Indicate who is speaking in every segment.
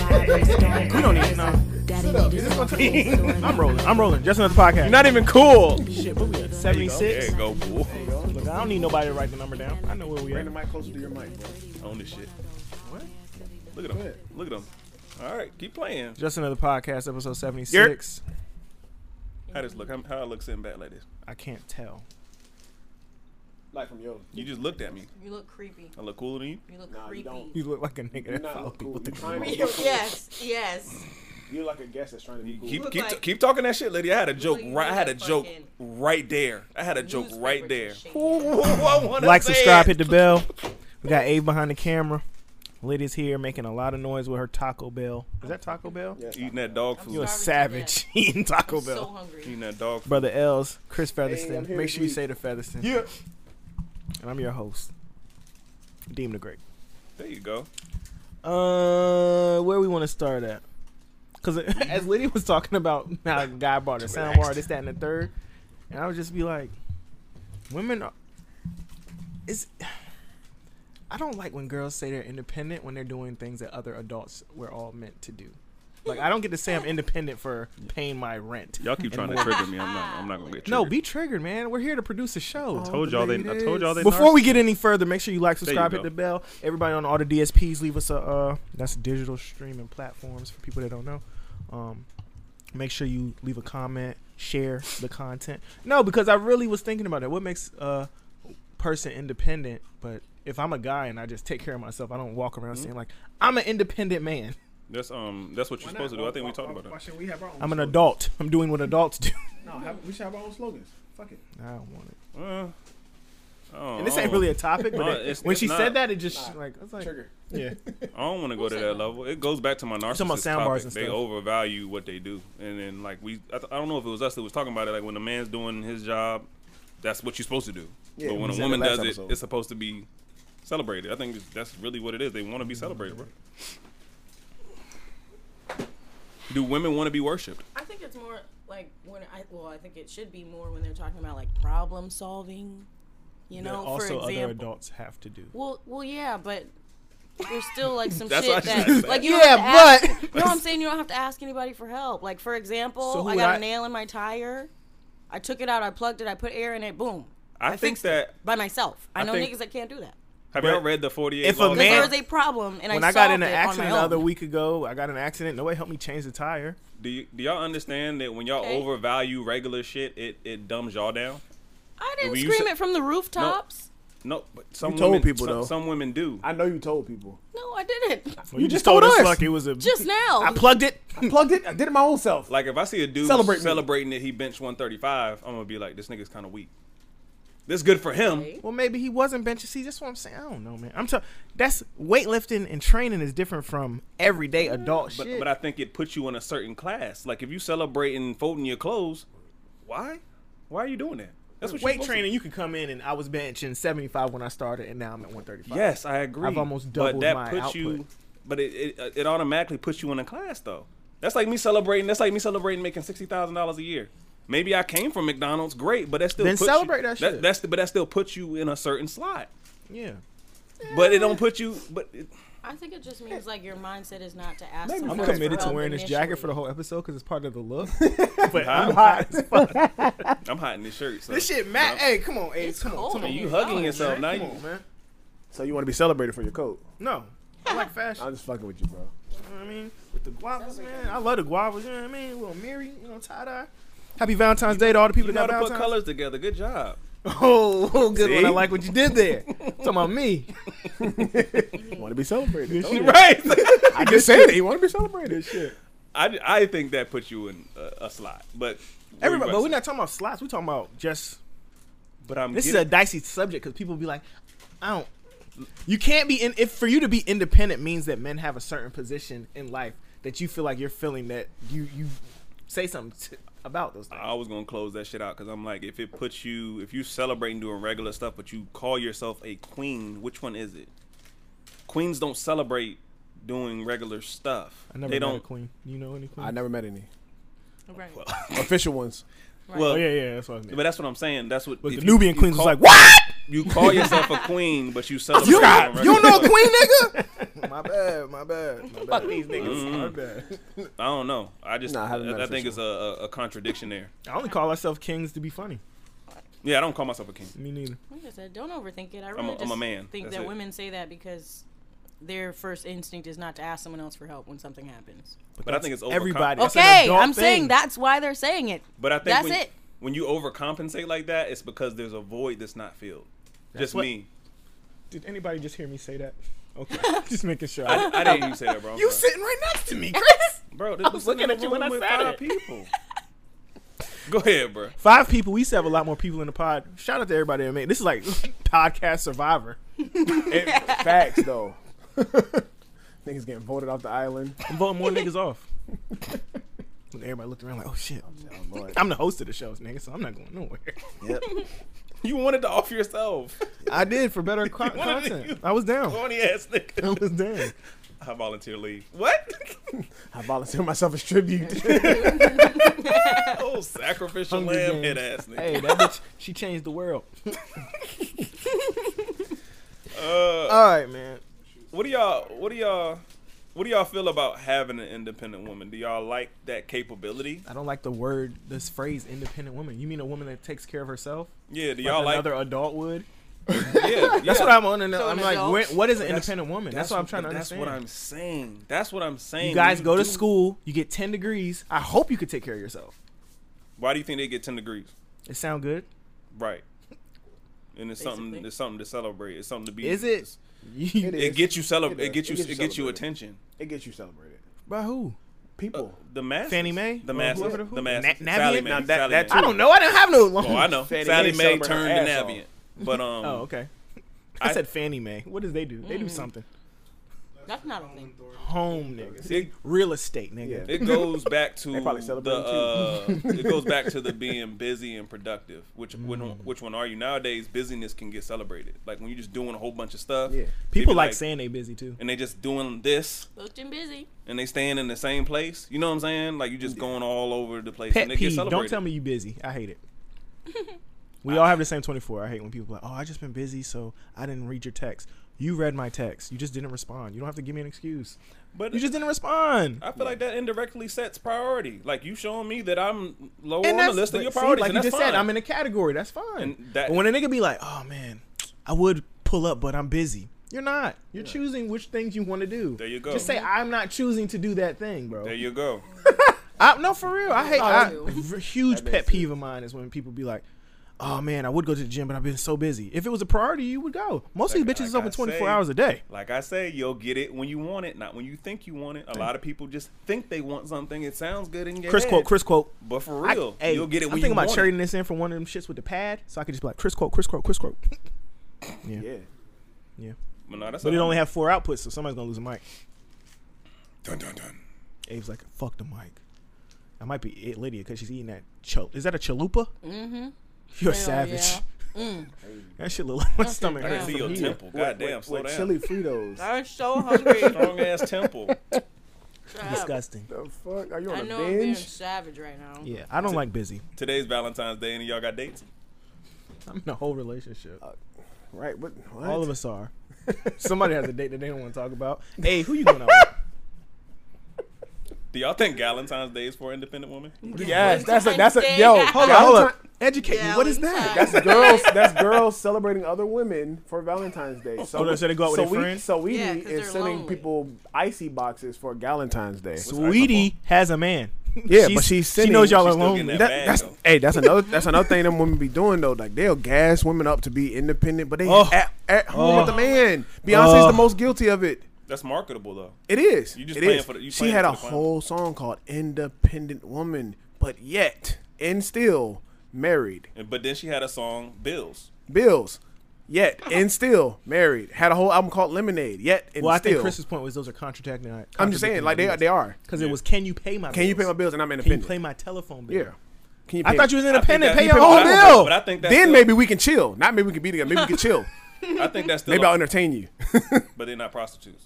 Speaker 1: We don't need no.
Speaker 2: Daddy made his own food
Speaker 1: I'm rolling. I'm rolling. Just another podcast.
Speaker 3: Not even cool.
Speaker 1: shit, but we at
Speaker 4: Oh, There you go.
Speaker 1: 76.
Speaker 4: There you go, boo.
Speaker 1: Look, I don't need nobody to write the number down. I know where we
Speaker 5: Bring
Speaker 1: at.
Speaker 5: the mic closer to your mic, bro.
Speaker 4: Own this shit.
Speaker 1: What?
Speaker 4: Look at
Speaker 5: Go
Speaker 4: him.
Speaker 5: ahead.
Speaker 4: Look at him. All right, keep playing.
Speaker 1: Just another podcast, episode 76.
Speaker 4: How this look? How, how I look sitting back like this?
Speaker 1: I can't tell.
Speaker 5: Like from yours.
Speaker 4: You just looked at me.
Speaker 2: You look creepy.
Speaker 4: I look cooler than you.
Speaker 2: You look
Speaker 5: Nah, you
Speaker 2: creepy.
Speaker 5: don't.
Speaker 1: You look like a nigga
Speaker 5: You're
Speaker 1: that
Speaker 5: not
Speaker 1: follow
Speaker 5: look cool.
Speaker 1: people.
Speaker 5: You're
Speaker 1: through
Speaker 5: trying to
Speaker 1: the
Speaker 5: look cool.
Speaker 2: yes, yes.
Speaker 5: You're like a guest that's trying to be cool.
Speaker 4: Keep
Speaker 2: look
Speaker 4: keep,
Speaker 2: like-
Speaker 4: keep talking that shit, lady. I had a joke.
Speaker 2: look
Speaker 4: Right, I had a
Speaker 2: like
Speaker 4: joke
Speaker 2: fucking
Speaker 4: right there. I had a joke right there.
Speaker 2: newspaper shit.
Speaker 4: Ooh, I wanna
Speaker 1: Like,
Speaker 4: say
Speaker 1: subscribe,
Speaker 4: it.
Speaker 1: hit the bell. We got Abe behind the camera. Lady's here making a lot of noise with her Taco Bell. Is that Taco Bell?
Speaker 5: Yes,
Speaker 4: Eating that dog
Speaker 1: You a
Speaker 2: Sorry for
Speaker 4: food.
Speaker 1: savage eating Taco
Speaker 2: I'm so
Speaker 1: Bell.
Speaker 2: hungry.
Speaker 4: Eating that dog food.
Speaker 1: Brother Els, Chris
Speaker 5: Hey, I'm
Speaker 1: Featherston.
Speaker 5: here
Speaker 1: Make
Speaker 5: this
Speaker 1: sure you
Speaker 5: week.
Speaker 1: say the Featherston.
Speaker 5: Yeah.
Speaker 1: And I'm your host, Deem the Great.
Speaker 4: There you go.
Speaker 1: Uh, where we want to start at? Because as Lydia was talking about how the guy bought a soundbar, this, that, and the third, and I would just be like, women are. It's, I don't like when girls say they're independent when they're doing things that other adults were all meant to do. Like I don't get to say I'm independent for paying my rent.
Speaker 4: Y'all keep trying to trigger me. I'm not. I'm not gonna get triggered.
Speaker 1: No, be triggered, man. We're here to produce a show.
Speaker 4: told y'all they. I told y'all they.
Speaker 1: Before we get any further, make sure you like,
Speaker 4: There you
Speaker 1: subscribe,
Speaker 4: go.
Speaker 1: hit the bell. Everybody on all the DSPs, leave us a uh, that's digital streaming platforms for people that don't know. Um, make sure you leave a comment, share the content. No, because I really was thinking about it. What makes a person independent? But if I'm a guy and I just take care of myself, I don't walk around saying like I'm an independent man.
Speaker 4: That's um. That's what you're supposed to do. I think we talked about that.
Speaker 5: We have our own
Speaker 1: I'm an
Speaker 5: slogans?
Speaker 1: adult. I'm doing what adults do.
Speaker 5: No, have, we should have our own slogans. Fuck it.
Speaker 1: I don't want it.
Speaker 4: Uh, I don't-
Speaker 1: And this
Speaker 4: I
Speaker 1: ain't
Speaker 4: don't-
Speaker 1: really a topic, but
Speaker 4: No,
Speaker 1: it-
Speaker 4: it's-
Speaker 1: when
Speaker 4: it's
Speaker 1: she
Speaker 4: not.
Speaker 1: said that, it just
Speaker 5: Nah.
Speaker 1: like I was like,
Speaker 5: Trigger.
Speaker 1: yeah.
Speaker 4: I don't want to go to that level. It goes back to my
Speaker 1: talking
Speaker 4: narcissist
Speaker 1: about soundbars
Speaker 4: topic.
Speaker 1: and
Speaker 4: They
Speaker 1: stuff.
Speaker 4: overvalue what they do, and then like we, I, th- I don't know if it was us that was talking about it. Like when a man's doing his job, that's what you're supposed to do.
Speaker 5: Yeah,
Speaker 4: but
Speaker 5: we
Speaker 4: when a
Speaker 5: said
Speaker 4: woman
Speaker 5: that last
Speaker 4: does
Speaker 5: episode.
Speaker 4: it, it's supposed to be celebrated. I think it's- that's really what it is. They want to be celebrated, bro. Do women want to be worshipped?
Speaker 1: Mm.
Speaker 2: I think it's more like when I well, I think it should be more when they're talking about like problem solving. You know,
Speaker 1: that also
Speaker 2: for
Speaker 1: other
Speaker 2: example.
Speaker 1: adults have to do.
Speaker 2: Well, well, yeah, but there's still like some
Speaker 4: That's
Speaker 2: shit
Speaker 4: what I
Speaker 2: that
Speaker 4: said.
Speaker 2: like you
Speaker 1: Yeah,
Speaker 2: don't have to ask,
Speaker 1: but-
Speaker 2: no, I'm saying you don't have to ask anybody for help. Like for example,
Speaker 1: So who
Speaker 2: I
Speaker 1: would
Speaker 2: got
Speaker 1: I-
Speaker 2: a nail in my tire. I took it out, I plugged it, I put air in it, boom.
Speaker 4: I, think
Speaker 2: fixed it
Speaker 4: that.
Speaker 2: by myself. I,
Speaker 4: I
Speaker 2: know
Speaker 4: think-
Speaker 2: niggas that can't do that.
Speaker 4: Have
Speaker 1: But
Speaker 4: y'all read the 48
Speaker 1: if a
Speaker 4: laws of-
Speaker 1: man-
Speaker 2: There was a problem, and
Speaker 1: when
Speaker 2: I,
Speaker 1: I got
Speaker 2: solved
Speaker 1: in an
Speaker 2: it
Speaker 1: accident
Speaker 2: on
Speaker 1: the
Speaker 2: my
Speaker 1: other
Speaker 2: own.
Speaker 1: week ago, I got in an accident. Nobody helped me change the tire.
Speaker 4: do, you, do y'all understand that when y'all
Speaker 2: Okay.
Speaker 4: overvalue regular shit, it, it dumbs y'all down?
Speaker 2: I didn't
Speaker 4: When you
Speaker 2: scream
Speaker 4: said-
Speaker 2: it from the rooftops.
Speaker 4: No, but some
Speaker 5: told
Speaker 4: women,
Speaker 5: people,
Speaker 4: some,
Speaker 5: though.
Speaker 4: some women do.
Speaker 5: I know you told people.
Speaker 2: No, I didn't.
Speaker 1: Well, you,
Speaker 5: just told us.
Speaker 1: like it was a
Speaker 2: Just now.
Speaker 1: I plugged it.
Speaker 5: Plugged it. I did it my own self.
Speaker 4: Like if I see a dude
Speaker 5: Celebrate me.
Speaker 4: celebrating that he benched 135, I'm gonna be like, this nigga's kind of weak. This good for him.
Speaker 2: Okay.
Speaker 1: Well, maybe he wasn't benching. See, that's what I'm saying. I don't know, man. I'm t- that's weightlifting and training is different from everyday adult
Speaker 4: But,
Speaker 1: shit.
Speaker 4: but I think it puts you in a certain class. Like if you celebrating folding your clothes, why? Why are you doing that? That's what you're
Speaker 1: weight
Speaker 4: supposed
Speaker 1: training,
Speaker 4: to-
Speaker 1: you can come in and I was benching 75 when I started, and now I'm at 135.
Speaker 4: Yes, I agree.
Speaker 1: I've almost doubled my
Speaker 4: you.
Speaker 1: output.
Speaker 4: But it, uh, it it automatically puts you in a class though. That's like me celebrating. That's like me celebrating making sixty thousand dollars a year. Maybe I came from McDonald's, great, but that still
Speaker 1: Then
Speaker 4: puts
Speaker 1: celebrate
Speaker 4: you,
Speaker 1: that shit.
Speaker 4: that's the, but that still puts you in a certain slot.
Speaker 1: Yeah.
Speaker 4: But it don't put you. But it,
Speaker 2: I think it just means like your mindset is not to ask.
Speaker 1: I'm
Speaker 2: somebody for
Speaker 1: committed to
Speaker 2: help
Speaker 1: wearing this jacket for the
Speaker 2: initially.
Speaker 1: whole episode because it's part of the look.
Speaker 4: but
Speaker 1: I'm hot as fuck.
Speaker 4: I'm hot in this shirt. So.
Speaker 1: This shit, Matt. Hey, come on, Abe.
Speaker 2: It's
Speaker 1: Come on,
Speaker 2: cold
Speaker 1: come on.
Speaker 2: in
Speaker 4: You
Speaker 2: here.
Speaker 4: hugging
Speaker 2: Oh,
Speaker 4: yourself now. You,
Speaker 1: Come on, man.
Speaker 5: So you want to be celebrated for your coat?
Speaker 1: No. I like fashion.
Speaker 5: I'm just fucking with you, bro.
Speaker 1: You know what I mean? With the guavas, man. I love the guavas, you know what I mean? little Mary, you know, tie dye. Happy Valentine's Day to all the people
Speaker 4: you know how
Speaker 1: that got
Speaker 4: to put
Speaker 1: Valentine's.
Speaker 4: colors together. Good job.
Speaker 1: Oh, oh, good one. I
Speaker 4: See?
Speaker 1: like what you did there. Talking about me.
Speaker 5: Want to be celebrated? told you.
Speaker 4: Right.
Speaker 5: I just said it. You want to be celebrated? Shit.
Speaker 4: I, I think that puts you in a, a slot. But
Speaker 1: Everybody, but we're not talking about slots. We're talking about just.
Speaker 4: But I'm.
Speaker 1: This is
Speaker 4: getting-
Speaker 1: a dicey subject because people be like, I don't. You can't be in. If for you to be independent means that men have a certain position in life that you feel like you're feeling that you you say something t- about those things.
Speaker 4: I was gonna close that shit out because I'm like, if it puts you, if you celebrating doing regular stuff, but you call yourself a queen, which one is it? Queens don't celebrate doing regular stuff.
Speaker 1: I never
Speaker 4: they
Speaker 1: met
Speaker 4: don't.
Speaker 1: a queen. You know any queen?
Speaker 5: I never met any
Speaker 2: Right.
Speaker 5: official ones.
Speaker 4: Well,
Speaker 1: Oh yeah, yeah. That's what I mean.
Speaker 4: but that's what I'm saying. That's what.
Speaker 1: But
Speaker 4: if
Speaker 1: the
Speaker 4: you-
Speaker 1: Nubian
Speaker 4: you
Speaker 1: queens
Speaker 4: call-
Speaker 1: was like, "What?
Speaker 4: You call yourself a queen, but you celebrate.
Speaker 1: You,
Speaker 4: doing
Speaker 1: you
Speaker 4: regular
Speaker 1: don't know a
Speaker 4: stuff.
Speaker 1: queen, nigga? my bad, my bad, my
Speaker 5: Fuck
Speaker 1: bad.
Speaker 5: these niggas.
Speaker 4: Mm.
Speaker 5: My bad.
Speaker 4: I don't know. I just
Speaker 5: Nah, I
Speaker 4: I,
Speaker 5: haven't met
Speaker 4: I
Speaker 5: him
Speaker 4: think
Speaker 5: for
Speaker 4: it's a, a, a contradiction there.
Speaker 1: I only call ourselves kings to be funny.
Speaker 4: Yeah, I don't call myself a king.
Speaker 1: Me neither.
Speaker 2: Like I said, don't overthink it. I really
Speaker 4: I'm a-
Speaker 2: just
Speaker 4: I'm a man.
Speaker 2: think
Speaker 4: That's
Speaker 2: that
Speaker 4: it.
Speaker 2: women say that because their first instinct is not to ask someone else for help when something happens.
Speaker 4: But I think it's overcom- Oh,
Speaker 1: everybody. That's an
Speaker 2: Okay,
Speaker 1: adult
Speaker 2: I'm saying
Speaker 1: thing.
Speaker 2: that's why they're saying it.
Speaker 4: But I think
Speaker 2: That's
Speaker 4: when,
Speaker 2: it.
Speaker 4: when you overcompensate like that, it's because there's a void that's not filled. just
Speaker 1: what-
Speaker 4: me.
Speaker 1: Did anybody just hear me say that? Okay, just making sure.
Speaker 4: I, I didn't even say that, bro. I'm
Speaker 1: you
Speaker 4: sorry.
Speaker 1: sitting right next to me, Chris.
Speaker 4: bro. This,
Speaker 1: I was
Speaker 4: we sitting
Speaker 1: looking
Speaker 4: in
Speaker 1: at
Speaker 4: a
Speaker 1: you when
Speaker 4: room
Speaker 1: I
Speaker 4: with
Speaker 1: said
Speaker 4: five
Speaker 1: it.
Speaker 4: people. Go ahead, bro.
Speaker 1: Five people. We used to have a lot more people in the pod. Shout out to everybody that made this is like podcast survivor.
Speaker 5: Facts though. Niggas getting voted off the island.
Speaker 1: I'm voting more niggas off. When everybody looked around like, oh shit,
Speaker 5: Oh, Lord.
Speaker 1: I'm the host of the shows, nigga, so I'm not going nowhere.
Speaker 5: Yep.
Speaker 4: You wanted to off yourself,
Speaker 1: I did for better co-
Speaker 4: wanted to-
Speaker 1: content. I was down.
Speaker 4: corny ass
Speaker 1: I
Speaker 4: nigga.
Speaker 1: was down.
Speaker 4: I volunteer leave. What?
Speaker 5: I volunteer myself as tribute.
Speaker 4: oh, sacrificial
Speaker 1: Hungry
Speaker 4: lamb
Speaker 1: Games.
Speaker 4: head ass nigga.
Speaker 1: Hey, that bitch, she changed the world.
Speaker 4: Uh,
Speaker 1: All right, man.
Speaker 4: what do y'all? What do y'all? What do y'all feel about having an independent woman? Do y'all like that capability?
Speaker 1: I don't like the word, this phrase, independent woman. You mean a woman that takes care of herself?
Speaker 4: Yeah, do
Speaker 1: Like
Speaker 4: y'all like?
Speaker 1: another adult would?
Speaker 4: yeah,
Speaker 1: That's
Speaker 4: yeah.
Speaker 1: what I'm on. And
Speaker 2: So
Speaker 1: I'm
Speaker 2: an
Speaker 1: like,
Speaker 2: adult?
Speaker 1: when- what is an
Speaker 4: That's-
Speaker 1: independent woman? That's, what I'm trying to
Speaker 4: that's
Speaker 1: understand.
Speaker 4: what I'm saying. That's what I'm saying.
Speaker 1: you guys
Speaker 4: When
Speaker 1: go to
Speaker 4: do-
Speaker 1: school, you get 10 degrees. I hope you could take care of yourself.
Speaker 4: Why do you think they get ten degrees?
Speaker 1: It sound good?
Speaker 4: Right. And it's something.
Speaker 2: Basically.
Speaker 4: It's something to celebrate. It's something to be.
Speaker 1: Is it? You-
Speaker 5: It is.
Speaker 4: It gets you celeb.
Speaker 5: It
Speaker 4: It,
Speaker 5: does.
Speaker 4: gets you.
Speaker 5: It gets you
Speaker 4: It gets you
Speaker 5: celebrated.
Speaker 4: attention.
Speaker 5: It gets you celebrated. Uh,
Speaker 1: By who?
Speaker 5: People.
Speaker 4: The mass.
Speaker 1: Fannie Mae?
Speaker 4: The
Speaker 1: Or
Speaker 4: mass.
Speaker 1: whoever the who-
Speaker 4: The mass.
Speaker 1: Na-
Speaker 4: Sally
Speaker 1: Navient?
Speaker 4: Mae.
Speaker 5: Now, that-
Speaker 4: Sally
Speaker 5: that
Speaker 4: Mae.
Speaker 1: I don't know. I didn't have no long.
Speaker 4: Oh, I know.
Speaker 5: Fannie
Speaker 4: Sally
Speaker 5: Mae
Speaker 4: Mae
Speaker 5: celebrate
Speaker 4: turned
Speaker 5: her
Speaker 4: to
Speaker 5: ass off.
Speaker 4: Navient. But um.
Speaker 1: Oh, okay. I,
Speaker 4: I-
Speaker 1: said Fannie Mae. What does they do? They do something.
Speaker 2: That's not a thing.
Speaker 1: Home niggas.
Speaker 4: It,
Speaker 1: Real estate nigga.
Speaker 5: Yeah.
Speaker 4: it goes back to
Speaker 5: They probably
Speaker 4: the.
Speaker 5: celebrating
Speaker 4: Uh, it goes back to the being busy and productive. Which
Speaker 5: Mm.
Speaker 4: which one- which one are you nowadays? Busyness can get celebrated. Like when you're just doing a whole bunch of stuff.
Speaker 5: Yeah.
Speaker 4: they be
Speaker 1: People like, saying they busy too.
Speaker 4: And they just doing this,
Speaker 2: Booked and busy.
Speaker 4: and they staying in the same place. You know what I'm saying? Like you just going all over the place.
Speaker 1: Pet
Speaker 4: and they get
Speaker 1: peeve.
Speaker 4: celebrated.
Speaker 1: Don't tell me you busy. I hate it. we all have the same 24. I hate when people like, oh, I just been busy, so I didn't read your text. You read my text. You just didn't respond. You don't have to give me an excuse.
Speaker 4: But
Speaker 1: You just didn't respond.
Speaker 4: I feel like that indirectly sets priority. Like you showing me that I'm low
Speaker 1: And
Speaker 4: on the
Speaker 1: that's-
Speaker 4: list of
Speaker 1: but
Speaker 4: your
Speaker 1: see,
Speaker 4: priorities.
Speaker 1: Like
Speaker 4: and
Speaker 1: you
Speaker 4: that's
Speaker 1: just
Speaker 4: fine.
Speaker 1: said, I'm in a category. That's fine.
Speaker 4: And that-
Speaker 1: but when a nigga be like, oh man, I would pull up, but I'm busy. You're not. You're choosing which things you want to do.
Speaker 4: There you go.
Speaker 1: Just say I'm not choosing to do that thing, bro.
Speaker 4: There you go.
Speaker 1: I, no, for real. I hate. I,
Speaker 2: you.
Speaker 1: v- huge
Speaker 5: That
Speaker 1: pet
Speaker 5: makes
Speaker 1: peeve of mine is when people be like, "Oh man, I would go to the gym, but I've been so busy." If it was a priority, you would go. Most of these
Speaker 4: Like-
Speaker 1: bitches is
Speaker 4: like
Speaker 1: open
Speaker 4: I
Speaker 1: 24
Speaker 4: say-
Speaker 1: hours a day.
Speaker 4: Like I say, you'll get it when you want it, not when you think you want it. A lot of people just think they want something. It sounds good in your
Speaker 1: Chris
Speaker 4: head,
Speaker 1: quote. Chris quote.
Speaker 4: But for
Speaker 1: I-
Speaker 4: real,
Speaker 1: hey,
Speaker 4: you'll get it
Speaker 1: I'm
Speaker 4: when
Speaker 1: thinking
Speaker 4: you
Speaker 1: about
Speaker 4: want
Speaker 1: trading this in for one of them shits with the pad, so I could just be like, Chris quote, Chris quote, Chris quote.
Speaker 5: Yeah.
Speaker 1: Yeah,
Speaker 4: it. But, no, that's
Speaker 1: but it
Speaker 4: all.
Speaker 1: only have four outputs, so somebody's gonna lose a mic.
Speaker 4: Dun, dun, dun.
Speaker 1: Abe's like, fuck the mic. I might be it, Lydia, because she's eating that. Chal- is that a chalupa?
Speaker 2: Mm-hmm.
Speaker 1: You're a
Speaker 2: Hell
Speaker 1: savage.
Speaker 2: Yeah. Mm.
Speaker 1: That shit look like my
Speaker 2: That shit
Speaker 1: stomach.
Speaker 2: Yeah.
Speaker 4: I can
Speaker 1: hurts
Speaker 4: see
Speaker 1: from
Speaker 4: your
Speaker 1: here.
Speaker 4: temple. Goddamn,
Speaker 5: With-
Speaker 4: slow
Speaker 5: with
Speaker 4: down.
Speaker 5: Chili Fritos.
Speaker 2: I'm so hungry.
Speaker 4: Strong ass temple.
Speaker 1: Disgusting.
Speaker 5: the fuck? Are you on
Speaker 2: I
Speaker 5: a
Speaker 2: know I'm being
Speaker 5: binge?
Speaker 2: savage right now.
Speaker 1: Yeah, I don't like busy.
Speaker 4: Today's Valentine's Day, and y'all got dates.
Speaker 1: I'm in a whole relationship.
Speaker 5: Oh, Right. What? what?
Speaker 1: All of us are. Somebody has a date that they don't want to talk about. Hey, who you going out with?
Speaker 4: Do y'all think Valentine's Day is for independent women?
Speaker 5: Yes. That's a. That's a. Yo.
Speaker 2: Valentine's Day.
Speaker 1: Hold on, hold on.
Speaker 5: Valentine-
Speaker 1: Educate me. What is that?
Speaker 2: Valentine's.
Speaker 5: That's girls. That's girls celebrating other women for Valentine's Day. So,
Speaker 1: Oh, no, so they go out with
Speaker 5: so
Speaker 1: their
Speaker 5: we,
Speaker 1: friends?
Speaker 5: So we
Speaker 2: Yeah, 'cause
Speaker 5: is
Speaker 2: they're
Speaker 5: sending
Speaker 2: lonely.
Speaker 5: people icy boxes for Valentine's Day.
Speaker 1: Sweetie has a man.
Speaker 5: Yeah, but she's
Speaker 1: she
Speaker 5: sending-
Speaker 1: knows y'all
Speaker 4: she's
Speaker 1: are
Speaker 4: still
Speaker 1: lonely.
Speaker 4: getting
Speaker 5: That-
Speaker 4: bag,
Speaker 5: that's
Speaker 4: though.
Speaker 5: hey, that's another that's another thing them women be doing though. Like they'll gas women up to be independent, but they
Speaker 1: Oh.
Speaker 5: at, at home with
Speaker 1: Oh.
Speaker 5: the man. Beyonce's
Speaker 1: Oh.
Speaker 5: the most guilty of it.
Speaker 4: That's marketable though.
Speaker 5: It is.
Speaker 4: You just
Speaker 5: It
Speaker 4: playing
Speaker 5: is.
Speaker 4: for the- you
Speaker 5: she
Speaker 4: playing
Speaker 5: had
Speaker 4: for
Speaker 5: a
Speaker 4: the clown.
Speaker 5: whole song called "Independent Woman," but yet and still married.
Speaker 4: And- But then she had a song, Bills.
Speaker 5: Bills, yet and still married. Had a whole album called "Lemonade," yet and
Speaker 1: Well, I
Speaker 5: still.
Speaker 1: think Chris's point was those are contradicting.
Speaker 5: I'm just saying, like they are, they are.
Speaker 1: Because it was, can you pay my
Speaker 5: Can you pay my
Speaker 1: bills?
Speaker 5: bills and I'm
Speaker 1: Can you
Speaker 5: independent?
Speaker 1: pay my telephone bill?
Speaker 5: yeah. Can you
Speaker 1: I
Speaker 5: pay- oh,
Speaker 1: thought you was independent.
Speaker 4: that-
Speaker 1: Pay
Speaker 4: you
Speaker 1: your
Speaker 4: pay
Speaker 1: own
Speaker 4: my own
Speaker 1: bill.
Speaker 4: bill, but I think that's
Speaker 5: then
Speaker 4: still-
Speaker 5: maybe we can chill. Not maybe we can be together. Maybe we can chill.
Speaker 4: I think that's still.
Speaker 5: Maybe I'll
Speaker 4: a-
Speaker 5: entertain you.
Speaker 4: but they're not prostitutes.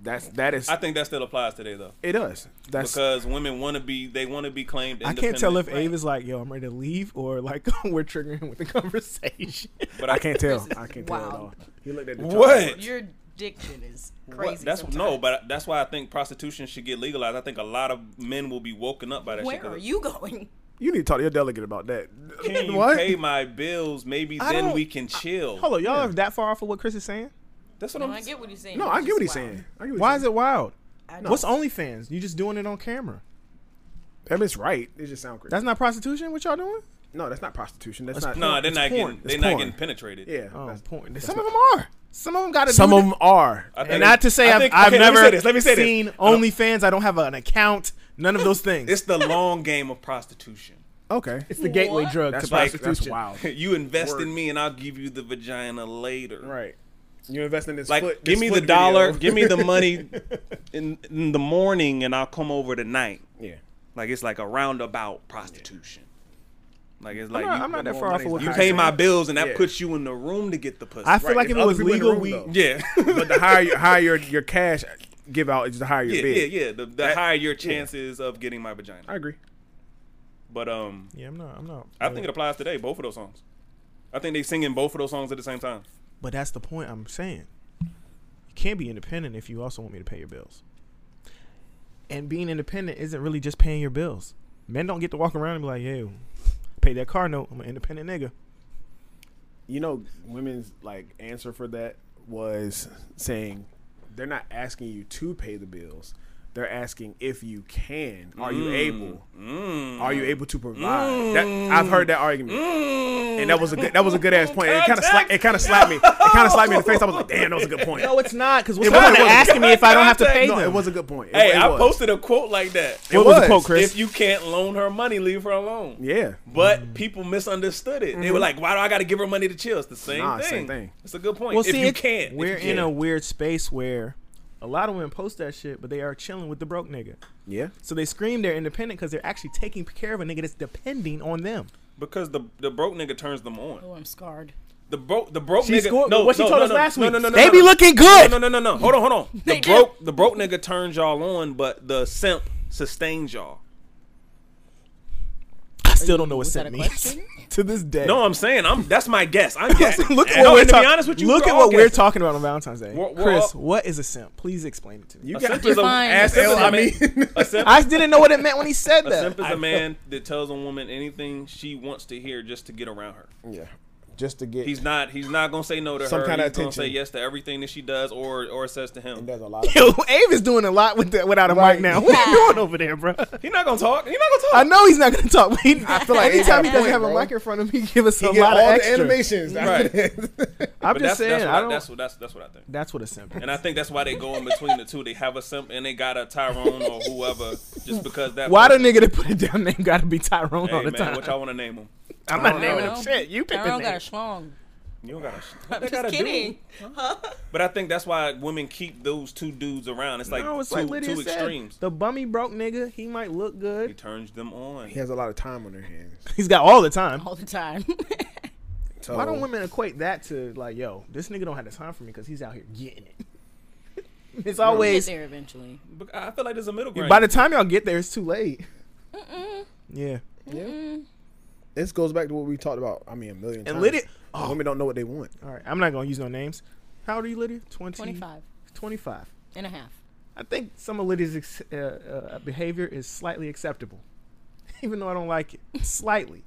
Speaker 5: That's that is
Speaker 4: I think that still applies today though,
Speaker 5: it does. That's
Speaker 4: because women want to be. They want to be claimed.
Speaker 1: I can't tell if
Speaker 4: independent.
Speaker 1: Abe is like, yo, I'm ready to leave, or like we're triggering with the conversation.
Speaker 4: But
Speaker 5: I can't tell.
Speaker 2: This is
Speaker 5: I can't tell
Speaker 2: wild.
Speaker 5: at all. He looked at the
Speaker 4: What?
Speaker 5: chart.
Speaker 2: You're contradiction is
Speaker 4: What-
Speaker 2: crazy.
Speaker 4: that's no,
Speaker 2: sometimes.
Speaker 4: but that's why I think prostitution should get legalized. I think a lot of men will be woken up by that. shit
Speaker 2: where
Speaker 4: 'cause
Speaker 2: are you going?
Speaker 5: You need to talk to your delegate about that.
Speaker 4: Can you
Speaker 5: what?
Speaker 4: pay my bills? Maybe
Speaker 1: I
Speaker 4: then
Speaker 1: don't-
Speaker 4: we can chill.
Speaker 1: Hold on, y'all are that far off of what Chris is saying?
Speaker 4: That's what
Speaker 2: No,
Speaker 4: I'm.
Speaker 2: I get what he's saying.
Speaker 5: no,
Speaker 2: It's
Speaker 5: I get
Speaker 2: just
Speaker 5: what he's
Speaker 2: wild.
Speaker 5: saying. I get what
Speaker 1: Why
Speaker 5: he's
Speaker 1: is it wild?
Speaker 2: I
Speaker 1: What's
Speaker 2: just-
Speaker 1: OnlyFans? You just doing it on camera.
Speaker 5: saying. That is right. It just sounds crazy.
Speaker 1: That's not prostitution. What y'all doing?
Speaker 5: no, that's not prostitution. That's,
Speaker 1: That's
Speaker 5: not.
Speaker 4: Nah, they're
Speaker 1: It's porn.
Speaker 4: not getting.
Speaker 1: It's
Speaker 4: They're not
Speaker 1: porn.
Speaker 4: getting penetrated.
Speaker 5: yeah.
Speaker 1: Oh,
Speaker 5: that's-
Speaker 1: porn.
Speaker 5: that's
Speaker 1: Some
Speaker 5: not-
Speaker 1: of them are. Some of them got to.
Speaker 5: Some
Speaker 1: do
Speaker 5: of them are.
Speaker 4: I think
Speaker 1: And not to say
Speaker 4: I
Speaker 1: I've,
Speaker 4: think-
Speaker 1: I've
Speaker 5: okay, let me
Speaker 1: never
Speaker 5: say this, let me say this.
Speaker 1: seen
Speaker 5: I don't-
Speaker 1: OnlyFans. I don't have an account. None of those things.
Speaker 4: It's the long game of prostitution.
Speaker 5: Okay.
Speaker 1: It's the gateway
Speaker 2: What?
Speaker 1: drug
Speaker 5: That's
Speaker 1: to
Speaker 5: like- that's
Speaker 1: prostitution.
Speaker 5: wild.
Speaker 4: you invest
Speaker 5: Word.
Speaker 4: in me, and I'll give you the vagina later.
Speaker 5: Right. You invest in this.
Speaker 4: Like,
Speaker 5: foot,
Speaker 4: give
Speaker 5: this
Speaker 4: me the
Speaker 5: foot
Speaker 4: dollar,
Speaker 5: video.
Speaker 4: give me the money in, in the morning, and I'll come over tonight.
Speaker 5: yeah.
Speaker 4: Like it's like a roundabout prostitution. Like it's like
Speaker 1: not-
Speaker 4: you,
Speaker 1: I'm not that
Speaker 4: you
Speaker 1: far off of what
Speaker 4: You
Speaker 1: Chris
Speaker 4: pay
Speaker 1: said.
Speaker 4: my bills, and that
Speaker 5: Yeah.
Speaker 4: puts you in the room to get the pussy.
Speaker 1: I feel
Speaker 5: Right,
Speaker 1: like
Speaker 5: it's
Speaker 1: if it
Speaker 5: other
Speaker 1: was
Speaker 5: people in the
Speaker 1: legal,
Speaker 5: room,
Speaker 1: we
Speaker 5: though.
Speaker 4: yeah.
Speaker 5: But the higher, your- higher your, your cash give out is the higher your
Speaker 4: Yeah,
Speaker 5: bid.
Speaker 4: yeah, yeah. The, the higher your chances of getting my vagina.
Speaker 5: I agree.
Speaker 4: But um,
Speaker 1: yeah, I'm not. I'm not.
Speaker 4: I think it applies today. Both of those songs. I think they singing both of those songs at the same time.
Speaker 1: But that's the point I'm saying. You can't be independent if you also want me to pay your bills. And being independent isn't really just paying your bills. Men don't get to walk around and be like, "Yo, pay that car note. I'm an independent nigga."
Speaker 5: You know, women's like answer for that was saying they're not asking you to pay the bills. They're asking if you can. Are you able?
Speaker 4: Mm.
Speaker 5: Are you able to provide? That, I've heard that argument, and that was a good, that was a good ass point. And it kind of sla- it kind of slapped me. It kind of slapped me in the face. I was like, damn, that was a good point.
Speaker 1: No, it's not because what's
Speaker 5: It
Speaker 1: the point
Speaker 5: wasn't-
Speaker 1: of asking me if I don't have to pay
Speaker 5: No,
Speaker 1: them?
Speaker 5: it was a good point. It-
Speaker 4: Hey,
Speaker 5: it
Speaker 4: I
Speaker 5: was.
Speaker 4: posted a quote like that.
Speaker 5: It
Speaker 1: What was the
Speaker 5: was.
Speaker 1: quote, Chris?
Speaker 4: If you can't loan her money, leave her alone.
Speaker 5: Yeah,
Speaker 4: But people misunderstood it.
Speaker 1: Mm-hmm.
Speaker 4: They were like, "Why do I got to give her money to chill?" It's the same
Speaker 5: Nah,
Speaker 4: thing.
Speaker 5: same thing.
Speaker 4: It's a good point.
Speaker 1: Well,
Speaker 4: if
Speaker 1: see,
Speaker 4: you
Speaker 1: it-
Speaker 4: can't,
Speaker 1: we're
Speaker 4: if you
Speaker 1: in
Speaker 4: can.
Speaker 1: a weird space where a lot of women post that shit, but they are chilling with the broke nigga.
Speaker 5: yeah.
Speaker 1: So they scream they're independent because they're actually taking care of a nigga that's depending on them.
Speaker 4: because the the broke nigga turns them on.
Speaker 2: Oh, I'm scarred.
Speaker 4: The broke the broke
Speaker 1: She
Speaker 4: nigga.
Speaker 1: scored-
Speaker 4: no,
Speaker 1: what she
Speaker 4: no,
Speaker 1: told
Speaker 4: no,
Speaker 1: us
Speaker 4: no,
Speaker 1: last
Speaker 4: no,
Speaker 1: week.
Speaker 4: No, no, no,
Speaker 1: They
Speaker 4: no,
Speaker 1: be
Speaker 4: no.
Speaker 1: looking good.
Speaker 4: No, no, no, no, no. Hold on, hold on. The
Speaker 2: They do.
Speaker 4: broke the broke nigga turns y'all on, but the simp sustains y'all.
Speaker 1: I still don't know what
Speaker 2: was that
Speaker 1: that
Speaker 2: a
Speaker 1: means
Speaker 2: question?
Speaker 1: to this day.
Speaker 4: No, I'm saying I'm. That's my guess. I'm guessing.
Speaker 1: look at
Speaker 4: And
Speaker 1: what
Speaker 4: no,
Speaker 1: we're
Speaker 4: and to be
Speaker 1: talking.
Speaker 4: honest with you,
Speaker 1: look
Speaker 4: we're
Speaker 1: at
Speaker 4: all
Speaker 1: what we're
Speaker 4: guessing.
Speaker 1: talking about on Valentine's Day.
Speaker 4: We're- we're
Speaker 1: Chris,
Speaker 4: all-
Speaker 1: what is a simp? Please explain it to me.
Speaker 5: You
Speaker 4: A
Speaker 5: got
Speaker 4: simp is a-
Speaker 2: Define.
Speaker 4: a simp is a
Speaker 5: Define.
Speaker 4: man- a simp-
Speaker 1: I didn't know what it meant when he said
Speaker 4: a
Speaker 1: that.
Speaker 4: simp is
Speaker 1: I-
Speaker 4: a man that tells a woman anything she wants to hear just to get around her.
Speaker 5: yeah. Just to get
Speaker 4: He's not. He's not gonna say no to
Speaker 5: Some
Speaker 4: her.
Speaker 5: kinda
Speaker 4: he's gonna
Speaker 5: attention.
Speaker 4: say yes to everything that she does or or says to him.
Speaker 5: a lot. Of,
Speaker 1: Yo, Abe is doing a lot with that without a mic
Speaker 5: Right.
Speaker 1: now. What are you doing over there, bro?
Speaker 4: He's not gonna talk. He's not gonna talk.
Speaker 1: I know he's not gonna talk. but He, I feel
Speaker 5: feel
Speaker 1: like
Speaker 5: like Abe
Speaker 1: anytime
Speaker 5: got
Speaker 1: he doesn't
Speaker 5: a point,
Speaker 1: have a
Speaker 5: bro.
Speaker 1: mic in front of him, he give us a
Speaker 5: he get
Speaker 1: lot
Speaker 5: all
Speaker 1: of
Speaker 5: the
Speaker 1: extra.
Speaker 5: animations.
Speaker 4: Right.
Speaker 1: I'm
Speaker 4: But
Speaker 1: just
Speaker 4: that's,
Speaker 1: saying.
Speaker 4: that's what
Speaker 1: I
Speaker 4: I,
Speaker 1: don't,
Speaker 4: that's what that's that's what I think.
Speaker 1: That's what a simp is.
Speaker 4: And I think that's why they go in between the two. They have a simp and they got a Tyrone or whoever just because that.
Speaker 1: Why the
Speaker 4: person-
Speaker 1: nigga that put it down name gotta be Tyrone
Speaker 4: Hey
Speaker 1: all the
Speaker 4: man,
Speaker 1: time?
Speaker 4: what y'all want to name him?
Speaker 1: I'm not
Speaker 5: I don't
Speaker 1: naming
Speaker 5: know.
Speaker 1: him shit. You pick
Speaker 2: I
Speaker 1: a
Speaker 2: don't got a
Speaker 1: name.
Speaker 2: schlong.
Speaker 4: You don't gotta.
Speaker 2: I'm
Speaker 4: they
Speaker 2: just
Speaker 4: gotta do.
Speaker 2: kidding.
Speaker 4: But I think that's why women keep those two dudes around. It's like
Speaker 1: No, it's
Speaker 4: two,
Speaker 1: like Lydia
Speaker 4: two
Speaker 1: said,
Speaker 4: extremes.
Speaker 1: the bummy broke nigga. He might look
Speaker 4: He
Speaker 1: good.
Speaker 4: turns them on.
Speaker 5: He has a lot of time on their hands.
Speaker 1: He's got all the time.
Speaker 2: all the time.
Speaker 5: So
Speaker 1: Why don't women equate that to like, yo, this nigga don't have the time for me because he's out here getting it. it's
Speaker 2: Get
Speaker 1: always
Speaker 2: there eventually.
Speaker 4: But I feel like there's a middle ground.
Speaker 1: by the time y'all get there, it's too late. Yeah,
Speaker 5: This goes back to what we talked about. I mean, a million times.
Speaker 1: and Lydia. Oh,
Speaker 5: Women don't know what they want.
Speaker 1: all right. I'm not gonna use no names. How old are you, Lydia? 20,
Speaker 2: 25
Speaker 1: 25.
Speaker 2: and a half.
Speaker 1: I think some of Lydia's ex- uh, uh, behavior is slightly acceptable, even though I don't like it. Slightly.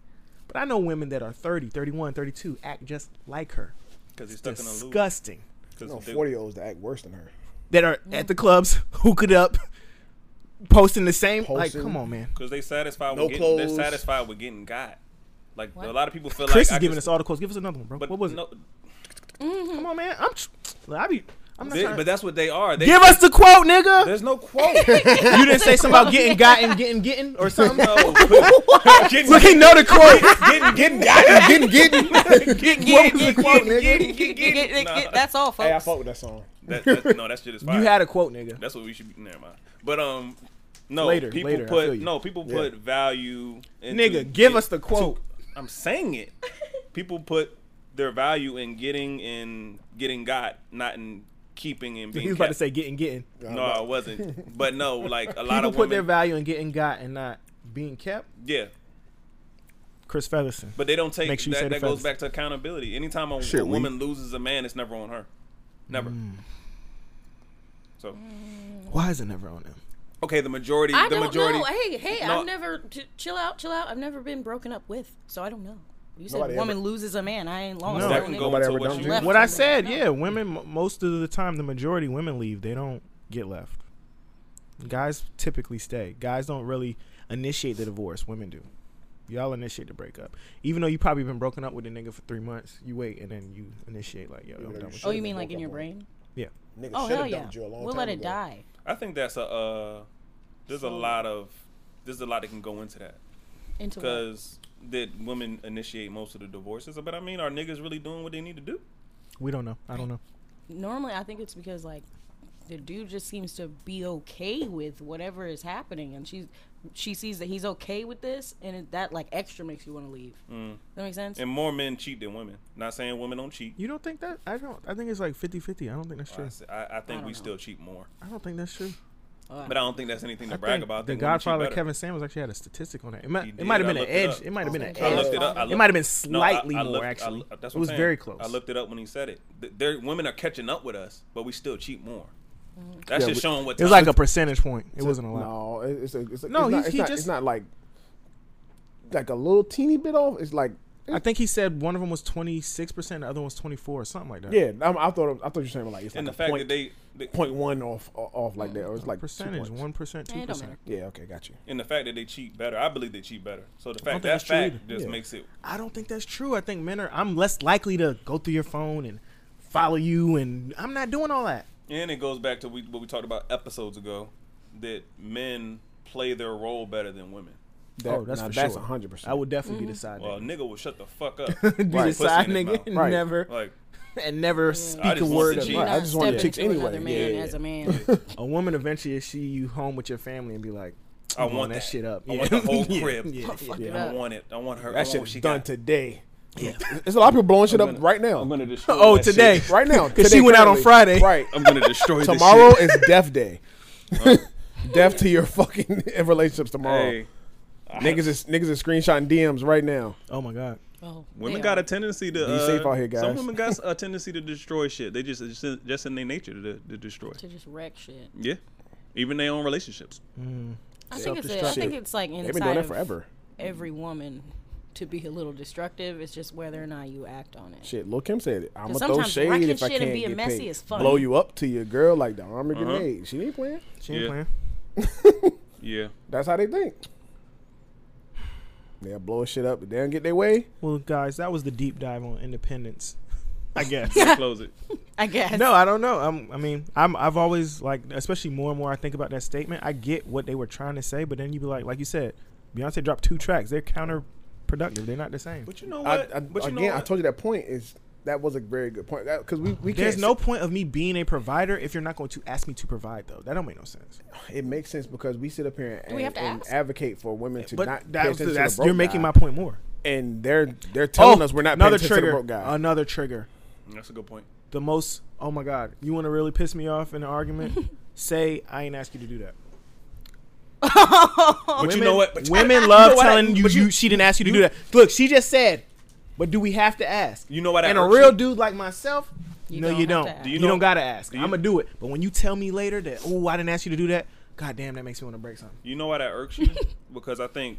Speaker 1: But I know women that are 30, 31, 32 act just like her.
Speaker 4: because he's stuck in a loop.
Speaker 1: Disgusting.
Speaker 4: 'Cause
Speaker 5: No,
Speaker 4: they-
Speaker 5: forty year olds that act worse than her.
Speaker 1: That are at the clubs, hooked up, posting the same. Like,
Speaker 5: Posting.
Speaker 1: come on, man.
Speaker 4: Because they satisfied
Speaker 5: No
Speaker 4: with getting, they're
Speaker 5: clothes.
Speaker 4: satisfied with getting got. Like
Speaker 2: What?
Speaker 4: a lot of people feel
Speaker 1: Chris
Speaker 4: like I
Speaker 1: is giving
Speaker 4: just-
Speaker 1: us all the quotes. Give us another one, bro.
Speaker 4: But
Speaker 1: what was
Speaker 4: no,
Speaker 1: it? Come on, man. I'm. Tr- Look, I be. I'm not
Speaker 4: they-
Speaker 1: trying.
Speaker 4: but that's what they are. They,
Speaker 1: Give us the quote, nigga.
Speaker 4: There's no quote. no,
Speaker 1: You didn't say something about getting got and getting getting or something.
Speaker 4: getting,
Speaker 1: Look, he know the quote.
Speaker 4: getting, getting got.
Speaker 5: getting getting.
Speaker 1: Getting, what
Speaker 2: Get,
Speaker 1: was the
Speaker 2: get,
Speaker 1: quote,
Speaker 2: get,
Speaker 1: nigga?
Speaker 2: get, get, get, get, get. That's all,
Speaker 5: hey, I
Speaker 2: folks.
Speaker 5: fuck with that song.
Speaker 4: That, that, no, that shit is fire.
Speaker 1: You had a quote, nigga.
Speaker 4: That's what we should. be Never mind. But um, no.
Speaker 1: Later,
Speaker 4: people
Speaker 1: later, I feel
Speaker 4: put
Speaker 1: you.
Speaker 4: no. People
Speaker 5: Yeah.
Speaker 4: put value. Into
Speaker 1: Nigga, give
Speaker 4: it-
Speaker 1: us the quote.
Speaker 4: I'm saying it. People put their value in getting and getting got, not in keeping and being.
Speaker 1: He was about to
Speaker 4: kept.
Speaker 1: say getting getting.
Speaker 4: No, I wasn't. But no, like a
Speaker 1: People
Speaker 4: lot of
Speaker 1: put
Speaker 4: women.
Speaker 1: their value in getting got and not being kept.
Speaker 4: yeah.
Speaker 1: Chris Featherson.
Speaker 4: But they don't take
Speaker 1: Make sure you say
Speaker 4: that.
Speaker 1: the
Speaker 4: That goes
Speaker 1: facts.
Speaker 4: back to accountability. Anytime a, a
Speaker 5: Shit, we-
Speaker 1: Mm.
Speaker 4: woman loses a man, it's never on her. Never. So
Speaker 1: Why is it never on him?
Speaker 4: okay, the majority,
Speaker 2: I
Speaker 4: the
Speaker 2: don't
Speaker 4: majority.
Speaker 2: know. Hey, hey,
Speaker 4: No.
Speaker 2: I've never t- chill out, chill out. I've never been broken up with, so I don't know. You said
Speaker 5: Nobody
Speaker 2: woman loses a man. I ain't lost.
Speaker 1: No.
Speaker 2: I
Speaker 4: that
Speaker 2: don't
Speaker 4: can
Speaker 2: know.
Speaker 4: go
Speaker 5: Nobody
Speaker 4: into
Speaker 5: ever
Speaker 4: what
Speaker 5: done
Speaker 4: you
Speaker 5: to
Speaker 2: Left
Speaker 1: What I
Speaker 2: him.
Speaker 1: said,
Speaker 2: No.
Speaker 1: yeah, women m- most of the time, the majority women leave. They don't get left. Guys typically stay. Guys don't really initiate the divorce. Women do. Y'all initiate the breakup, even though you probably been broken up with a nigga for three months. You wait and then you initiate like, yo, I'm
Speaker 5: though
Speaker 1: done
Speaker 5: you
Speaker 1: with
Speaker 5: should-
Speaker 1: you.
Speaker 2: Oh,
Speaker 5: Should've
Speaker 2: you
Speaker 5: been
Speaker 2: mean like
Speaker 5: broken
Speaker 2: in your
Speaker 5: up with.
Speaker 2: brain?
Speaker 1: Yeah,
Speaker 5: Niggas
Speaker 2: Oh
Speaker 5: should
Speaker 2: hell
Speaker 5: have
Speaker 2: yeah.
Speaker 5: dumped you a long
Speaker 2: We'll
Speaker 5: time
Speaker 2: let it
Speaker 5: ago.
Speaker 2: die.
Speaker 4: I think that's a. Uh, there's a lot of. There's a lot that can go into that
Speaker 2: Into what?
Speaker 4: because did women initiate most of the divorces? But I mean, are niggas really doing what they need to do?
Speaker 1: we don't know. I don't know.
Speaker 2: normally I think it's because like the dude just seems to be okay with whatever is happening, and she's she sees that he's okay with this, and it, that like extra makes you want to leave. Mm. That makes sense.
Speaker 4: And more men cheat than women. Not saying women don't cheat.
Speaker 1: You don't think that? I don't. I think it's like 50-50. I don't think that's
Speaker 4: I,
Speaker 1: true.
Speaker 4: s- I- I think
Speaker 2: don't
Speaker 4: we
Speaker 2: know.
Speaker 4: still cheat more,
Speaker 1: I don't think that's true.
Speaker 2: Oh,
Speaker 4: but I don't think that's anything to
Speaker 1: I
Speaker 4: brag
Speaker 1: think
Speaker 4: about. I
Speaker 1: the
Speaker 4: think women cheat
Speaker 1: Godfather
Speaker 4: better.
Speaker 1: Kevin Samuels actually had a statistic on that. It might,
Speaker 4: He
Speaker 1: it
Speaker 4: did.
Speaker 1: might have
Speaker 4: I
Speaker 1: been an
Speaker 4: looked it
Speaker 1: edge.
Speaker 4: up.
Speaker 1: It might have been an
Speaker 2: I
Speaker 1: edge.
Speaker 2: looked it up. I
Speaker 1: It
Speaker 4: looked-
Speaker 1: might have been
Speaker 4: No, I- I
Speaker 1: slightly more
Speaker 4: looked- I
Speaker 1: actually.
Speaker 4: loo- that's what
Speaker 1: it
Speaker 4: I'm
Speaker 1: was
Speaker 4: saying.
Speaker 1: very close.
Speaker 4: I looked it up when he said it. Th- There, women are catching up with us, but we still cheat more. That's just
Speaker 5: Yeah, we-
Speaker 4: showing what.
Speaker 1: It was
Speaker 4: time-
Speaker 1: like a percentage point. It wasn't a lot.
Speaker 5: No, it- it's a, it's a,
Speaker 1: No,
Speaker 5: no.
Speaker 1: he-
Speaker 5: It's not, it's
Speaker 1: he
Speaker 5: not,
Speaker 1: just-
Speaker 5: it's not like like a little teeny bit off. It's like
Speaker 1: I think he said one of them was 26%, the other one was 24 or something like that.
Speaker 5: yeah. I'm, I thought I thought you were saying like it's
Speaker 4: and the
Speaker 5: like
Speaker 4: fact
Speaker 5: a point,
Speaker 4: that they, they
Speaker 5: point one off off like that, or it's like two
Speaker 1: Percentage, 1%,
Speaker 5: points.
Speaker 1: 2%.
Speaker 2: it don't matter.
Speaker 5: Yeah. Okay. Got you.
Speaker 4: and the fact that they cheat better, I believe they cheat better. So the
Speaker 1: think
Speaker 4: fact that
Speaker 1: that's true
Speaker 4: fact
Speaker 1: either.
Speaker 4: just
Speaker 5: Yeah.
Speaker 4: makes it.
Speaker 1: I don't think that's true. I think men are, I'm less likely to go through your phone and follow you, and I'm not doing all that.
Speaker 4: And it goes back to we, what we talked about episodes ago, that men play their role better than women.
Speaker 5: That,
Speaker 1: oh, that's
Speaker 5: now
Speaker 1: for
Speaker 5: that's
Speaker 1: sure.
Speaker 5: 100. percent
Speaker 1: I would definitely
Speaker 2: Mm-hmm.
Speaker 1: be the side
Speaker 4: Well, a
Speaker 1: nigga.
Speaker 4: nigga will shut the fuck up.
Speaker 1: be
Speaker 4: Put
Speaker 1: the
Speaker 4: pussy
Speaker 1: side
Speaker 4: in his
Speaker 1: nigga and
Speaker 4: mouth.
Speaker 5: Right.
Speaker 1: never,
Speaker 4: Like
Speaker 1: and never
Speaker 4: I
Speaker 1: speak a
Speaker 4: just want
Speaker 1: word
Speaker 4: the
Speaker 1: of
Speaker 4: cheese.
Speaker 1: it.
Speaker 5: I just want to
Speaker 2: Step
Speaker 5: chicks
Speaker 2: into
Speaker 5: anyway.
Speaker 2: another man
Speaker 5: Yeah, yeah.
Speaker 2: as a man.
Speaker 1: A woman eventually, she you home with your family and be like,
Speaker 4: I
Speaker 1: blowing
Speaker 4: want
Speaker 1: that
Speaker 4: that
Speaker 1: shit up.
Speaker 4: I
Speaker 1: Yeah.
Speaker 4: want the whole
Speaker 1: Yeah,
Speaker 4: crib.
Speaker 1: yeah,
Speaker 2: Fuck
Speaker 1: yeah.
Speaker 2: it
Speaker 4: I
Speaker 2: up.
Speaker 4: want it. I want her. I want what
Speaker 5: That shit's
Speaker 4: Oh, she
Speaker 5: done
Speaker 4: got.
Speaker 5: today. It's a lot of people blowing shit up right now.
Speaker 4: I'm gonna destroy.
Speaker 1: Oh,
Speaker 4: that shit.
Speaker 1: today.
Speaker 5: right now.
Speaker 1: 'Cause
Speaker 5: today
Speaker 1: she went out on Friday.
Speaker 5: currently. Right.
Speaker 4: I'm gonna destroy this shit.
Speaker 5: tomorrow is death day. death to your fucking relationships tomorrow.
Speaker 4: Hey,
Speaker 5: Niggas is niggas is screenshotting DMs right now.
Speaker 1: Oh my god.
Speaker 2: Oh,
Speaker 4: women
Speaker 2: they
Speaker 4: got
Speaker 2: are.
Speaker 4: a tendency to.
Speaker 5: Be
Speaker 4: uh,
Speaker 5: safe out here,
Speaker 4: Some
Speaker 5: guys.
Speaker 4: women got a tendency to destroy shit. They just it's just, just in their nature to, to destroy.
Speaker 2: to just wreck shit.
Speaker 4: Yeah, even their own relationships.
Speaker 2: I think it's a, I
Speaker 5: Self-destruct.
Speaker 2: think it's like inside
Speaker 5: They've been doing that
Speaker 2: of
Speaker 5: forever.
Speaker 2: every woman to be a little destructive. It's just whether or not you act on it.
Speaker 5: Shit, Lil Kim said it. I'ma
Speaker 2: 'Cause
Speaker 5: throw
Speaker 2: sometimes
Speaker 5: shade
Speaker 2: wrecking
Speaker 5: if I
Speaker 2: shit and
Speaker 5: can't
Speaker 2: being
Speaker 5: get
Speaker 2: messy
Speaker 5: paid.
Speaker 2: is fun.
Speaker 5: Blow you up to your girl like the armor
Speaker 4: Uh-huh.
Speaker 5: grenade. She ain't playing.
Speaker 1: She ain't
Speaker 4: Yeah.
Speaker 1: playing.
Speaker 4: Yeah,
Speaker 5: That's how they think. They'll blow shit up, but they don't get their way.
Speaker 1: Well, guys, that was the deep dive on independence. I guess.
Speaker 4: close it.
Speaker 2: I guess.
Speaker 1: no, I don't know. i I mean, I'm, I've always like, especially more and more I think about that statement. I get what they were trying to say, but then you be like, like you said, Beyonce dropped two tracks. They're counterproductive. They're not the same.
Speaker 4: But you know
Speaker 5: I,
Speaker 4: what?
Speaker 5: I,
Speaker 4: but you
Speaker 5: again,
Speaker 4: know what?
Speaker 5: I told you that point is that was a very good point because we we
Speaker 1: There's
Speaker 5: can't
Speaker 1: no point of me being a provider if you're not going to ask me to provide, though. That don't make no sense.
Speaker 5: it makes sense because we sit up here and,
Speaker 2: we have to
Speaker 5: and
Speaker 2: ask?
Speaker 5: advocate for women to not
Speaker 1: But
Speaker 5: pay
Speaker 1: that's,
Speaker 5: attention to the
Speaker 1: that's
Speaker 5: broke
Speaker 1: you're making
Speaker 5: guy,
Speaker 1: my point more.
Speaker 5: and they're they're telling
Speaker 1: Oh,
Speaker 5: us we're not paying
Speaker 1: another
Speaker 5: attention to the
Speaker 1: trigger.
Speaker 5: broke guy.
Speaker 1: Another trigger.
Speaker 4: That's a good point.
Speaker 1: The most. Oh my God. You want to really piss me off in an argument? Say I ain't ask you to do that.
Speaker 4: But
Speaker 1: women,
Speaker 4: you know what? But
Speaker 1: women love
Speaker 4: know what?
Speaker 1: telling you,
Speaker 4: But
Speaker 1: you, she didn't ask you to do that. Look, she just said, but do we have to ask?
Speaker 4: You know what?
Speaker 1: and a real dude like myself,
Speaker 2: You
Speaker 1: no,
Speaker 2: don't
Speaker 1: you
Speaker 2: have
Speaker 1: don't.
Speaker 2: to ask. Do
Speaker 1: you,
Speaker 2: you
Speaker 4: know-
Speaker 1: don't gotta ask.
Speaker 4: do you-
Speaker 1: I'm gonna do it. But when you tell me later that, oh, I didn't ask you to do that, god damn, that makes me want to break something.
Speaker 4: You know why that irks you? because I think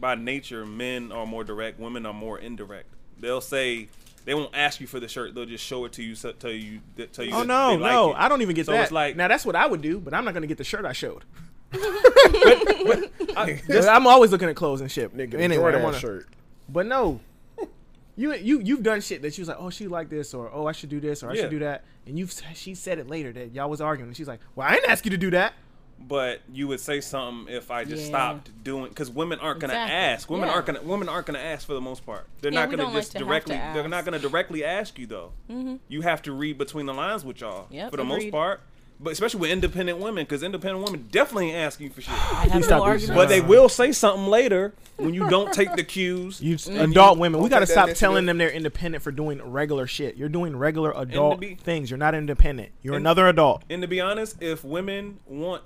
Speaker 4: by nature, men are more direct, women are more indirect. They'll say they won't ask you for the shirt; they'll just show it to you, so, tell you, th- tell you.
Speaker 1: Oh
Speaker 4: that
Speaker 1: no,
Speaker 4: they like
Speaker 1: no,
Speaker 4: it.
Speaker 1: I don't even get
Speaker 4: So
Speaker 1: that.
Speaker 4: it's like-
Speaker 1: now that's what I would do, but I'm not gonna get the shirt I showed.
Speaker 4: I,
Speaker 1: But I'm always looking at clothes and shit.
Speaker 5: Nigga,
Speaker 1: Nigga,
Speaker 5: enjoy
Speaker 1: anyway, I
Speaker 5: that
Speaker 1: wanna-
Speaker 5: shirt.
Speaker 1: But no, you you you've done shit that she was like, oh, she like this, or oh, I should do this, or I
Speaker 4: Yeah.
Speaker 1: should do that, and you've she said it later that y'all was arguing, and she's like, well, I didn't ask you to do that.
Speaker 4: but you would say something if I just
Speaker 2: Yeah.
Speaker 4: stopped doing because women aren't gonna
Speaker 2: Exactly.
Speaker 4: ask. Women
Speaker 2: Yeah.
Speaker 4: aren't gonna women aren't gonna ask for the most part. They're
Speaker 2: Yeah,
Speaker 4: not
Speaker 2: we
Speaker 4: gonna
Speaker 2: don't like
Speaker 4: just
Speaker 2: to have to
Speaker 4: directly. They're
Speaker 2: ask. Mm-hmm.
Speaker 4: not gonna directly ask you though. You have to read between the lines with y'all
Speaker 2: Yep,
Speaker 4: for the most
Speaker 2: agreed.
Speaker 4: part. But especially with independent women, because independent women definitely ain't asking for shit.
Speaker 2: I have
Speaker 1: Please stop
Speaker 2: no
Speaker 1: using
Speaker 2: argument.
Speaker 1: that.
Speaker 4: But they will say something later when you don't take the cues.
Speaker 1: You
Speaker 4: and
Speaker 1: adult women, we got
Speaker 5: Don't
Speaker 1: to
Speaker 5: take that
Speaker 1: stop
Speaker 5: initiative.
Speaker 1: telling them they're independent for doing regular shit. You're doing regular adult
Speaker 4: be-
Speaker 1: things. You're not independent. You're another adult.
Speaker 4: And to be honest, if women want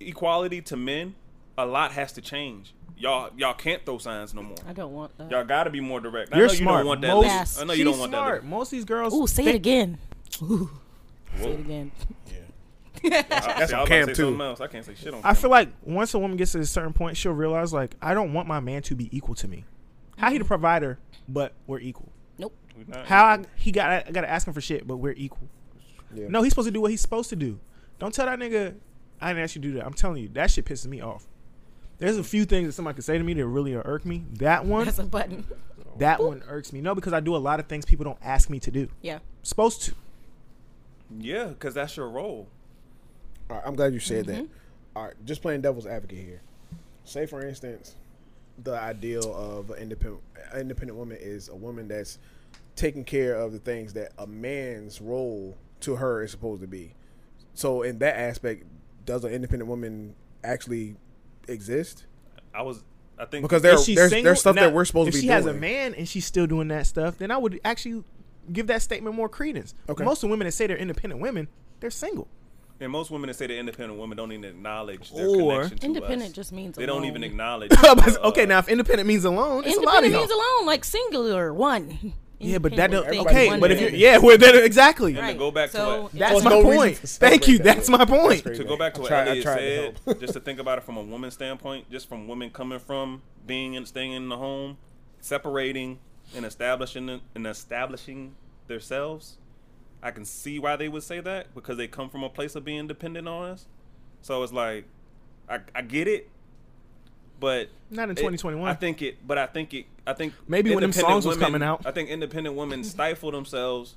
Speaker 4: equality to men, a lot has to change. Y'all, y'all can't throw signs no more.
Speaker 2: I don't want that.
Speaker 4: Y'all got to be more direct. I
Speaker 1: You're
Speaker 4: know
Speaker 1: smart.
Speaker 4: You don't want that.
Speaker 1: Most-
Speaker 4: look. I know you
Speaker 1: She's
Speaker 4: don't want
Speaker 1: smart.
Speaker 4: that.
Speaker 1: Most of these girls.
Speaker 2: Ooh, say it
Speaker 1: think-
Speaker 2: again. Ooh, say it again.
Speaker 5: That's
Speaker 4: See, I
Speaker 5: on
Speaker 4: was about
Speaker 5: cam,
Speaker 4: to say
Speaker 5: too.
Speaker 4: something Else. I can't say shit on.
Speaker 1: I
Speaker 4: cam.
Speaker 1: feel like once a woman gets to a certain point, she'll realize like I don't want my man to be equal to me. How he the provider, but we're equal.
Speaker 2: Nope.
Speaker 4: We not-
Speaker 1: How I, he got I got to ask him for shit, but we're equal.
Speaker 5: Yeah.
Speaker 1: No, he's supposed to do what he's supposed to do. Don't tell that nigga I didn't ask you to do that. I'm telling you, that shit pisses me off. There's a few things that somebody could say to me that really irk me. That one,
Speaker 2: That's a button.
Speaker 1: that one irks me. No, because I do a lot of things people don't ask me to do.
Speaker 2: Yeah.
Speaker 1: Supposed to.
Speaker 4: Yeah, because that's your role.
Speaker 5: All right, I'm glad you said that. All right, just playing devil's advocate here. Say, for instance, the ideal of an independent independent woman is a woman that's taking care of the things that a man's role to her is supposed to be. So, in that aspect, does an independent woman actually exist?
Speaker 4: I was. I think
Speaker 5: Because there,
Speaker 1: If she's
Speaker 5: there's,
Speaker 1: single-
Speaker 5: there's stuff
Speaker 1: now,
Speaker 5: that we're supposed
Speaker 1: if
Speaker 5: to be
Speaker 1: she
Speaker 5: doing.
Speaker 1: has a man and she's still doing that stuff, then I would actually give that statement more credence.
Speaker 5: Okay.
Speaker 1: Most of the women that say they're independent women, they're single.
Speaker 4: and most women that say they're independent women don't even acknowledge their
Speaker 1: Or-
Speaker 4: connection to
Speaker 2: Independent
Speaker 4: us.
Speaker 2: just means
Speaker 4: they don't
Speaker 2: alone.
Speaker 4: even acknowledge.
Speaker 1: But,
Speaker 4: uh,
Speaker 1: okay, now if independent means alone, it's a lot of
Speaker 2: Independent
Speaker 1: y'all.
Speaker 2: means alone, like singular, one.
Speaker 1: Yeah, but that don't.
Speaker 2: Independent thing,
Speaker 1: Okay,
Speaker 2: one
Speaker 1: but if
Speaker 2: thing.
Speaker 1: you're yeah, well, that, exactly.
Speaker 4: Right. go back to
Speaker 2: so
Speaker 4: what-
Speaker 1: That's
Speaker 5: There's
Speaker 1: my
Speaker 5: no reason
Speaker 1: point.
Speaker 5: to
Speaker 1: Thank you.
Speaker 5: separate that.
Speaker 1: That's my point.
Speaker 5: That's
Speaker 4: to
Speaker 5: crazy.
Speaker 4: go back to
Speaker 5: I
Speaker 4: what
Speaker 5: tried- I
Speaker 4: Elliot
Speaker 5: tried to
Speaker 4: said,
Speaker 5: help.
Speaker 4: just to think about it from a woman's standpoint, just from women coming from being and staying in the home, separating and establishing and establishing themselves. I can see why they would say that because they come from a place of being dependent on us. So it's like, I, I get it, but
Speaker 1: Not in
Speaker 4: it-
Speaker 1: 2021.
Speaker 4: I think it, but I think it, I think
Speaker 1: Maybe when them
Speaker 4: independent
Speaker 1: songs was coming out.
Speaker 4: I think independent women stifle themselves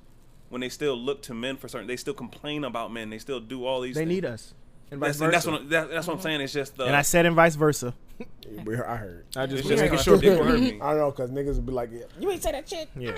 Speaker 4: when they still look to men for certain. They still complain about men. They still do all these.
Speaker 1: They
Speaker 4: things.
Speaker 1: need us, and vice
Speaker 4: That's, and that's
Speaker 1: versa.
Speaker 4: what uh, I'm, that, that's what I'm saying. It's just the
Speaker 1: and I said, and vice versa.
Speaker 5: We- I heard.
Speaker 1: I just
Speaker 4: it's
Speaker 1: was
Speaker 4: just
Speaker 1: making
Speaker 4: kinda
Speaker 1: sure
Speaker 4: people
Speaker 1: people.
Speaker 4: hurt me.
Speaker 5: I don't know because niggas would be like, yeah, you ain't say that shit.
Speaker 1: Yeah.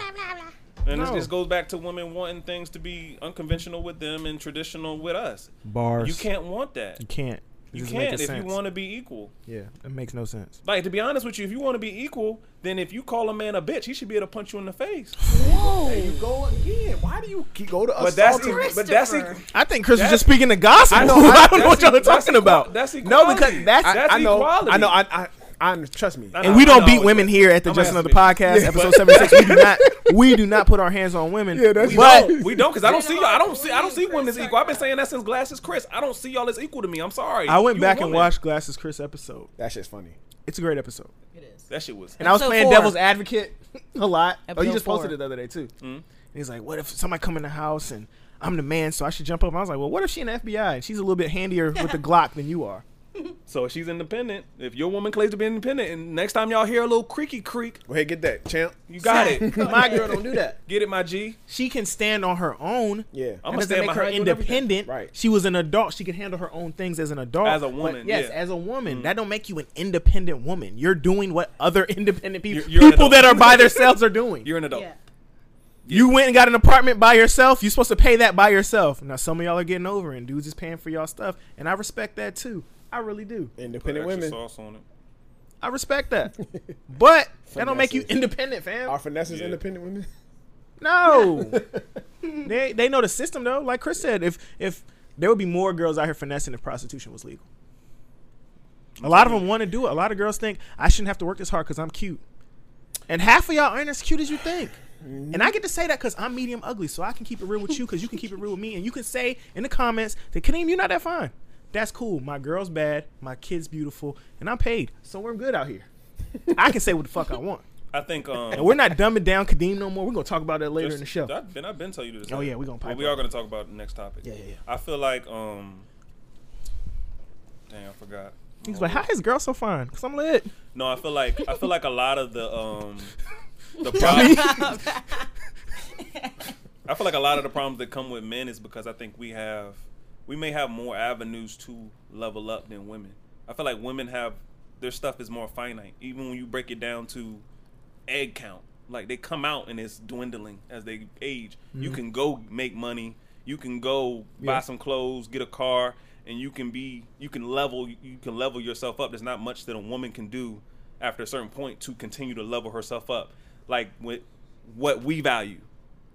Speaker 4: And this
Speaker 1: No.
Speaker 4: just goes back to women wanting things to be unconventional with them and traditional with us.
Speaker 1: Bars.
Speaker 4: You can't want that.
Speaker 1: You can't.
Speaker 4: You
Speaker 1: It doesn't make
Speaker 4: can't if
Speaker 1: sense.
Speaker 4: you want to be equal.
Speaker 1: Yeah, it makes no sense.
Speaker 4: Like to be honest with you, if you want to be equal, then if you call a man a bitch, he should be able to punch you in the face.
Speaker 5: There you go again. Why do you keep, go to
Speaker 4: But that's e-
Speaker 5: assaulting-
Speaker 4: but that's e-
Speaker 2: Christopher.
Speaker 1: I think Chris was just
Speaker 4: That's-
Speaker 1: speaking the gospel. I,
Speaker 5: know, I-
Speaker 1: don't know
Speaker 4: that's
Speaker 1: what y'all
Speaker 4: e-
Speaker 1: are
Speaker 4: that's
Speaker 1: talking
Speaker 4: equa-
Speaker 1: about.
Speaker 4: that's
Speaker 1: No, because
Speaker 4: equality.
Speaker 1: that's.
Speaker 4: That's
Speaker 5: I know.
Speaker 4: equality.
Speaker 5: I know. I, I, I under- trust me.
Speaker 4: I know.
Speaker 1: and we don't beat
Speaker 4: know.
Speaker 1: women here at the
Speaker 4: I'm
Speaker 1: Just
Speaker 4: asking
Speaker 1: Another
Speaker 4: you.
Speaker 1: Podcast, episode seventy six. We do not, we do not put our hands on women.
Speaker 5: Yeah, that's-
Speaker 4: We
Speaker 1: but
Speaker 4: don't. We don't because I don't see y'all. I don't see. I don't see
Speaker 2: Chris,
Speaker 4: women as
Speaker 2: sorry.
Speaker 4: equal. I've been saying that since Glasses Chris. I don't see y'all as equal to me. I'm sorry.
Speaker 1: I went
Speaker 4: You a
Speaker 1: back and
Speaker 4: woman.
Speaker 1: watched Glasses Chris episode.
Speaker 5: That shit's funny.
Speaker 1: It's a great episode.
Speaker 2: It is.
Speaker 4: That shit was.
Speaker 1: And I was
Speaker 2: Episode
Speaker 1: playing
Speaker 2: four.
Speaker 1: devil's advocate a lot. oh, you
Speaker 2: Episode
Speaker 1: just posted
Speaker 2: four.
Speaker 1: it the other day too.
Speaker 4: Hmm?
Speaker 1: And he's like, "What if somebody come in the house and I'm the man, so I should jump up?" I was like, "Well, what if she in the FBI and she's a little bit handier with the Glock than you are?"
Speaker 4: So if she's independent, if your woman claims to be independent, and next time y'all hear a little creaky creak,
Speaker 5: Go ahead, get that champ.
Speaker 4: you got it.
Speaker 1: My girl don't do that.
Speaker 4: Get it, my G.
Speaker 1: She can stand on her own.
Speaker 5: Yeah.
Speaker 1: That doesn't
Speaker 4: I'm gonna stand
Speaker 1: make her
Speaker 4: behind you and everything.
Speaker 1: independent.
Speaker 5: Right.
Speaker 1: She was an adult. She can handle her own things as an adult.
Speaker 4: As a
Speaker 1: But
Speaker 4: woman,
Speaker 1: yes,
Speaker 4: yeah. Hmm.
Speaker 1: as a woman, that don't make you an independent woman. You're doing what other independent people,
Speaker 4: You're- you're an
Speaker 1: people that are
Speaker 4: adult.
Speaker 1: by themselves, are doing.
Speaker 4: You're an adult.
Speaker 2: Yeah.
Speaker 1: You went and got an apartment by yourself. You're supposed to pay that by yourself. Now some of y'all are getting over, and dudes is paying for y'all stuff, and I respect that too. I really do.
Speaker 5: Independent women.
Speaker 4: sauce on it.
Speaker 1: I respect that, but that don't make you
Speaker 5: Finesse it.
Speaker 1: independent, fam.
Speaker 5: Are finesses
Speaker 4: Yeah.
Speaker 5: independent women?
Speaker 1: No, they they know the system though. Like Chris said, if if there would be more girls out here finessing if prostitution was legal. A lot of them want to do it. A lot of girls think I shouldn't have to work this hard because I'm cute, and half of y'all aren't as cute as you think. And I get to say that because I'm medium ugly, so I can keep it real with you because you can keep it real with me, and you can say in the comments that Kadeem, you're not that fine. That's cool. My girl's bad. My kid's beautiful, and I'm paid, so we're good out here. I can say what the fuck I want,
Speaker 4: I think. Um,
Speaker 1: and we're not dumbing down Kadeem no more. We're gonna talk about that later
Speaker 4: just-
Speaker 1: in the show.
Speaker 4: I've been, I've been telling you this.
Speaker 1: Oh, yeah, we gonna
Speaker 4: Well,
Speaker 1: pipe
Speaker 4: we
Speaker 1: up.
Speaker 4: are gonna talk about the next topic.
Speaker 1: yeah, yeah.
Speaker 4: I feel like. um Dang, I forgot.
Speaker 1: He's like, how is girl so fine? Cause I'm lit.
Speaker 4: No, I feel like I feel like a lot of the um the problems. I feel like a lot of the problems that come with men is because I think we have we may have more avenues to level up than women. I feel like women have their stuff is more finite. Even when you break it down to egg count, like they come out and it's dwindling as they age. You can go make money, you can go
Speaker 1: Mm-hmm. Yeah.
Speaker 4: buy some clothes, get a car, and you can be you can level you can level yourself up. There's not much that a woman can do after a certain point to continue to level herself up, like with what we value.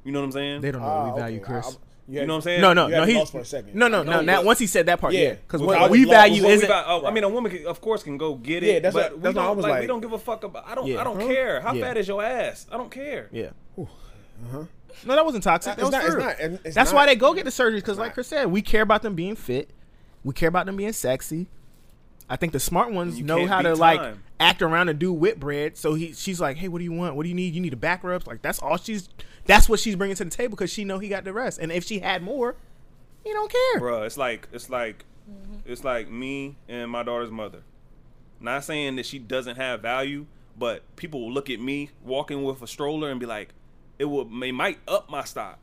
Speaker 4: You know what I'm saying?
Speaker 1: They don't know
Speaker 5: Ah,
Speaker 1: what we value,
Speaker 5: okay.
Speaker 1: Chris.
Speaker 5: I- I- you,
Speaker 4: You know what I'm saying?
Speaker 1: no, no,
Speaker 5: you
Speaker 1: no.
Speaker 5: had me
Speaker 1: He
Speaker 5: lost for a second.
Speaker 1: no, no, no.
Speaker 4: No,
Speaker 1: Now
Speaker 4: but-
Speaker 1: once he said that part,
Speaker 5: Yeah,
Speaker 1: yeah, because
Speaker 5: because I
Speaker 1: what
Speaker 5: was
Speaker 1: we
Speaker 5: lost.
Speaker 1: value
Speaker 4: What we
Speaker 1: isn't.
Speaker 4: about- oh, I mean, a woman, can, of course, can go get it.
Speaker 5: Yeah, that's
Speaker 4: but
Speaker 5: what-
Speaker 4: we
Speaker 5: that's what I
Speaker 4: don't,
Speaker 5: was
Speaker 4: like,
Speaker 5: like.
Speaker 4: We don't give a fuck about. I don't.
Speaker 1: Yeah.
Speaker 4: I don't
Speaker 1: Huh?
Speaker 4: care. How
Speaker 1: Yeah.
Speaker 4: fat is your ass? I don't care.
Speaker 1: yeah, No, that wasn't toxic.
Speaker 5: Uh-huh. It's
Speaker 1: That was
Speaker 5: not- it's
Speaker 1: true.
Speaker 5: not, and it's
Speaker 1: That's
Speaker 5: not.
Speaker 1: why they go get the surgery because, like
Speaker 5: not.
Speaker 1: Chris said, we care about them being fit. We care about them being sexy. I think the smart ones
Speaker 4: You
Speaker 1: know
Speaker 4: can't
Speaker 1: how
Speaker 4: beat
Speaker 1: to like
Speaker 4: time.
Speaker 1: act around and do whip bread. So he, she's like, "Hey, what do you want? What do you need? You need a back rubs." Like that's all she's. That's what she's bringing to the table because she know he got the rest. And if she had more, he don't care.
Speaker 4: Bruh, it's like it's like it's like me and my daughter's mother. Not saying that she doesn't have value, but people will look at me walking with a stroller and be like, it will it might up my stock.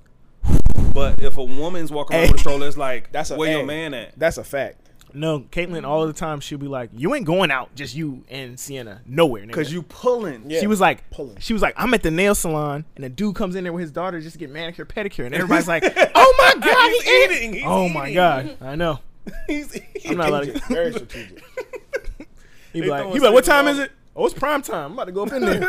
Speaker 4: But if a woman's walking around with a
Speaker 1: Hey.
Speaker 4: stroller, it's like
Speaker 5: That's a
Speaker 4: where your
Speaker 5: hey,
Speaker 4: man at.
Speaker 5: That's a fact.
Speaker 1: No, Caitlyn all the time she'll be like, "You ain't going out, just you and Sienna, nowhere." nigga."
Speaker 4: Cause you pulling.
Speaker 5: Yeah.
Speaker 1: She was like,
Speaker 5: Pulling.
Speaker 1: she was like, I'm at the nail salon, and a dude comes in there with his daughter just to get manicure pedicure, and everybody's like, Oh my god,
Speaker 4: He's
Speaker 1: he ate it."
Speaker 4: eating, he's
Speaker 1: oh my
Speaker 4: eating.
Speaker 1: god, I know.
Speaker 4: He's
Speaker 1: I'm not allowed
Speaker 5: Strategic,
Speaker 1: to.
Speaker 5: Very strategic.
Speaker 1: He be
Speaker 4: They
Speaker 1: like,
Speaker 4: throwing
Speaker 1: he be like, what
Speaker 4: cinnamon
Speaker 1: time is
Speaker 4: balls.
Speaker 1: it? Oh, it's prime time. I'm about to go up in there.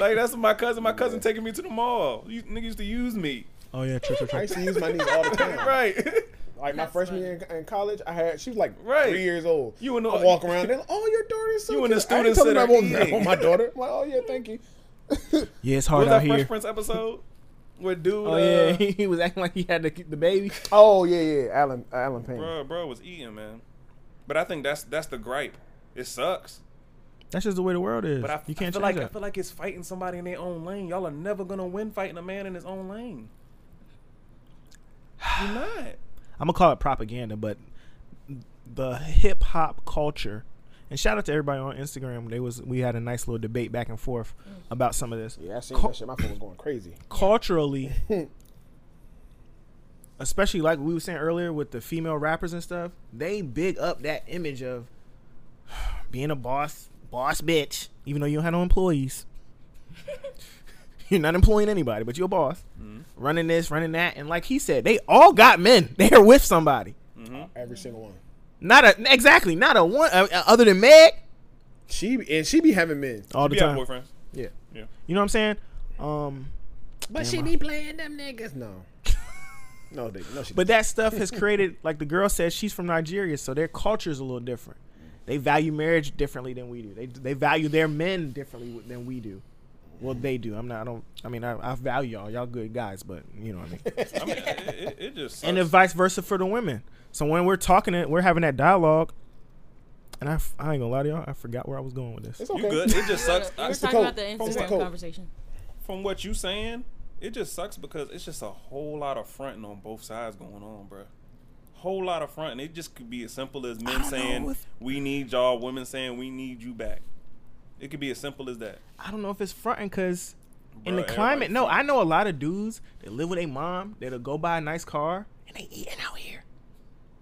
Speaker 4: like that's my cousin. My cousin taking me to the mall. You niggas used to use me.
Speaker 1: oh yeah, true, true,
Speaker 5: I
Speaker 1: true.
Speaker 5: used to use my knees all the time.
Speaker 4: Right.
Speaker 5: Like my
Speaker 2: That's
Speaker 5: freshman
Speaker 2: funny.
Speaker 5: year in, in college, I had she was like
Speaker 4: Right.
Speaker 5: three years old.
Speaker 4: You in the-
Speaker 5: I walk around and oh your daughter's so
Speaker 4: You in
Speaker 5: cute.
Speaker 4: the
Speaker 5: I ain't
Speaker 4: student
Speaker 5: telling
Speaker 4: center
Speaker 5: I want, I
Speaker 4: eating.
Speaker 5: want my daughter. I'm like oh yeah, thank you.
Speaker 1: Yeah, it's hard
Speaker 4: What was
Speaker 1: out
Speaker 4: that Fresh
Speaker 1: here.
Speaker 4: Prince episode? Where dude
Speaker 1: Oh yeah,
Speaker 4: uh,
Speaker 1: he, he was acting like he had the, the baby.
Speaker 5: Oh yeah, yeah, Alan uh, Alan Payne.
Speaker 4: bro, bro was eating, man. But I think that's that's the gripe. It sucks.
Speaker 1: That's just the way the world is.
Speaker 4: But I,
Speaker 1: you
Speaker 4: I
Speaker 1: can't change
Speaker 4: feel like I
Speaker 1: that.
Speaker 4: feel like it's fighting somebody in their own lane. Y'all are never gonna win fighting a man in his own lane. You're not.
Speaker 1: I'm gonna call it propaganda, but the hip hop culture. And shout out to everybody on Instagram. They was we had a nice little debate back and forth about some of this.
Speaker 5: Yeah, I seen
Speaker 1: Cul-
Speaker 5: that shit. My phone was going crazy.
Speaker 1: culturally, especially like we were saying earlier with the female rappers and stuff, they big up that image of being a boss, boss bitch, even though you don't have no employees. you're not employing anybody, but you're a boss. Running this, running that. And like he said, they all got men. They're with somebody.
Speaker 5: Every single one.
Speaker 1: Not a exactly, not a one uh, uh, other than Meg
Speaker 5: She and she be having men.
Speaker 1: all the
Speaker 4: You have
Speaker 1: time.
Speaker 4: boyfriends.
Speaker 5: Yeah.
Speaker 4: Yeah.
Speaker 1: You know what I'm saying? Um
Speaker 5: But she be playing them niggas. No. no, they, no, she.
Speaker 1: But that stuff has created, like the girl said, she's from Nigeria, so their culture is a little different. They value marriage differently than we do. They they value their men differently w- than we do. Well, they do. I'm not. I don't. I mean, I, I value y'all. Y'all good guys, but you know what I mean.
Speaker 4: I mean, it, it, it just sucks.
Speaker 1: and then vice versa for the women. So when we're talking, it, we're having that dialogue. And I, f- I ain't gonna lie to y'all. I forgot where I was going with this.
Speaker 5: it's okay.
Speaker 4: you good. It just sucks.
Speaker 2: We
Speaker 4: I,
Speaker 2: were
Speaker 5: the
Speaker 2: talking about
Speaker 5: code.
Speaker 2: the
Speaker 5: It's the
Speaker 2: Instagram
Speaker 5: code.
Speaker 2: conversation.
Speaker 4: from what you saying, it just sucks because it's just a whole lot of fronting on both sides going on, bruh. Whole lot of fronting. It just could be as simple as men
Speaker 1: don't
Speaker 4: saying
Speaker 1: know if-
Speaker 4: we need y'all, women saying we need you back. It could be as simple as that.
Speaker 1: I don't know if it's fronting because in
Speaker 4: Bruh,
Speaker 1: the
Speaker 4: everybody
Speaker 1: climate. No,
Speaker 4: front.
Speaker 1: I know a lot of dudes that live with a mom that'll go buy a nice car and they eating out here.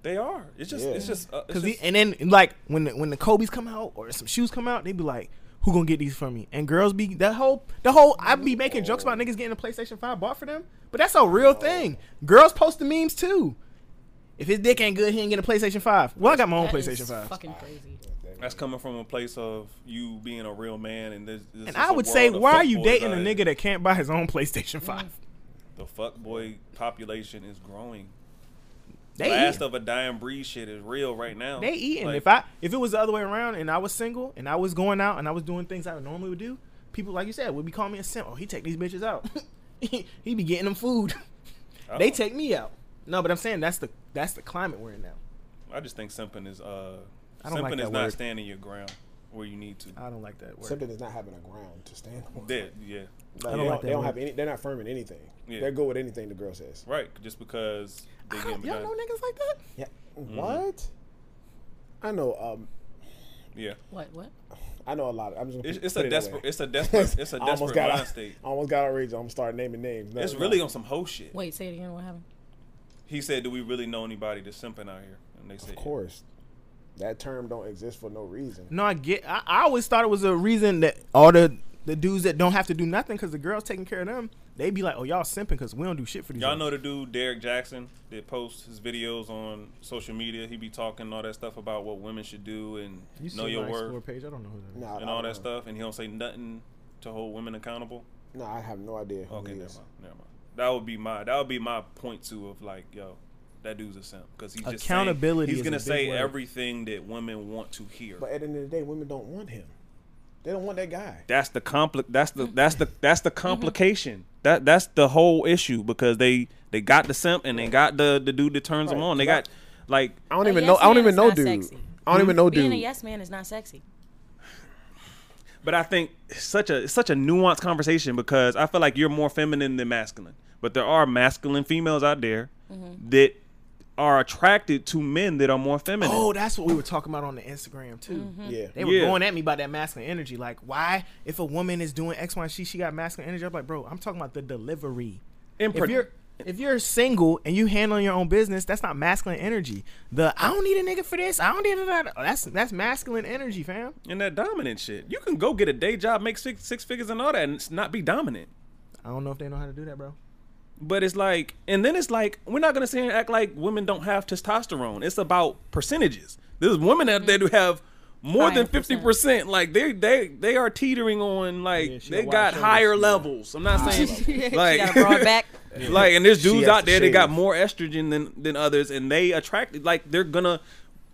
Speaker 4: They are. It's just.
Speaker 5: Yeah.
Speaker 4: It's just. Uh, it's
Speaker 1: Cause
Speaker 4: just
Speaker 1: the- and then like when the, when the Kobe's come out or some shoes come out, they be like, "Who gonna get these for me?" And girls be that whole the whole I be making jokes about niggas getting a PlayStation Five bought for them, but that's a
Speaker 4: Oh.
Speaker 1: real thing. Girls post the memes too. If his dick ain't good, he ain't get a PlayStation Five. Well, I got my own
Speaker 2: That is
Speaker 1: PlayStation Five,
Speaker 2: Fucking crazy.
Speaker 4: that's coming from a place of you being a real man, and this. this
Speaker 1: and
Speaker 4: is
Speaker 1: I
Speaker 4: a
Speaker 1: would say,
Speaker 4: world of Mm.
Speaker 1: why are you
Speaker 4: fuckboys
Speaker 1: dating a
Speaker 4: out here.
Speaker 1: nigga that can't buy his own PlayStation Five?
Speaker 4: The fuckboy population is growing.
Speaker 1: They
Speaker 4: Last
Speaker 1: eating.
Speaker 4: of a dying breed shit is real right now.
Speaker 1: They eating.
Speaker 4: Like,
Speaker 1: if I if it was the other way around and I was single and I was going out and I was doing things I normally would do, people like you said would be calling me a simp. Oh, he take these bitches out. he he be getting them food.
Speaker 4: I
Speaker 1: They
Speaker 4: don't-
Speaker 1: take me out. No, but I'm saying that's the that's the climate we're in now.
Speaker 4: I just think simping is uh
Speaker 1: I don't
Speaker 4: simping
Speaker 1: like
Speaker 4: is
Speaker 1: that
Speaker 4: not
Speaker 1: word. Uh,
Speaker 4: standing your ground where you need to.
Speaker 1: I don't like that word.
Speaker 5: Something is not having a ground to stand on.
Speaker 4: There, yeah.
Speaker 5: Like,
Speaker 1: I don't like
Speaker 5: they don't,
Speaker 1: that
Speaker 5: they don't
Speaker 1: word.
Speaker 5: have any. They're not firm in anything.
Speaker 4: Yeah.
Speaker 5: They're good with anything the girl says.
Speaker 4: Right, just because they
Speaker 1: I
Speaker 4: get
Speaker 1: don't,
Speaker 4: me
Speaker 1: y'all
Speaker 4: done.
Speaker 1: know niggas like that?
Speaker 5: Yeah.
Speaker 4: Mm-hmm.
Speaker 5: What? I know. Um,
Speaker 4: Yeah.
Speaker 2: What? What?
Speaker 5: I know a lot. Of, I'm just. Gonna
Speaker 4: It's,
Speaker 5: put-
Speaker 4: it's
Speaker 5: put
Speaker 4: a
Speaker 5: it that
Speaker 4: desperate
Speaker 5: way.
Speaker 4: it's a desperate it's a
Speaker 5: I almost
Speaker 4: desperate
Speaker 5: got.
Speaker 4: mind state.
Speaker 5: I almost got outraged. I'm gonna start naming names. No,
Speaker 4: It's
Speaker 5: no.
Speaker 4: really on some hoe shit.
Speaker 2: Wait, say it again. What happened?
Speaker 4: He said, Do we really know anybody that's simping out here? And they said
Speaker 5: Of course, that term don't exist for no reason.
Speaker 1: No, I get. I, I always thought it was a reason that all the the dudes that don't have to do nothing because the girls taking care of them, they be like, oh y'all simping because we don't do shit for these.
Speaker 4: Y'all
Speaker 1: niggas."
Speaker 4: know the dude Derek Jackson that posts his videos on social media. He be talking all that stuff about what women should do and
Speaker 1: You
Speaker 4: know
Speaker 1: see
Speaker 4: your
Speaker 1: my Explore
Speaker 4: worth
Speaker 1: page. I don't know who that is.
Speaker 5: No,
Speaker 4: and all that stuff, and he don't say nothing to hold women accountable.
Speaker 5: No, I have no idea. Who
Speaker 4: Okay,
Speaker 5: he
Speaker 4: never
Speaker 5: is.
Speaker 4: mind. Never mind. That would be my that would be my point too of like, yo, that dude's a simp because he's just saying-
Speaker 1: Accountability
Speaker 4: he's
Speaker 1: is
Speaker 4: gonna
Speaker 1: a big
Speaker 4: say
Speaker 1: word.
Speaker 4: everything that women want to hear.
Speaker 5: But at the end of the day, women don't want him. They don't want that guy.
Speaker 4: That's the compli- That's the that's the that's the
Speaker 1: Mm-hmm.
Speaker 4: complication. That that's the whole issue because they they got the simp and they got the the dude that turns them
Speaker 5: Right.
Speaker 4: on. They got like
Speaker 5: I don't
Speaker 2: A
Speaker 5: even
Speaker 2: Oh, yes
Speaker 5: know. I don't
Speaker 2: man
Speaker 5: even
Speaker 2: is
Speaker 5: know,
Speaker 2: not
Speaker 5: dude.
Speaker 2: sexy.
Speaker 5: I don't even know, dude.
Speaker 2: Being a yes man is not sexy.
Speaker 4: But I think it's such a it's such a nuanced conversation because I feel like you're more feminine than masculine. But there are masculine females out there
Speaker 1: Mm-hmm.
Speaker 4: that are attracted to men that are more feminine.
Speaker 1: Oh, that's what we were talking about on the Instagram too.
Speaker 2: mm-hmm.
Speaker 5: Yeah.
Speaker 1: They were
Speaker 4: Yeah.
Speaker 1: going at me about that masculine energy. Like, why if a woman is doing X, Y, and she she got masculine energy? I'm like, bro, I'm talking about the delivery.
Speaker 4: In par-
Speaker 1: If you're if you're single and you handling your own business, that's not masculine energy. The I don't need a nigga for this. I don't need a that. That's that's masculine energy, fam.
Speaker 4: and that dominant shit. You can go get a day job, make six six figures and all that, and not be dominant.
Speaker 1: I don't know if they know how to do that, bro.
Speaker 4: But it's like, and then it's like, we're not gonna sit here and act like women don't have testosterone. It's about percentages. There's women out there who have more than fifty
Speaker 2: 100%.
Speaker 4: percent. Like they they they are teetering on like
Speaker 1: Yeah, she
Speaker 4: they
Speaker 1: got
Speaker 4: got
Speaker 1: wide
Speaker 4: higher
Speaker 1: shoulders, yeah.
Speaker 4: levels. I'm not saying
Speaker 2: she got
Speaker 4: like
Speaker 2: a broad back.
Speaker 4: like, and there's
Speaker 5: She
Speaker 4: dudes
Speaker 5: has
Speaker 4: out
Speaker 5: to
Speaker 4: there that got
Speaker 5: shave.
Speaker 4: more estrogen than than others, and they attracted like they're gonna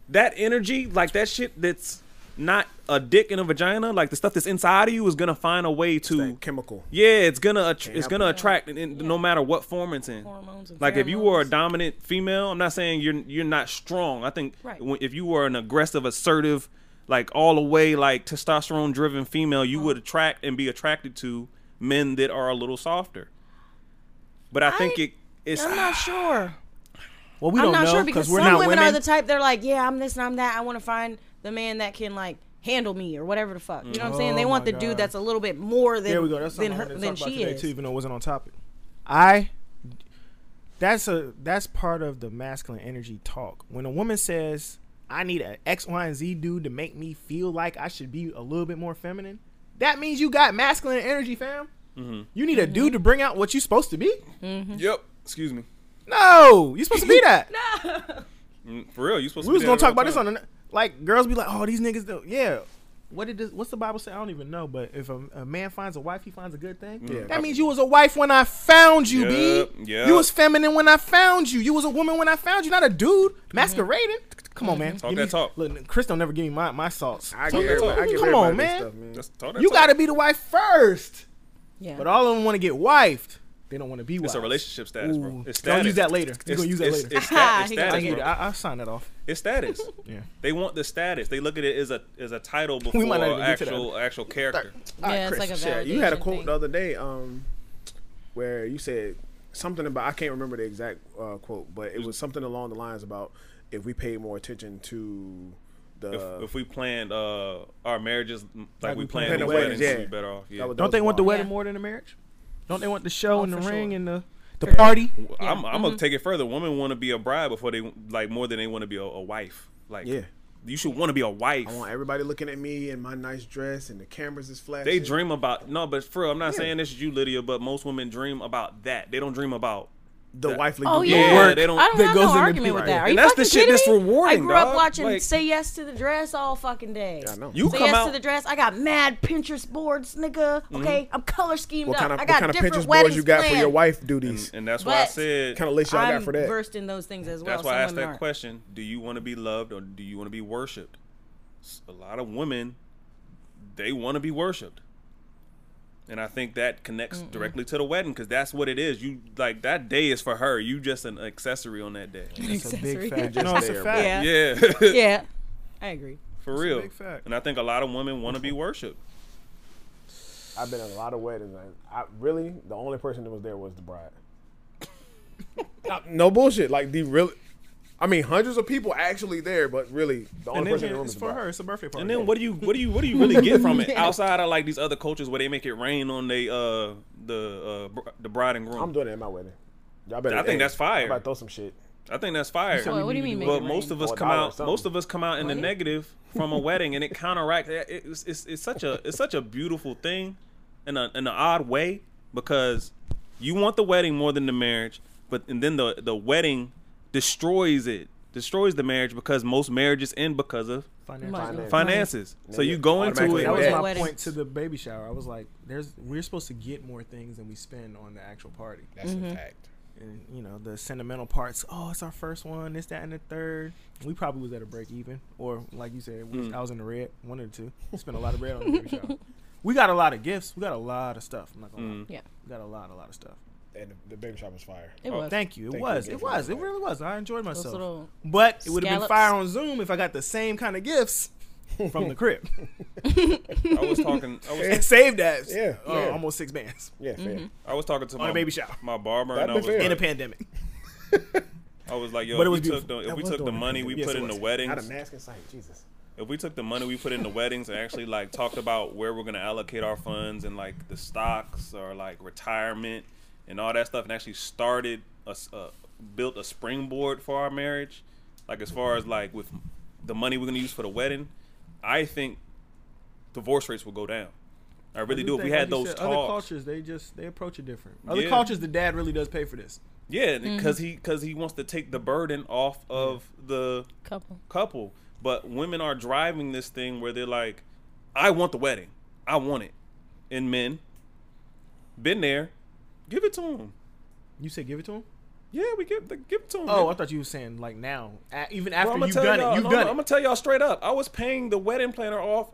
Speaker 4: that energy, like that shit that's not a dick and a vagina, like the stuff that's inside of you is gonna find a way to
Speaker 5: That chemical.
Speaker 4: yeah, it's gonna attr it's
Speaker 5: Yeah.
Speaker 4: gonna attract, and, and no matter what form it's in.
Speaker 2: Hormones and
Speaker 4: Like if you were a
Speaker 2: pheromones.
Speaker 4: dominant female, I'm not saying you're you're not strong. I think
Speaker 2: Right.
Speaker 4: when- if you were an aggressive, assertive, like all the way like testosterone driven female, you would attract and be attracted to men that are a little softer. But I, think
Speaker 2: I-
Speaker 4: it it's
Speaker 2: I'm not sure.
Speaker 1: Well, we
Speaker 2: I'm
Speaker 1: don't
Speaker 2: not
Speaker 1: know
Speaker 2: sure
Speaker 1: because
Speaker 2: because
Speaker 1: we're
Speaker 2: some
Speaker 1: not
Speaker 2: women,
Speaker 1: women.
Speaker 2: are the type they're like, yeah, I'm this and I'm that. I want to find the man that can like handle me or whatever the fuck. You know what I'm saying? They
Speaker 1: Oh
Speaker 2: want
Speaker 1: my
Speaker 2: the dude
Speaker 1: God.
Speaker 2: that's a little bit more than
Speaker 1: There we go. That's something
Speaker 2: than
Speaker 1: I
Speaker 2: her
Speaker 1: wanted to
Speaker 2: than
Speaker 1: talk about
Speaker 2: she
Speaker 1: today
Speaker 2: is.
Speaker 1: too, even though it wasn't on topic. I that's a that's part of the masculine energy talk. When a woman says, "I need an X, Y, and Z dude to make me feel like I should be a little bit more feminine," that means you got masculine energy, fam. You need a
Speaker 2: Mm-hmm.
Speaker 1: dude to bring out what you're supposed to be.
Speaker 4: yep. Excuse me.
Speaker 1: No, you're supposed to be that.
Speaker 4: Mm, For real, you supposed
Speaker 1: we was
Speaker 4: to. be there
Speaker 1: gonna
Speaker 4: the
Speaker 1: talk
Speaker 4: whole
Speaker 1: about this
Speaker 4: time.
Speaker 1: on the ne- like girls be like, oh, these niggas do yeah. What did this, what's the Bible say? I don't even know, but if a, a man finds a wife, he finds a good thing.
Speaker 5: Yeah.
Speaker 1: That means you was a wife when I found you,
Speaker 4: Yup,
Speaker 1: B.
Speaker 4: yup.
Speaker 1: You was feminine when I found you. You was a woman when I found you, not a dude masquerading. Come on, man.
Speaker 4: Mm-hmm. Talk
Speaker 1: Give
Speaker 4: that
Speaker 1: me-
Speaker 4: talk.
Speaker 1: Look, Chris don't never give me my, my sauce.
Speaker 5: I
Speaker 4: Talk
Speaker 5: get,
Speaker 4: that
Speaker 5: everybody-
Speaker 4: talk.
Speaker 5: I get
Speaker 1: Come
Speaker 5: everybody
Speaker 1: on,
Speaker 5: this
Speaker 1: man.
Speaker 5: Stuff, man.
Speaker 4: That's, talk that
Speaker 1: You
Speaker 4: talk.
Speaker 1: gotta be the wife first.
Speaker 2: Yeah.
Speaker 1: But all of them want to get wifed. They don't want to be wifed.
Speaker 4: It's a relationship status, bro.
Speaker 1: Ooh.
Speaker 4: It's status.
Speaker 1: Don't use that later. You're
Speaker 4: It's-
Speaker 1: gonna use that
Speaker 4: it's-
Speaker 1: later.
Speaker 4: It's, sta- it's
Speaker 2: He got
Speaker 1: I,
Speaker 2: that's
Speaker 4: status.
Speaker 1: get-
Speaker 4: bro.
Speaker 1: I, I'll sign that off.
Speaker 4: It's status.
Speaker 1: Yeah.
Speaker 4: They want the status. They look at it as a as a title before
Speaker 1: might not even get to that.
Speaker 4: actual actual character.
Speaker 5: All
Speaker 2: Yeah, it's like a
Speaker 5: shit, You had a
Speaker 2: validation
Speaker 5: quote
Speaker 2: thing.
Speaker 5: the other day um, where you said something about I can't remember the exact uh, quote, but it was something along the lines about if we paid more attention to the
Speaker 4: if, if we planned uh, our marriages like, we planned,
Speaker 5: planned
Speaker 4: the
Speaker 5: the
Speaker 4: weddings,
Speaker 5: weddings, yeah.
Speaker 4: we'd be better off. Yeah.
Speaker 5: That was-
Speaker 1: Don't they want the
Speaker 5: wild.
Speaker 1: wedding
Speaker 2: Yeah.
Speaker 1: more than the marriage? Don't they want the show
Speaker 2: Oh,
Speaker 1: and the
Speaker 2: for
Speaker 1: ring
Speaker 2: sure.
Speaker 1: and the the party?
Speaker 4: I'm, I'm
Speaker 2: mm-hmm.
Speaker 4: gonna take it further. Women want to be a bride before they like more than they want to be a, a wife. Like
Speaker 5: Yeah.
Speaker 4: you should want to be a wife.
Speaker 5: I want everybody looking at me in my nice dress and the cameras is flashing.
Speaker 4: They dream about no, but for real, I'm not saying this is you, Lydia, but most women dream about that. They don't dream about
Speaker 5: the wifely
Speaker 2: Oh
Speaker 5: dude.
Speaker 2: yeah,
Speaker 4: Yeah, they don't-
Speaker 2: I don't
Speaker 1: that
Speaker 2: have
Speaker 1: goes
Speaker 2: no
Speaker 1: in the
Speaker 2: argument with
Speaker 1: people.
Speaker 2: that. Are
Speaker 4: And
Speaker 2: you
Speaker 4: that's the
Speaker 2: fucking
Speaker 4: shit
Speaker 2: kidding
Speaker 4: that's
Speaker 2: me?
Speaker 4: rewarding,
Speaker 2: I grew up
Speaker 4: dog.
Speaker 2: watching
Speaker 4: Like-
Speaker 2: "Say Yes to the Dress" all fucking day.
Speaker 5: I know.
Speaker 4: you
Speaker 2: Say
Speaker 4: come
Speaker 2: yes
Speaker 4: out.
Speaker 2: to the dress. I got mad Pinterest boards, nigga. Okay, I'm color schemed
Speaker 5: What
Speaker 2: up.
Speaker 5: kind of
Speaker 2: I
Speaker 5: what
Speaker 2: got
Speaker 5: kind of
Speaker 2: different
Speaker 5: pictures boards
Speaker 2: weddings
Speaker 5: you got
Speaker 2: planned.
Speaker 5: for your wife duties?
Speaker 4: and that's why I
Speaker 2: But-
Speaker 4: said
Speaker 5: kind of list y'all
Speaker 2: I'm
Speaker 5: got for that?
Speaker 2: versed in those things as well.
Speaker 4: That's why I
Speaker 2: Some
Speaker 4: asked
Speaker 2: women
Speaker 4: that
Speaker 2: aren't.
Speaker 4: question. Do you want to be loved or do you want to be worshipped? S- A lot of women, they want to be worshipped. And I think that connects directly to the wedding because that's what it is. You like that day is for her. You just an accessory on that day.
Speaker 1: It's a big
Speaker 2: Accessory.
Speaker 1: fact.
Speaker 5: Just
Speaker 1: No, it's a
Speaker 5: there,
Speaker 1: fact.
Speaker 5: bro.
Speaker 2: Yeah.
Speaker 4: Yeah,
Speaker 2: Yeah, I agree.
Speaker 4: for real.
Speaker 1: big fact.
Speaker 4: And I think a lot of women want to be worshipped.
Speaker 5: I've been at a lot of weddings. And I really the only person that was there was the bride. no, no bullshit. Like the real, I mean, hundreds of people actually there, but really the only
Speaker 4: then
Speaker 5: person in the room
Speaker 1: It's
Speaker 5: is the
Speaker 1: for
Speaker 5: bride.
Speaker 1: her. It's a birthday party.
Speaker 4: And then what do you what do you what do you really get from it outside of like these other cultures where they make it rain on they uh the uh br- the bride and groom?
Speaker 5: I'm doing it at my wedding. Y'all better.
Speaker 4: I think
Speaker 5: hey,
Speaker 4: that's fire.
Speaker 5: I'm about to throw some shit.
Speaker 4: I think that's fire.
Speaker 2: What, what do you mean?
Speaker 4: But most of us
Speaker 5: Or a
Speaker 4: come
Speaker 5: dollar or
Speaker 4: out.
Speaker 5: something.
Speaker 4: Most of us come out in the
Speaker 2: What?
Speaker 4: negative from a wedding, and it counteracts. it- It's, it's, it's such a it's such a beautiful thing, in a in an odd way because you want the wedding more than the marriage, but and then the the wedding destroys it, destroys the marriage because most marriages end because of
Speaker 1: Financial.
Speaker 5: Finance.
Speaker 4: finances. So you go into
Speaker 5: Automatically
Speaker 4: it.
Speaker 1: That was
Speaker 5: Yeah.
Speaker 1: my
Speaker 2: Weddings.
Speaker 1: point to the baby shower. I was like, "There's we're supposed to get more things than we spend on the actual party."
Speaker 2: Mm-hmm.
Speaker 5: That's a fact.
Speaker 1: and you know the sentimental parts. Oh, it's our first one. This, that, and the third. We probably was at a break even, or like you said, we,
Speaker 4: Mm.
Speaker 1: I was in the red. One of the two. Spent a lot of bread on the baby shower. We got a lot of gifts. We got a lot of stuff. I'm not gonna lie.
Speaker 4: Mm.
Speaker 2: Yeah,
Speaker 1: We got a lot, a lot of stuff.
Speaker 5: And the, the baby shop was fire.
Speaker 2: it
Speaker 4: Oh,
Speaker 2: was.
Speaker 1: Thank you. It
Speaker 5: Thank you
Speaker 1: was.
Speaker 5: again
Speaker 1: It
Speaker 5: for
Speaker 1: was.
Speaker 5: that.
Speaker 1: It really was. I enjoyed
Speaker 2: Those
Speaker 1: myself.
Speaker 2: little-
Speaker 1: But it would have been
Speaker 2: Scallops.
Speaker 1: fire on Zoom if I got the same kind of gifts from the crib
Speaker 4: I was talking. I was,
Speaker 1: and saved as
Speaker 5: Yeah,
Speaker 1: uh,
Speaker 5: yeah.
Speaker 1: almost six bands
Speaker 5: Yeah, fair.
Speaker 2: Mm-hmm.
Speaker 4: I was talking to
Speaker 1: on
Speaker 4: my
Speaker 1: a baby shower
Speaker 4: my barber,
Speaker 5: That'd
Speaker 4: and I
Speaker 5: be
Speaker 4: was
Speaker 5: fair.
Speaker 4: like,
Speaker 1: in a pandemic.
Speaker 4: I was like, yo,
Speaker 1: But it
Speaker 4: if
Speaker 1: was
Speaker 4: we took
Speaker 1: beautiful.
Speaker 4: the,
Speaker 1: That
Speaker 4: if we
Speaker 1: was
Speaker 4: took
Speaker 1: during
Speaker 4: the
Speaker 1: the
Speaker 4: money we
Speaker 1: pandemic. Yes,
Speaker 4: put
Speaker 1: it
Speaker 4: in the
Speaker 1: was.
Speaker 4: weddings,
Speaker 5: Out of mask and sight, Jesus.
Speaker 4: if we took the money we put in the weddings and actually like talked about where we're gonna allocate our funds and like the stocks or like retirement and all that stuff and actually started a s- uh, built a springboard for our marriage like as far as like with the money we're gonna use for the wedding i think divorce rates will go down i really do if we had those
Speaker 1: other
Speaker 4: talks
Speaker 1: cultures, they just they approach it different. Other
Speaker 4: Yeah.
Speaker 1: cultures, the dad really does pay for this.
Speaker 4: yeah because he because he wants to take the burden off of the
Speaker 2: couple.
Speaker 4: couple. But women are driving this thing where they're like, I want the wedding. I want it. And men, been there, give it to them.
Speaker 1: You said give it to him.
Speaker 4: Yeah, we give the give it to them.
Speaker 1: Oh, I thought you were saying like now, a- even after
Speaker 4: I'm gonna
Speaker 1: you've
Speaker 4: tell
Speaker 1: done
Speaker 4: y'all,
Speaker 1: it, you've
Speaker 4: no,
Speaker 1: done
Speaker 4: I'm
Speaker 1: it.
Speaker 4: gonna tell y'all straight up. I was paying the wedding planner off.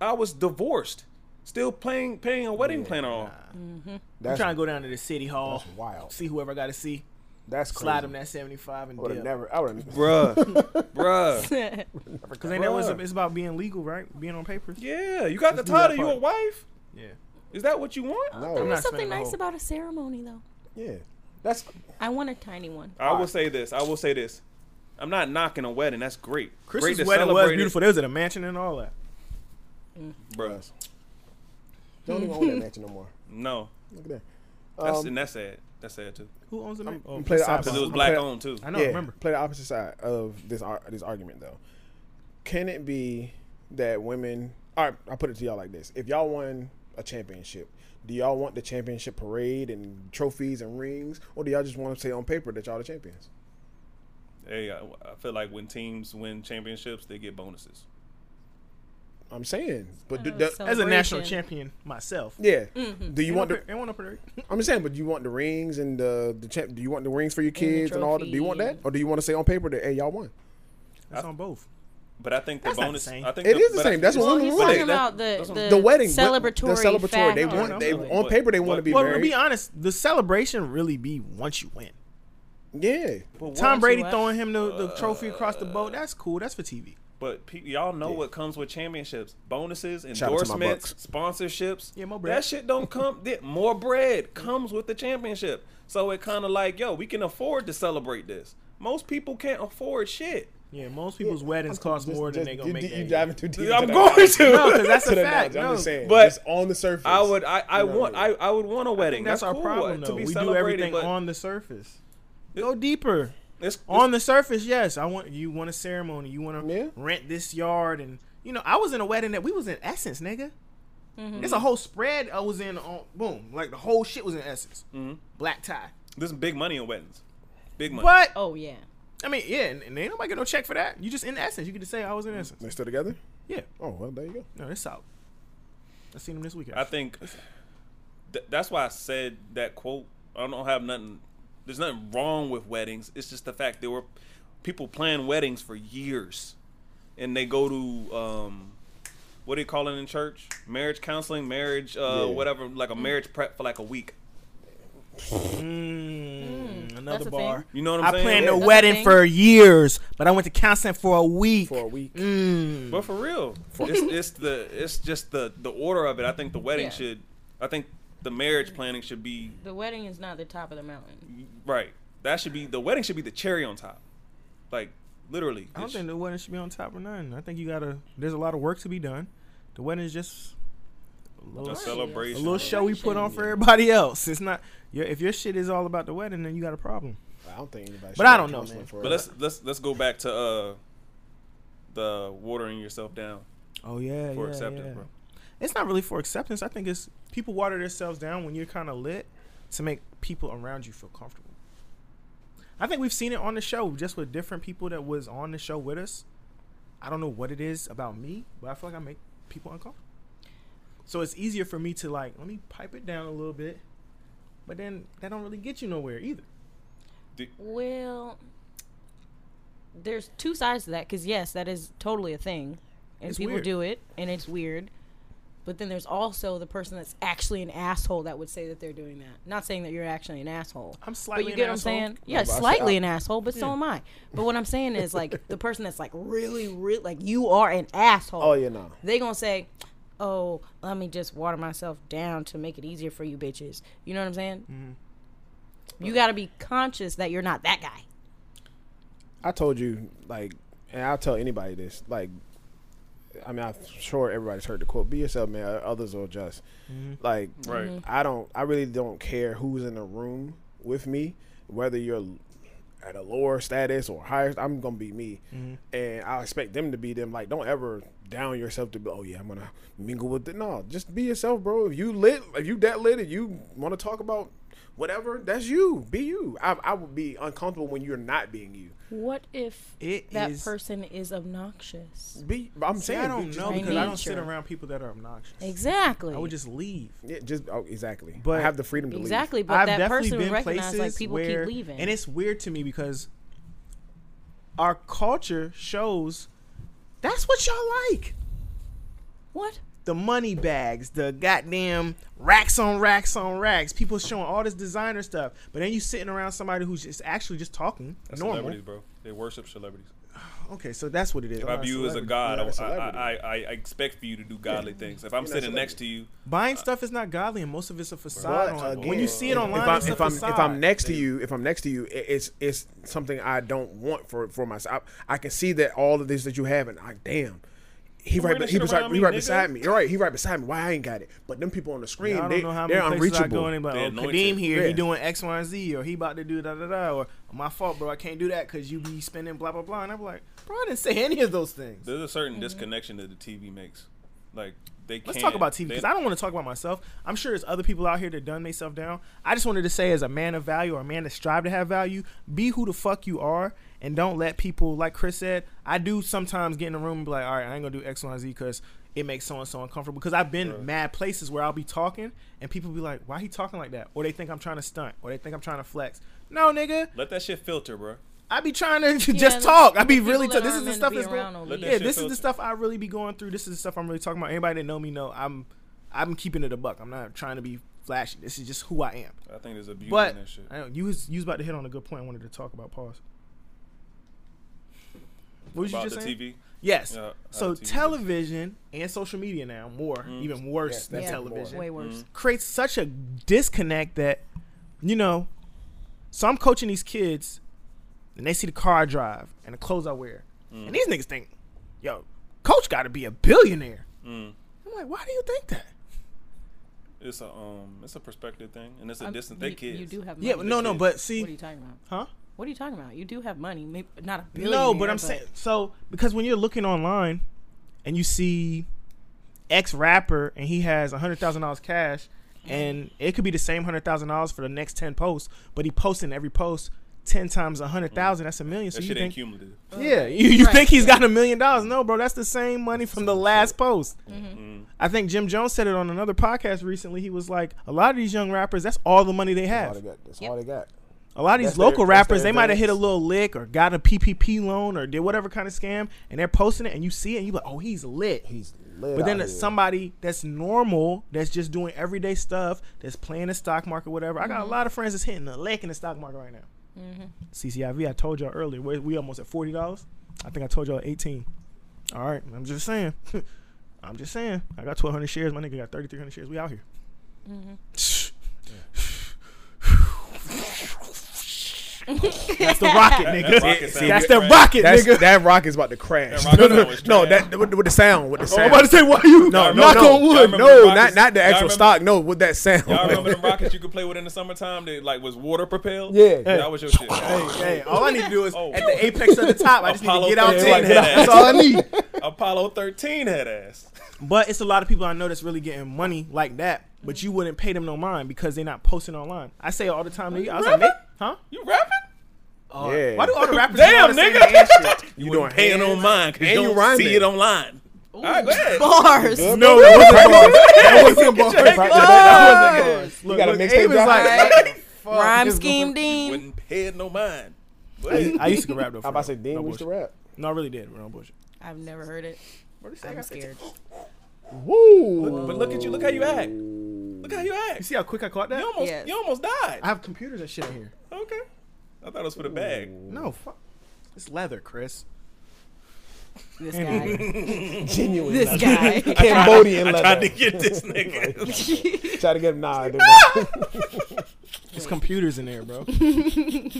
Speaker 4: I was divorced, still paying paying a wedding planner off.
Speaker 1: I'm
Speaker 5: That's,
Speaker 1: trying to go down to the city hall,
Speaker 5: that's wild.
Speaker 1: see whoever I got to see,
Speaker 5: That's crazy.
Speaker 1: slide him that 75 and
Speaker 5: I would
Speaker 1: deal.
Speaker 5: have never. I would have.
Speaker 4: Bruh, bruh.
Speaker 1: Because ain't that what it's,
Speaker 4: Bruh.
Speaker 1: it's about being legal, right? Being on papers.
Speaker 4: Yeah, you got the
Speaker 1: Let's do that
Speaker 4: title. You
Speaker 1: part.
Speaker 4: a wife?
Speaker 1: Yeah.
Speaker 4: Is that what you want?
Speaker 5: No.
Speaker 1: I'm
Speaker 2: There's
Speaker 1: not
Speaker 2: something
Speaker 1: spending the
Speaker 2: nice
Speaker 1: whole-
Speaker 2: about a ceremony, though.
Speaker 5: Yeah. That's
Speaker 2: I want a tiny one.
Speaker 4: I will say this. I will say this. I'm not knocking a wedding. That's great. great
Speaker 1: Chris's
Speaker 4: to
Speaker 1: wedding was
Speaker 4: celebrate it.
Speaker 1: beautiful. They was at a mansion and all that.
Speaker 4: Bruh.
Speaker 5: Don't even own that mansion no more.
Speaker 4: No,
Speaker 5: Look at that.
Speaker 4: that's
Speaker 5: Um,
Speaker 4: and that's sad. That's sad too.
Speaker 1: Who owns the mansion? Oh,
Speaker 5: play the
Speaker 1: sidebar.
Speaker 5: opposite.
Speaker 4: Because it was
Speaker 5: I'm
Speaker 4: black
Speaker 5: glad-
Speaker 4: owned too.
Speaker 1: I know.
Speaker 5: yeah,
Speaker 1: remember.
Speaker 5: Play the opposite side of this ar- this argument though. Can it be that women? All right, I put it to y'all like this: If y'all won a championship, do y'all want the championship parade and trophies and rings, or do y'all just want to say on paper that y'all the champions?
Speaker 4: Hey, I, I feel like when teams win championships, they get bonuses.
Speaker 5: I'm saying, but do,
Speaker 2: Oh,
Speaker 5: do-
Speaker 2: so- Mm-hmm.
Speaker 1: As a national
Speaker 2: Celebration.
Speaker 1: champion myself.
Speaker 5: yeah, do you
Speaker 1: Ain't
Speaker 5: want
Speaker 1: no
Speaker 5: the?
Speaker 1: par- ain't want no parade.
Speaker 5: I'm saying, but do you want the rings and the the champ? Do you want the rings for your kids and, all that? Do you want that,
Speaker 2: trophy.
Speaker 5: or do you want to say on paper that hey, y'all won?
Speaker 1: That's on both.
Speaker 4: But I think the
Speaker 1: That's not the
Speaker 4: bonus.
Speaker 1: same.
Speaker 4: I think
Speaker 5: It
Speaker 4: the,
Speaker 5: is the
Speaker 4: but I-
Speaker 5: same. That's what
Speaker 2: Well,
Speaker 5: women
Speaker 2: he's
Speaker 5: want.
Speaker 2: talking
Speaker 4: Wait, that-
Speaker 2: about the,
Speaker 4: that's
Speaker 2: the,
Speaker 4: what-
Speaker 5: the wedding, but the
Speaker 2: celebratory.
Speaker 5: celebratory. They
Speaker 2: factor.
Speaker 5: want they
Speaker 1: No, no.
Speaker 5: on paper they want to
Speaker 4: What-
Speaker 5: be
Speaker 1: Well,
Speaker 5: married.
Speaker 1: to be honest, the celebration really be once you win.
Speaker 5: yeah,
Speaker 4: but what-
Speaker 1: Tom Brady
Speaker 2: you win.
Speaker 1: throwing him the,
Speaker 4: Uh,
Speaker 1: the trophy across the boat. That's cool. That's for TV.
Speaker 4: But pe- y'all know what comes with championships: bonuses,
Speaker 5: Shout out to my
Speaker 4: endorsements, sponsorships.
Speaker 1: Yeah, more bread.
Speaker 4: That shit don't come. that- more bread comes with the championship. So it kind of like, yo, we can afford to celebrate this. Most people can't afford shit.
Speaker 1: Yeah, most people's weddings cost more than they gonna
Speaker 5: you,
Speaker 1: make.
Speaker 5: You
Speaker 1: that
Speaker 5: diving too deep.
Speaker 4: I'm
Speaker 5: into
Speaker 4: going
Speaker 5: that.
Speaker 4: to. No,
Speaker 1: 'cause that's
Speaker 5: To
Speaker 1: a
Speaker 5: that
Speaker 1: fact.
Speaker 5: knowledge, I'm just
Speaker 1: No.
Speaker 5: saying,
Speaker 4: But-
Speaker 5: just on the surface,
Speaker 4: I would, I, I
Speaker 5: Yeah,
Speaker 4: want,
Speaker 5: yeah.
Speaker 4: I, I would want a wedding.
Speaker 1: That's, our
Speaker 4: cool,
Speaker 1: problem,
Speaker 4: uh,
Speaker 1: though.
Speaker 4: To be
Speaker 1: We do
Speaker 4: celebrated,
Speaker 1: everything
Speaker 4: but
Speaker 1: on the surface. Go deeper.
Speaker 4: it's,
Speaker 1: On the surface, yes. I want you want a ceremony. You want to
Speaker 5: Yeah.
Speaker 1: rent this yard, and you know, I was in a wedding that we was in Essence, nigga.
Speaker 2: Mm-hmm.
Speaker 1: It's a whole spread I was in on. Boom, like the whole shit was in Essence. Black tie,
Speaker 4: There's big money in weddings. Big money.
Speaker 1: but
Speaker 2: Oh yeah.
Speaker 1: I mean, yeah, and, and ain't nobody get no check for that. You just in Essence. You get to say I was in Essence.
Speaker 5: They still together?
Speaker 1: Yeah,
Speaker 5: Oh well, there you go.
Speaker 1: no, it's out. I seen him this weekend.
Speaker 4: I think th- that's why I said that quote. I don't have nothing. There's nothing wrong with weddings. It's just the fact there were people plan weddings for years, and they go to um, what do you call it in church? Marriage counseling, marriage, uh,
Speaker 5: Yeah.
Speaker 4: whatever, like a marriage prep for like a week.
Speaker 1: Mm,
Speaker 2: that's a
Speaker 1: another
Speaker 2: thing.
Speaker 1: bar.
Speaker 4: You know what I'm
Speaker 1: I
Speaker 4: saying?
Speaker 1: planned a
Speaker 2: Another
Speaker 1: wedding
Speaker 2: thing.
Speaker 1: for years, but I went to counseling for a week.
Speaker 5: For a week,
Speaker 1: Mm.
Speaker 4: But for real, it's, it's the it's just the the order of it. I think the wedding
Speaker 2: Yeah.
Speaker 4: should. I think the marriage planning should be
Speaker 2: The wedding is not the top of the mountain.
Speaker 4: right. That should be the wedding should be the cherry on top, like literally.
Speaker 1: I don't
Speaker 4: It's-
Speaker 1: think the wedding should be on top of nothing. I think you gotta. There's a lot of work to be done. The wedding is just a
Speaker 4: a
Speaker 1: little,
Speaker 2: Just
Speaker 1: a
Speaker 4: celebration.
Speaker 1: little show we put on for
Speaker 5: Yeah.
Speaker 1: everybody else. It's not. Your, if your shit is all about the wedding, then you got a problem.
Speaker 5: I don't think anybody.
Speaker 1: But I don't know, man.
Speaker 4: But let's let's let's go back to uh the watering yourself down
Speaker 1: Oh yeah,
Speaker 4: for
Speaker 1: yeah,
Speaker 4: acceptance,
Speaker 1: yeah.
Speaker 4: bro.
Speaker 1: It's not really for acceptance. I think it's people water themselves down when you're kind of lit to make people around you feel comfortable. I think we've seen it on the show, just with different people that was on the show with us. I don't know what it is about me, but I feel like I make people uncomfortable. So it's easier for me to like let me pipe it down a little bit, but then that don't really get you nowhere either.
Speaker 4: Do-
Speaker 2: Well, there's two sides to that because yes, that is totally a thing, and
Speaker 1: It's
Speaker 2: people
Speaker 1: weird.
Speaker 2: do it, and it's weird. But then there's also the person that's actually an asshole that would say that they're doing that. Not saying that you're actually an asshole.
Speaker 1: I'm slightly
Speaker 2: But you
Speaker 1: an
Speaker 2: get what
Speaker 1: asshole.
Speaker 2: I'm saying? Yeah,
Speaker 5: but I-
Speaker 2: slightly
Speaker 5: I-
Speaker 2: an asshole, but so am I. But what I'm saying is like the person that's like really, really like you are an asshole.
Speaker 5: Oh yeah, no.
Speaker 2: They gonna say, "Oh, let me just water myself down to make it easier for you bitches." You know what I'm saying?
Speaker 1: Mm-hmm.
Speaker 2: You got to be conscious that you're not that guy.
Speaker 5: I told you like, and I'll tell anybody this. Like, I mean, I'm sure everybody's heard the quote: "Be yourself, man. Others will adjust." Like,
Speaker 4: Right. Mhm.
Speaker 5: I don't. I really don't care who's in the room with me, whether you're at a lower status or higher. I'm gonna be me, and I expect them to be them. Like, don't ever down yourself to be. Oh yeah, I'm gonna mingle with the no. Just be yourself, bro. If you lit, if you that lit, and you want to talk about whatever, that's you. Be you. I, I would be uncomfortable when you're not being you.
Speaker 2: What if
Speaker 1: It
Speaker 2: that
Speaker 1: is-
Speaker 2: person is obnoxious?
Speaker 5: Be, I'm
Speaker 1: See,
Speaker 5: saying
Speaker 1: I don't
Speaker 5: just-
Speaker 1: know
Speaker 2: by
Speaker 1: because I don't sit
Speaker 2: nature.
Speaker 1: around people that are obnoxious.
Speaker 2: Exactly.
Speaker 1: I would just leave.
Speaker 5: Yeah, just oh, exactly. But
Speaker 1: But-
Speaker 5: I have the freedom to
Speaker 2: exactly, but
Speaker 1: I've
Speaker 2: that
Speaker 1: definitely
Speaker 2: person would
Speaker 1: been
Speaker 2: recognize
Speaker 1: places
Speaker 2: like people
Speaker 1: where,
Speaker 2: keep leaving.
Speaker 1: and it's weird to me because our culture shows that's what y'all like.
Speaker 2: what?
Speaker 1: the money bags, the goddamn racks on racks on racks. People showing all this designer stuff, but then you sitting around somebody who's just actually just talking
Speaker 4: That's
Speaker 1: normal.
Speaker 4: celebrities, bro. They worship celebrities.
Speaker 1: Okay, so that's what it is.
Speaker 4: If
Speaker 1: I'm
Speaker 4: I
Speaker 1: not
Speaker 4: view you as a
Speaker 1: celebrity.
Speaker 4: god, I,
Speaker 5: You're not a
Speaker 4: I,
Speaker 5: celebrity.
Speaker 4: I, I, I expect for you to do godly things. If I'm
Speaker 5: You're not a
Speaker 4: sitting next to
Speaker 5: celebrity.
Speaker 4: you,
Speaker 1: buying stuff is not godly, and most of it's a
Speaker 5: leave.
Speaker 1: facade.
Speaker 5: But
Speaker 1: on-
Speaker 5: again,
Speaker 1: when you see it online,
Speaker 5: if I'm
Speaker 1: it's a
Speaker 5: if I'm,
Speaker 1: facade.
Speaker 5: if I'm next to you, if I'm next to you, it, it's it's something I don't want for for myself. I, I can see that all of this that you have, and I damn. He
Speaker 4: wearing
Speaker 5: right, be-
Speaker 4: this
Speaker 5: he
Speaker 4: shit
Speaker 5: was right,
Speaker 4: around
Speaker 5: he
Speaker 4: me,
Speaker 5: right
Speaker 4: nigga.
Speaker 5: beside me. You're right, he right beside me. Why I ain't got it? But them people on the screen,
Speaker 1: I don't
Speaker 5: they,
Speaker 1: know how
Speaker 5: they're
Speaker 1: many places I
Speaker 5: unreachable.
Speaker 1: go and they be like,
Speaker 4: They're
Speaker 1: oh,
Speaker 4: anointed.
Speaker 1: Kadeem here,
Speaker 5: Yeah.
Speaker 1: he doing X, Y, and Z, or he about to do da da da, or my fault, bro, I can't do that because you be spending blah blah blah, and I'm like, bro, I didn't say any of those things.
Speaker 4: there's a certain disconnection that the TV makes. Like they can't.
Speaker 1: Mm-hmm. Let's talk about TV
Speaker 4: they-
Speaker 1: because I don't want to talk about myself. I'm sure there's other people out here that done themselves down. I just wanted to say, as a man of value or a man that strive to have value, be who the fuck you are, and don't let people. Like Chris said, I do sometimes get in the room and be like, all right, I ain't gonna do X, Y, and Z because it makes so and so uncomfortable. Because I've been mad places where I'll be talking and people be like, why he talking like that? Or they think I'm trying to stunt, or they think I'm trying to flex. No, nigga,
Speaker 4: Let that shit filter, bro.
Speaker 1: I be trying to
Speaker 2: Yeah,
Speaker 1: just
Speaker 2: the-
Speaker 1: talk. I
Speaker 2: the
Speaker 1: be
Speaker 2: people
Speaker 1: really. T-
Speaker 2: that
Speaker 1: this
Speaker 2: aren't
Speaker 1: is the
Speaker 2: meant to
Speaker 1: stuff
Speaker 2: be
Speaker 1: that's
Speaker 2: around
Speaker 1: going.
Speaker 2: on
Speaker 4: Let that
Speaker 1: Yeah,
Speaker 4: shit
Speaker 1: this is the
Speaker 4: filter.
Speaker 1: stuff I really be going through. This is the stuff I'm really talking about. Anybody that know me know I'm, I'm keeping it a buck. I'm not trying to be flashy. This is just who I am.
Speaker 4: I think there's a beauty
Speaker 1: But
Speaker 4: in that shit.
Speaker 1: I know, you was you was about to hit on a good point. I wanted to talk about. Pause. What was
Speaker 4: about
Speaker 1: you just
Speaker 4: the
Speaker 1: saying?
Speaker 4: TV.
Speaker 1: Yes.
Speaker 4: Yeah, how
Speaker 1: so
Speaker 4: the Mm. TV
Speaker 1: television and social media now more, even worse
Speaker 5: Yes,
Speaker 1: than
Speaker 5: that's even more.
Speaker 1: television
Speaker 4: Mm-hmm.
Speaker 2: way worse.
Speaker 1: creates such a disconnect that, you know, so I'm coaching these kids and they see the car I drive and the clothes I wear.
Speaker 2: Mm.
Speaker 1: And these niggas think, yo, coach gotta be a billionaire.
Speaker 2: Mm.
Speaker 1: I'm like, why do you think that?
Speaker 4: It's a um, it's a perspective thing, and it's a
Speaker 2: I'm-
Speaker 4: distance. They
Speaker 2: you,
Speaker 4: kids.
Speaker 2: You do have money.
Speaker 1: Yeah, no, no,
Speaker 4: kids.
Speaker 1: but
Speaker 2: What are you
Speaker 1: see,
Speaker 2: talking about?
Speaker 1: huh?
Speaker 2: What are you talking about? You do have money, maybe not a billion.
Speaker 1: No, but I'm saying so because when you're looking online and you see X rapper and he has hundred thousand dollars cash, and it could be the same hundred thousand dollars for the next ten posts, but he posts in every post ten times a hundred thousand. That's a million. So
Speaker 4: that
Speaker 1: you
Speaker 4: shit
Speaker 1: think
Speaker 4: ain't cumulative.
Speaker 1: Yeah, you, you
Speaker 2: Right.
Speaker 1: think he's got a million dollars? No, bro, that's the same money from the last post.
Speaker 2: Mm-hmm.
Speaker 4: Mm-hmm.
Speaker 1: I think Jim Jones said it on another podcast recently. He was like, a lot of these young rappers, that's all the money they
Speaker 5: That's
Speaker 1: have.
Speaker 5: all they got. That's
Speaker 2: Yep.
Speaker 5: all they got.
Speaker 1: A lot of these
Speaker 5: That's their-
Speaker 1: local
Speaker 5: that's
Speaker 1: rappers,
Speaker 5: their
Speaker 1: they might have hit a
Speaker 5: advance.
Speaker 1: little lick or got a PPP loan or did whatever kind of scam, and they're posting it, and you see it, and you like, oh, he's lit.
Speaker 5: He's lit
Speaker 1: But then
Speaker 5: out
Speaker 1: it's
Speaker 5: here.
Speaker 1: somebody that's normal, that's just doing everyday stuff, that's playing the stock market, whatever. I got a lot of friends that's hitting the lick in the stock market right now. CCIV, I told y'all earlier, we we almost at forty dollars. I think I told y'all eighteen. All right, I'm just saying. I'm just saying. I got twelve hundred shares. My nigga got thirty three hundred shares. We out here. that's the rocket, nigga.
Speaker 4: That rocket sound
Speaker 1: that's
Speaker 4: good,
Speaker 1: the
Speaker 4: right?
Speaker 1: rocket,
Speaker 5: That's,
Speaker 1: nigga.
Speaker 5: that rock is about to crash.
Speaker 4: That rock is
Speaker 5: no, no,
Speaker 4: always
Speaker 5: no,
Speaker 4: trash.
Speaker 5: that with the sound, with the
Speaker 1: Oh, I'm
Speaker 5: sound.
Speaker 1: about to say why you
Speaker 4: Y'all remember-
Speaker 1: knock on
Speaker 4: y'all
Speaker 1: wood.
Speaker 4: remember
Speaker 5: no,
Speaker 4: the
Speaker 5: not
Speaker 4: Rockets?
Speaker 5: not the
Speaker 4: Y'all
Speaker 5: actual
Speaker 4: remember-
Speaker 5: stock. No, with that sound.
Speaker 4: Y'all remember them rockets you could play with in the summertime that like was water propelled?
Speaker 5: Yeah.
Speaker 4: that was your shit.
Speaker 1: Hey, hey, all I need to do is
Speaker 4: Oh.
Speaker 1: at the apex of the top, I just need to
Speaker 4: Apollo
Speaker 1: get out
Speaker 4: 13
Speaker 1: there.
Speaker 4: had ass.
Speaker 1: That's all I need.
Speaker 4: Apollo 13 had ass.
Speaker 1: But it's a lot of people I know that's really getting money like that, but you wouldn't pay them no mind because they're not posting online. I say it all the time to you, I was like,
Speaker 4: rapping?
Speaker 1: "Make- huh?
Speaker 4: You rapping?
Speaker 1: Uh,
Speaker 5: Yeah.
Speaker 1: Why do all the rappers
Speaker 4: Damn,
Speaker 1: do all the same
Speaker 4: nigga.
Speaker 1: damn shit?
Speaker 5: You doing
Speaker 4: Hand on mine, cause
Speaker 5: And
Speaker 4: you
Speaker 5: you
Speaker 4: don't
Speaker 5: rhyming.
Speaker 4: see it online. All right, go ahead.
Speaker 2: bars.
Speaker 5: No, that wasn't bars. That wasn't bars. That wasn't bars.
Speaker 1: Look,
Speaker 5: got a
Speaker 1: look,
Speaker 5: mixtape
Speaker 1: Abe is
Speaker 5: drop?
Speaker 1: like,
Speaker 2: Rhyme scheme, Dean.
Speaker 4: Wouldn't head, no mind.
Speaker 1: I, I used to rap though.
Speaker 5: I'm about to say,
Speaker 1: forever.
Speaker 5: Dean
Speaker 1: no
Speaker 5: used to
Speaker 1: bullshit.
Speaker 5: rap.
Speaker 1: No, I really did. No bullshit.
Speaker 2: I've never heard it. I'm scared.
Speaker 5: Woo!
Speaker 4: But look at you. Look how you act. Look how you
Speaker 1: You
Speaker 4: act.
Speaker 1: see how quick I caught that?
Speaker 4: You almost,
Speaker 2: Yes.
Speaker 4: you almost died.
Speaker 1: I have computers and shit in here.
Speaker 4: okay. I thought it was for the bag.
Speaker 1: No, fuck. It's leather, Chris.
Speaker 2: This guy.
Speaker 5: Genuine.
Speaker 2: this guy.
Speaker 5: Cambodian
Speaker 4: I tried to
Speaker 5: leather.
Speaker 4: get this nigga.
Speaker 5: Try to get him. Nah, dude.
Speaker 1: It's computers in there, bro.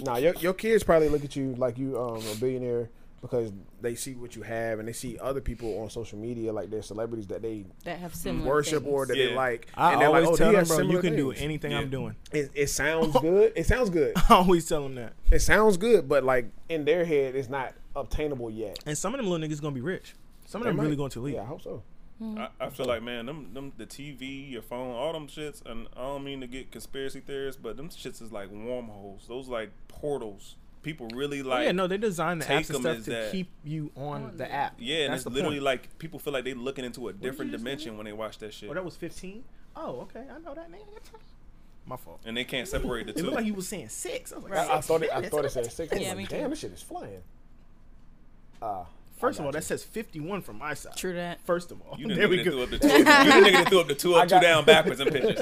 Speaker 5: nah. Your, your kids probably look at you like you um a billionaire because they see what you have and they see other people on social media like they're celebrities that they
Speaker 2: that have similar
Speaker 5: worship
Speaker 2: things.
Speaker 5: or that they
Speaker 4: Yeah.
Speaker 5: like.
Speaker 1: I
Speaker 5: and they're
Speaker 1: always
Speaker 5: like, oh,
Speaker 1: tell
Speaker 5: he
Speaker 1: them,
Speaker 5: has
Speaker 1: bro, you
Speaker 5: similar
Speaker 1: can do
Speaker 5: things.
Speaker 1: anything I'm
Speaker 4: Yeah.
Speaker 1: doing.
Speaker 5: It, it sounds good. It sounds good.
Speaker 1: I always tell them that.
Speaker 5: It sounds good, but like in their head, it's not obtainable yet.
Speaker 1: And some of them little niggas gonna be rich. Some of
Speaker 5: They
Speaker 1: them really
Speaker 5: might.
Speaker 1: going to leave.
Speaker 5: Yeah, I hope so.
Speaker 4: I, I feel like man, them them the TV, your phone, all them shits, and I don't mean to get conspiracy theorists, but them shits is like wormholes. Those like portals. People really
Speaker 1: Oh,
Speaker 4: like
Speaker 1: yeah, no, they design the
Speaker 4: take
Speaker 1: apps and
Speaker 4: 'em
Speaker 1: stuff
Speaker 4: as
Speaker 1: to
Speaker 4: that.
Speaker 1: keep you on the app.
Speaker 4: Yeah, and
Speaker 1: That's
Speaker 4: it's
Speaker 1: the
Speaker 4: literally
Speaker 1: point.
Speaker 4: like people feel like they looking into a different
Speaker 1: just say?
Speaker 4: dimension when they watch that shit,
Speaker 1: Oh, that was 15? Oh, okay. I know that name. My fault.
Speaker 4: and they can't separate the
Speaker 1: It
Speaker 4: two.
Speaker 1: looked like you was saying six. I was like,
Speaker 2: Right.
Speaker 5: I, I
Speaker 1: six
Speaker 5: thought it. I
Speaker 1: minutes?
Speaker 5: thought it said six. I was
Speaker 2: Yeah, me
Speaker 5: like,
Speaker 2: too.
Speaker 5: damn, this shit is flying. Uh,
Speaker 1: First of all,
Speaker 5: got
Speaker 1: that says 51 from my side.
Speaker 2: True that.
Speaker 1: First of all,
Speaker 4: you
Speaker 1: there
Speaker 4: didn't
Speaker 1: we
Speaker 4: nigga that threw
Speaker 1: go.
Speaker 4: up the two. you didn't nigga that threw up the two up, two
Speaker 5: got-
Speaker 4: down backwards in pictures.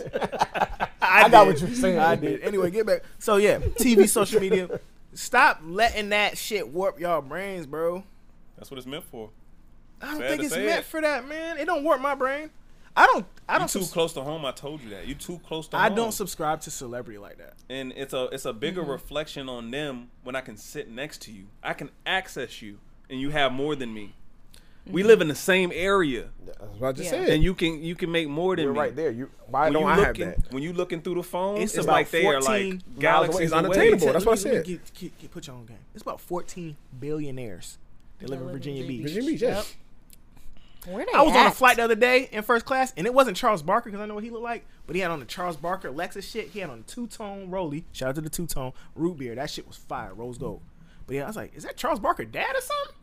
Speaker 1: I,
Speaker 5: got
Speaker 1: did.
Speaker 5: what you're saying.
Speaker 1: I did. Anyway, get back. So yeah, TV, social media. Stop letting that shit warp y'all brains, bro.
Speaker 4: That's what it's meant for.
Speaker 1: I don't
Speaker 4: Sad
Speaker 1: think
Speaker 4: to
Speaker 1: it's
Speaker 4: say
Speaker 1: meant
Speaker 4: it.
Speaker 1: for that, man. It don't warp my brain. I don't. I
Speaker 4: You
Speaker 1: don't.
Speaker 4: too
Speaker 1: subs-
Speaker 4: close to home. I told you that. You too close to
Speaker 1: I
Speaker 4: home.
Speaker 1: don't subscribe to celebrity like that.
Speaker 4: and it's a it's a bigger
Speaker 1: Mm-hmm.
Speaker 4: reflection on them when I can sit next to you. I can access you, and you have more than me. We
Speaker 1: Mm-hmm.
Speaker 4: live in the same area,
Speaker 5: That's what I just
Speaker 2: Yeah.
Speaker 5: said.
Speaker 4: and you can you can make more than
Speaker 5: you're
Speaker 4: me.
Speaker 5: right there. You why
Speaker 4: When
Speaker 5: don't
Speaker 4: you
Speaker 5: I have
Speaker 4: looking,
Speaker 5: that?
Speaker 4: When you looking through the phone,
Speaker 1: It's
Speaker 4: it's,
Speaker 1: about
Speaker 4: like they are
Speaker 1: 14
Speaker 4: like
Speaker 1: miles
Speaker 4: galaxies
Speaker 5: away. It's
Speaker 4: away.
Speaker 5: unattainable.
Speaker 1: Let
Speaker 5: That's
Speaker 1: me-
Speaker 5: what I
Speaker 1: let me
Speaker 5: said.
Speaker 1: Get, get- get- put your own game. It's about 14 billionaires that live in
Speaker 2: That live in
Speaker 1: Virginia
Speaker 2: Virginia
Speaker 1: Beach.
Speaker 5: Virginia Beach, yes.
Speaker 2: Where they
Speaker 1: I was on a
Speaker 2: at?
Speaker 1: flight the other day in first class, and it wasn't Charles Barker because I know what he looked like, but he had on the Charles Barker Lexus shit. He had on a two tone Rolly. Shout out to the two tone root beer. That shit was fire, rose gold. But yeah, I was like, is that Charles Barker dad or something?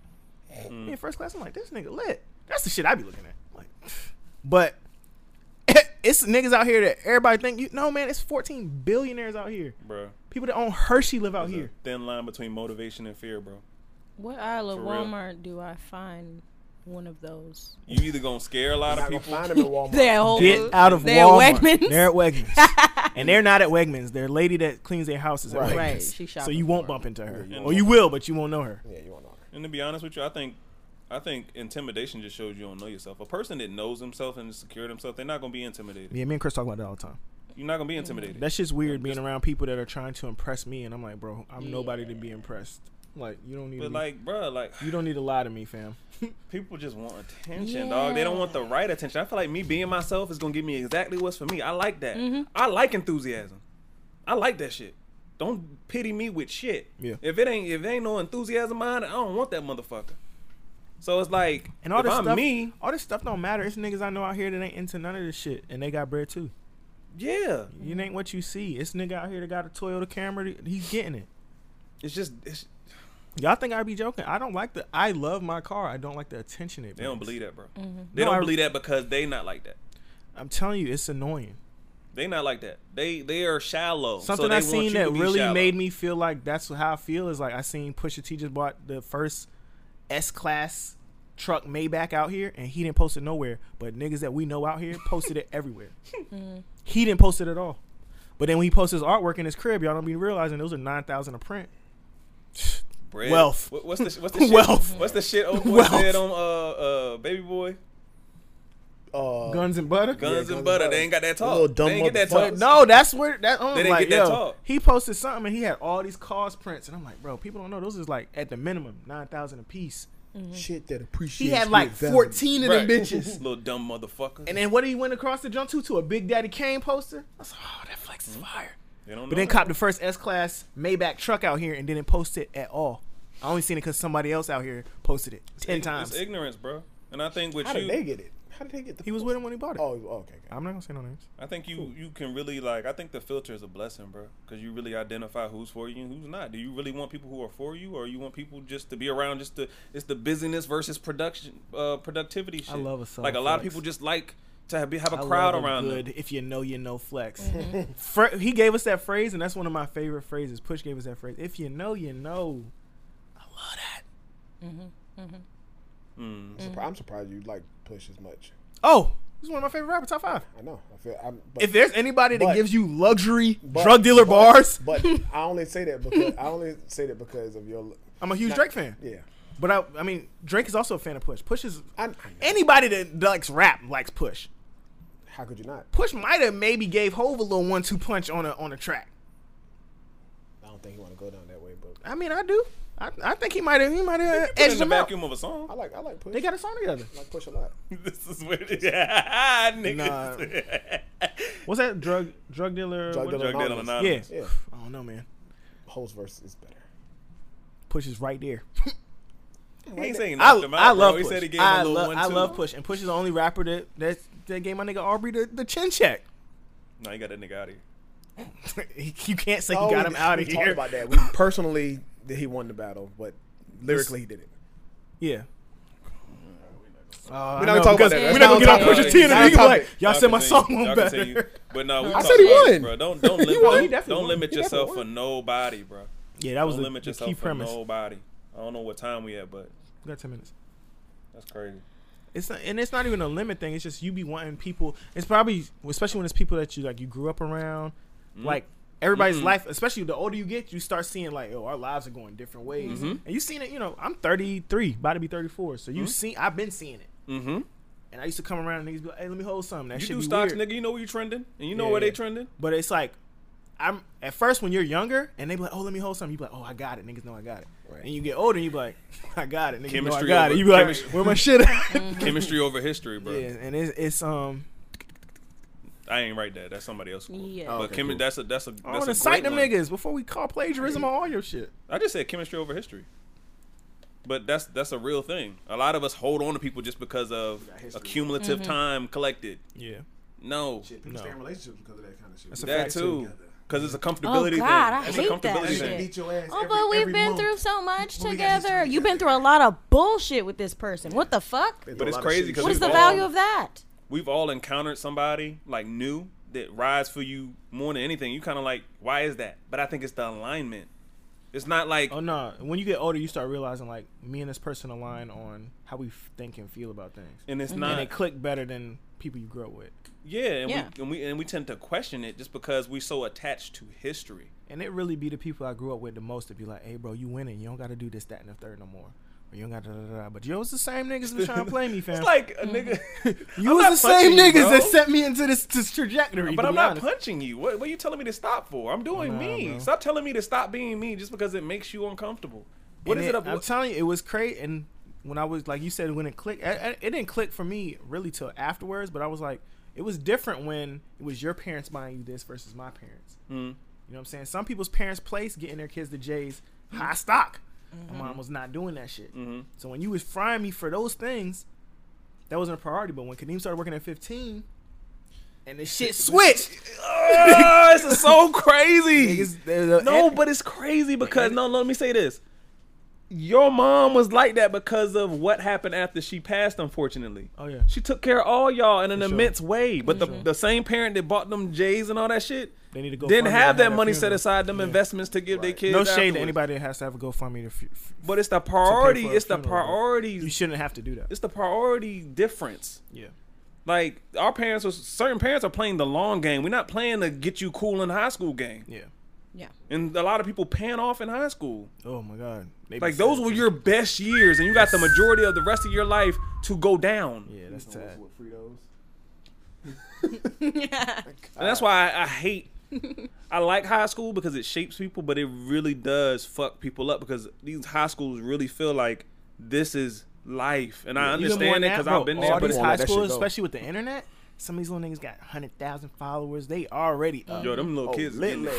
Speaker 4: Mm.
Speaker 1: Me In first class, I'm like, this nigga lit. That's the shit I be looking at. I'm like, but it's niggas out here that everybody think you. No man, it's 14 billionaires out here.
Speaker 4: bro.
Speaker 1: People that own Hershey live out
Speaker 4: There's
Speaker 1: here.
Speaker 4: a thin line between motivation and fear, bro.
Speaker 2: What aisle of
Speaker 4: For real.
Speaker 2: Walmart do I find one of those?
Speaker 4: You either gonna scare a lot
Speaker 5: I
Speaker 4: of
Speaker 5: can
Speaker 4: people.
Speaker 5: find them in Walmart.
Speaker 2: They're at Whole
Speaker 1: Get
Speaker 2: Foods.
Speaker 1: out of
Speaker 2: They're
Speaker 1: Walmart.
Speaker 2: at Wegmans.
Speaker 1: They're at Wegmans, and they're not at Wegmans. Their lady that cleans their house is at
Speaker 5: Right.
Speaker 1: Wegmans.
Speaker 2: Right, she
Speaker 1: so
Speaker 2: shopping
Speaker 1: you won't
Speaker 2: for it.
Speaker 1: bump into her,
Speaker 5: Yeah,
Speaker 4: you
Speaker 1: or you will, but you won't know her.
Speaker 5: Yeah, you want to.
Speaker 4: And to be honest with you, I think I think intimidation just shows you don't know yourself. A person that knows himself and is secure himself, they're not gonna be intimidated.
Speaker 1: Yeah, me and Chris talk about that all the time.
Speaker 4: You're not gonna be intimidated.
Speaker 1: That's just weird being around people that are trying to impress me, and I'm like, bro, I'm nobody to be impressed. Like you don't need, to
Speaker 4: But
Speaker 1: be-
Speaker 4: like, bro, like
Speaker 1: you don't need to lie to me, fam.
Speaker 4: people just want attention, dog. They don't want the right attention. I feel like me being myself is gonna give me exactly what's for me. I like that. I like enthusiasm. I like that shit. Don't pity me with shit.
Speaker 1: Yeah.
Speaker 4: If it ain't if it ain't no enthusiasm mine, I don't want that motherfucker. So it's like
Speaker 1: And all
Speaker 4: if
Speaker 1: this
Speaker 4: I'm
Speaker 1: stuff,
Speaker 4: me,
Speaker 1: all this stuff don't matter. It's niggas I know out here that ain't into none of this shit, and they got bread too.
Speaker 4: yeah.
Speaker 1: You ain't what you see. It's nigga out here that got a Toyota Camry. He's getting it.
Speaker 4: It's just it's,
Speaker 1: Y'all think I'd be joking? I don't like the. I love my car. I don't like the attention it.
Speaker 4: they don't
Speaker 1: brings.
Speaker 4: believe that, bro. They
Speaker 1: No,
Speaker 4: don't
Speaker 1: I-
Speaker 4: believe that because they not like that.
Speaker 1: I'm telling you, it's annoying.
Speaker 4: They not like that. They they are shallow. So
Speaker 1: Something
Speaker 4: they
Speaker 1: I
Speaker 4: want you
Speaker 1: seen
Speaker 4: to
Speaker 1: that
Speaker 4: be
Speaker 1: really
Speaker 4: shallow.
Speaker 1: made me feel like that's how I feel is like I seen Pusha T just bought the first S class truck Maybach out here, and he didn't post it nowhere. But niggas that we know out here posted it everywhere.
Speaker 4: Hmm.
Speaker 1: He didn't post it at all. But then when he posts his artwork in his crib, y'all don't be realizing those are nine thousand a print.
Speaker 4: Bread.
Speaker 1: Wealth.
Speaker 4: What, what's the what's the shit?
Speaker 1: Wealth.
Speaker 4: What's the shit old boy
Speaker 1: Wealth.
Speaker 4: said on uh uh baby boy?
Speaker 5: Uh,
Speaker 1: Guns and butter.
Speaker 4: Oh. Guns
Speaker 5: guns
Speaker 4: and
Speaker 5: and
Speaker 4: butter.
Speaker 5: butter.
Speaker 4: They ain't got that
Speaker 5: That
Speaker 4: talk.
Speaker 5: little dumb
Speaker 4: they ain't get that
Speaker 5: motherfucker.
Speaker 4: talk.
Speaker 1: No, that's where that. I'm
Speaker 4: They didn't
Speaker 1: like,
Speaker 4: get that
Speaker 1: yo,
Speaker 4: talk.
Speaker 1: he posted something and he had all these cause prints, and I'm like, bro, people don't know those is like at the minimum nine thousand a piece.
Speaker 5: Shit that appreciates.
Speaker 1: He had like
Speaker 5: your value.
Speaker 1: fourteen of them
Speaker 4: Right.
Speaker 1: bitches.
Speaker 4: Little dumb motherfucker.
Speaker 1: And then what he went across the jump to to a Big Daddy Kane poster. I was like, oh, that flex is fire.
Speaker 4: they don't
Speaker 1: But
Speaker 4: know
Speaker 1: then
Speaker 4: that.
Speaker 1: cop the first S class Maybach truck out here and didn't post it at all. I only seen it because somebody else out here posted it ten
Speaker 4: It's
Speaker 1: times.
Speaker 4: ignorance, bro. And I think with
Speaker 5: How did
Speaker 4: you,
Speaker 5: they get it? How did they get the?
Speaker 1: he was with him when he bought it.
Speaker 5: Oh, okay. okay.
Speaker 1: I'm not gonna say no names.
Speaker 4: I think you you can really like. I think the filter is a blessing, bro, because you really identify who's for you and who's not. Do you really want people who are for you, or you want people just to be around? Just the it's the busyness versus production uh productivity. Shit.
Speaker 1: love a subtle
Speaker 4: like a lot of
Speaker 1: flex.
Speaker 4: people just like to have, be- have a
Speaker 1: I
Speaker 4: crowd
Speaker 1: love a
Speaker 4: around
Speaker 1: good
Speaker 4: them.
Speaker 1: If you know, you know, flex. Fr- he gave us that phrase, and that's one of my favorite phrases. Push gave us that phrase. If you know, you know. I love that.
Speaker 4: Mm.
Speaker 5: I'm surpri- I'm surprised you like Push as much.
Speaker 1: Oh, he's one of my favorite rappers. Top five.
Speaker 5: I know. I feel. I'm, but,
Speaker 1: If there's anybody that
Speaker 5: But-
Speaker 1: gives you luxury
Speaker 5: but-
Speaker 1: drug dealer
Speaker 5: but-
Speaker 1: bars,
Speaker 5: But I only say that because I only say that because of your.
Speaker 1: I'm a huge
Speaker 5: not-
Speaker 1: Drake fan.
Speaker 5: Yeah.
Speaker 1: But I, I mean, Drake is also a fan of Push. Push is
Speaker 5: I, I know.
Speaker 1: anybody that likes rap likes Push.
Speaker 5: How could you not?
Speaker 1: Push might have maybe gave Hove a little one-two punch on a on a track.
Speaker 5: I don't think you want to go down that way, but
Speaker 1: I mean, I do. I, I think he might have he might have
Speaker 4: Put it in
Speaker 1: edged
Speaker 4: the
Speaker 1: him out.
Speaker 4: vacuum of a song.
Speaker 5: I like I like Push.
Speaker 1: They got a song together.
Speaker 5: I like Push a lot.
Speaker 4: this is where it is. niggas.
Speaker 1: Nah. What's that drug drug dealer?
Speaker 5: Drug
Speaker 1: what is
Speaker 5: dealer
Speaker 4: Drug dealer
Speaker 5: anonymous.
Speaker 1: it?
Speaker 4: anonymous.
Speaker 1: Yeah.
Speaker 5: Yeah.
Speaker 1: I don't know, man.
Speaker 5: Host verse is better.
Speaker 1: Push is right there.
Speaker 4: He ain't saying
Speaker 1: I,
Speaker 4: knocked him out,
Speaker 1: I
Speaker 4: bro.
Speaker 1: love
Speaker 4: He
Speaker 1: Push.
Speaker 4: said he gave him
Speaker 1: I,
Speaker 4: a little
Speaker 1: love-
Speaker 4: one
Speaker 1: I
Speaker 4: two.
Speaker 1: love Push, and Push is the only rapper that that, that gave my nigga Aubrey the, the chin check.
Speaker 4: No, you got that nigga out of here.
Speaker 1: He- you can't say
Speaker 5: Oh,
Speaker 1: he got
Speaker 5: we-
Speaker 1: him out
Speaker 5: we
Speaker 1: of
Speaker 5: talked
Speaker 1: here.
Speaker 5: about that. We personally, that he won the battle, but lyrically he didn't.
Speaker 1: Yeah. Uh,
Speaker 4: Uh,
Speaker 5: We're not gonna talk about that.
Speaker 1: We're not
Speaker 5: That's
Speaker 1: gonna
Speaker 5: not
Speaker 1: get
Speaker 5: our
Speaker 1: on
Speaker 5: topic.
Speaker 1: Pusha T and
Speaker 5: That's not our
Speaker 1: nigga be like,
Speaker 5: topic.
Speaker 1: y'all said my
Speaker 4: continue.
Speaker 1: song won't
Speaker 4: Y'all
Speaker 1: better.
Speaker 4: continue. But no, we
Speaker 5: I
Speaker 4: talk
Speaker 5: said he
Speaker 4: about this,
Speaker 5: won.
Speaker 4: Bro. Don't don't
Speaker 1: won.
Speaker 4: lim-
Speaker 1: He
Speaker 4: don't,
Speaker 1: definitely
Speaker 4: don't
Speaker 1: won.
Speaker 4: limit
Speaker 1: He
Speaker 4: yourself
Speaker 1: definitely
Speaker 4: for nobody, bro.
Speaker 1: Yeah, that was
Speaker 4: Don't
Speaker 1: the,
Speaker 4: limit
Speaker 1: the
Speaker 4: yourself
Speaker 1: key
Speaker 4: for
Speaker 1: premise.
Speaker 4: nobody. I don't know what time we at, but
Speaker 1: We got ten minutes.
Speaker 4: that's crazy.
Speaker 1: It's not, and it's not even a limit thing. It's just you be wanting people. It's probably especially when it's people that you like you grew up around,
Speaker 4: Mm-hmm.
Speaker 1: like everybody's
Speaker 4: Mhm.
Speaker 1: life. Especially the older you get, you start seeing like, oh, our lives are going different ways.
Speaker 4: Mhm.
Speaker 1: And you seen it. You know, I'm 33, about to be 34. So you
Speaker 4: Mhm.
Speaker 1: see, I've been seeing it.
Speaker 4: Mm-hmm.
Speaker 1: And I used to come around and niggas be like, hey, let me hold something. That
Speaker 4: You
Speaker 1: should
Speaker 4: do
Speaker 1: be
Speaker 4: stocks,
Speaker 1: weird.
Speaker 4: nigga. You know where you trending, and you know
Speaker 1: Yeah,
Speaker 4: where
Speaker 1: yeah.
Speaker 4: they trending.
Speaker 1: But it's like, I'm at first when you're younger and they be like, oh, let me hold something. You be like, oh, I got it. Niggas know I got it.
Speaker 5: Right.
Speaker 1: And you get older, and you be like, I got it. Niggas know I
Speaker 4: Chemistry
Speaker 1: got
Speaker 4: over-
Speaker 1: it. You be like,
Speaker 4: chemistry-
Speaker 1: where my shit at?
Speaker 4: Chemistry over history, bro.
Speaker 1: yeah, and it's, it's um.
Speaker 4: I ain't write that. That's somebody else.
Speaker 2: Yeah.
Speaker 4: But
Speaker 5: Okay,
Speaker 4: chemi-
Speaker 5: cool.
Speaker 4: that's a that's a. That's
Speaker 1: Oh, I want
Speaker 4: a
Speaker 1: Oh, to cite
Speaker 4: great
Speaker 1: them
Speaker 4: one.
Speaker 1: niggas before we call plagiarism on all your shit.
Speaker 4: I just said chemistry over history. But that's that's a real thing. A lot of us hold on to people just because of
Speaker 5: got history.
Speaker 4: accumulative
Speaker 2: Mm-hmm.
Speaker 4: time collected.
Speaker 1: Yeah.
Speaker 4: No,
Speaker 5: People
Speaker 1: stay in
Speaker 5: relationships because of that kind of shit.
Speaker 1: That's a
Speaker 4: that
Speaker 1: fact, too.
Speaker 4: too, because it's a
Speaker 2: Oh
Speaker 4: comfortability
Speaker 2: God,
Speaker 4: thing.
Speaker 2: I
Speaker 4: it's
Speaker 2: hate
Speaker 4: a
Speaker 2: that
Speaker 4: comfortability
Speaker 2: shit.
Speaker 4: thing.
Speaker 2: oh, but we've been through so much
Speaker 5: we got history
Speaker 2: together. You've been
Speaker 5: together.
Speaker 2: through a lot of bullshit with this person. What the fuck?
Speaker 4: But it's crazy because
Speaker 2: What is the
Speaker 4: we've all-
Speaker 2: value of that?
Speaker 4: We've all encountered somebody like new that rides for you more than anything. You kind of like, why is that? But I think it's the alignment. It's not like
Speaker 1: Oh no! When you get older, you start realizing like me and this person align on how we f- think and feel about things,
Speaker 4: and
Speaker 2: Mm-hmm.
Speaker 4: it's
Speaker 1: and
Speaker 4: not
Speaker 1: they click better than people you grow up with.
Speaker 4: yeah, and,
Speaker 2: Yeah.
Speaker 4: We, and we and we tend to question it just because we're so attached to history.
Speaker 1: And it really be the people I grew up with the most to be like, "Hey, bro, you winning. You don't got to do this, that, and the third no more. Or you don't got to da da da." But yo, it's the same niggas that's trying to play me, fam.
Speaker 4: It's like
Speaker 2: Mm-hmm.
Speaker 4: a nigga.
Speaker 1: you
Speaker 4: I'm
Speaker 1: was
Speaker 4: not
Speaker 1: the same
Speaker 4: punching you,
Speaker 1: niggas that
Speaker 4: bro.
Speaker 1: sent me into this, this trajectory.
Speaker 4: But
Speaker 1: to
Speaker 4: I'm
Speaker 1: be
Speaker 4: not
Speaker 1: honest.
Speaker 4: punching you. What, what are you telling me to stop for? I'm doing
Speaker 1: Nah,
Speaker 4: me.
Speaker 1: bro.
Speaker 4: Stop telling me to stop being me just because it makes you uncomfortable. What
Speaker 1: And
Speaker 4: is
Speaker 1: it-
Speaker 4: it, about?
Speaker 1: I'm telling you, it was crazy. And when I was like you said, when it clicked, I- I- it didn't click for me really till afterwards. But I was like, it was different when it was your parents buying you this versus my parents.
Speaker 4: Mm.
Speaker 1: You know what I'm saying? Some people's parents' place getting their kids the J's high stock. My mom was not doing that shit.
Speaker 4: Mhm.
Speaker 1: So when you was frying me for those things, that wasn't a priority. But when Kadeem started working at 15, and the shit switched,
Speaker 4: Ah, this is so crazy.
Speaker 1: niggas, there's a-
Speaker 4: No,
Speaker 1: and-
Speaker 4: but it's crazy because no, let me say this. Your mom was like that because of what happened after she passed, unfortunately.
Speaker 1: oh yeah,
Speaker 4: She took care of all y'all in an
Speaker 1: For sure.
Speaker 4: immense way. But the, the same parent that bought them J's and all that shit
Speaker 1: they need to go.
Speaker 4: didn't
Speaker 1: fund
Speaker 4: have
Speaker 1: her
Speaker 4: that money set
Speaker 1: funeral.
Speaker 4: aside, them
Speaker 1: Yeah.
Speaker 4: investments to give their
Speaker 5: Right.
Speaker 4: kids.
Speaker 1: No shade to
Speaker 4: afterwards.
Speaker 1: anybody that has to have a GoFundMe. To f- f-
Speaker 4: But it's the priority.
Speaker 1: for a
Speaker 4: It's the
Speaker 1: funeral, bro.
Speaker 4: priorities.
Speaker 1: you shouldn't have to do that.
Speaker 4: it's the priority difference.
Speaker 1: Yeah.
Speaker 4: Like our parents, was, certain parents are playing the long game. We're not playing the get you cool in high school game.
Speaker 1: Yeah.
Speaker 2: Yeah.
Speaker 4: And a lot of people pan off in high school.
Speaker 1: Oh my God. They be
Speaker 4: Like those
Speaker 1: sad,
Speaker 4: were
Speaker 1: too.
Speaker 4: your best years, and you got the majority of the rest of your life to go down.
Speaker 1: Yeah, that's sad.
Speaker 5: With Fritos.
Speaker 4: And that's why I, I hate. I like high school because it shapes people, but it really does fuck people up because these high schools really feel like this is life, and I
Speaker 1: Even more
Speaker 4: understand it
Speaker 1: now,
Speaker 4: because
Speaker 1: bro,
Speaker 4: I've been
Speaker 1: All
Speaker 4: there. But
Speaker 1: these
Speaker 4: it's
Speaker 5: won't
Speaker 1: high
Speaker 5: let that shit
Speaker 1: schools,
Speaker 5: go.
Speaker 1: especially with the internet, some of these little niggas got hundred thousand followers. They already up.
Speaker 4: yo, them little
Speaker 5: Oh,
Speaker 4: kids.
Speaker 5: lit
Speaker 4: getting-
Speaker 5: leg.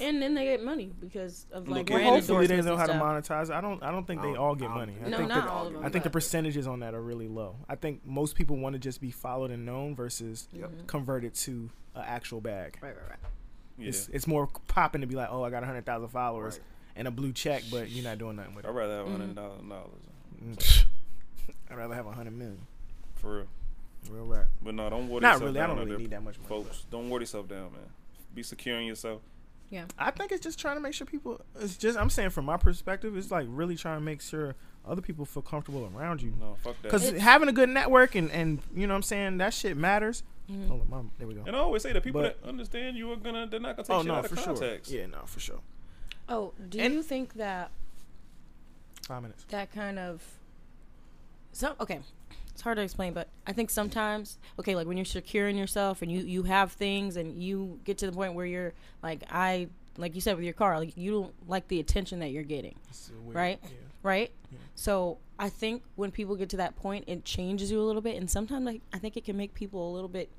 Speaker 2: And then they get money because of like
Speaker 4: Look,
Speaker 1: Well,
Speaker 4: brand
Speaker 1: hopefully they
Speaker 2: endorsements
Speaker 1: know
Speaker 2: and
Speaker 1: how to
Speaker 2: stuff.
Speaker 1: monetize. it. I don't. I don't think they
Speaker 5: don't-
Speaker 1: all get
Speaker 5: I don't
Speaker 1: money.
Speaker 5: think
Speaker 1: I
Speaker 2: No,
Speaker 1: think
Speaker 2: not
Speaker 1: the,
Speaker 2: all of them.
Speaker 1: I think the
Speaker 2: but-
Speaker 1: percentages on that are really low. I think most people want to just be followed and known versus converted to an actual bag.
Speaker 2: Right, right, right.
Speaker 4: Yeah.
Speaker 1: It's it's more popping to be like, oh, I got hundred thousand followers and a blue check, but you're not doing nothing with
Speaker 4: I'd
Speaker 1: it. Mm.
Speaker 4: rather have a hundred thousand dollars
Speaker 1: I'd rather have a hundred million.
Speaker 4: for real.
Speaker 5: Real rap.
Speaker 4: But no, don't worry.
Speaker 1: Not
Speaker 4: yourself
Speaker 1: really, I
Speaker 4: Down
Speaker 1: don't
Speaker 4: out
Speaker 1: really
Speaker 4: there,
Speaker 1: need that much money,
Speaker 4: folks. Don't worry yourself down, man. Be securing yourself.
Speaker 3: Yeah.
Speaker 1: I think it's just trying to make sure people. It's just I'm saying from my perspective, it's like really trying to make sure other people feel comfortable around you.
Speaker 4: No, fuck that.
Speaker 1: Because
Speaker 3: It's-
Speaker 1: having a good network and and you know what I'm saying that shit matters.
Speaker 2: Mm-hmm.
Speaker 1: Hold on, mom. There we go.
Speaker 4: And I always say the people
Speaker 1: But-
Speaker 4: that understand you are gonna they're not gonna take
Speaker 1: Oh
Speaker 4: shit
Speaker 1: no,
Speaker 4: out
Speaker 1: for
Speaker 4: of context.
Speaker 1: sure. Yeah, no, for sure.
Speaker 3: Oh, do
Speaker 1: And-
Speaker 3: you think that
Speaker 1: Five minutes.
Speaker 3: that kind of
Speaker 2: some okay it's hard to explain but i think sometimes okay like when you're securing yourself and you you have things and you get to the point where you're like i like you said with your car like you don't like the attention that you're getting Right? right so i think when people get to that point it changes you a little bit and sometimes like, i think it can make people a little bit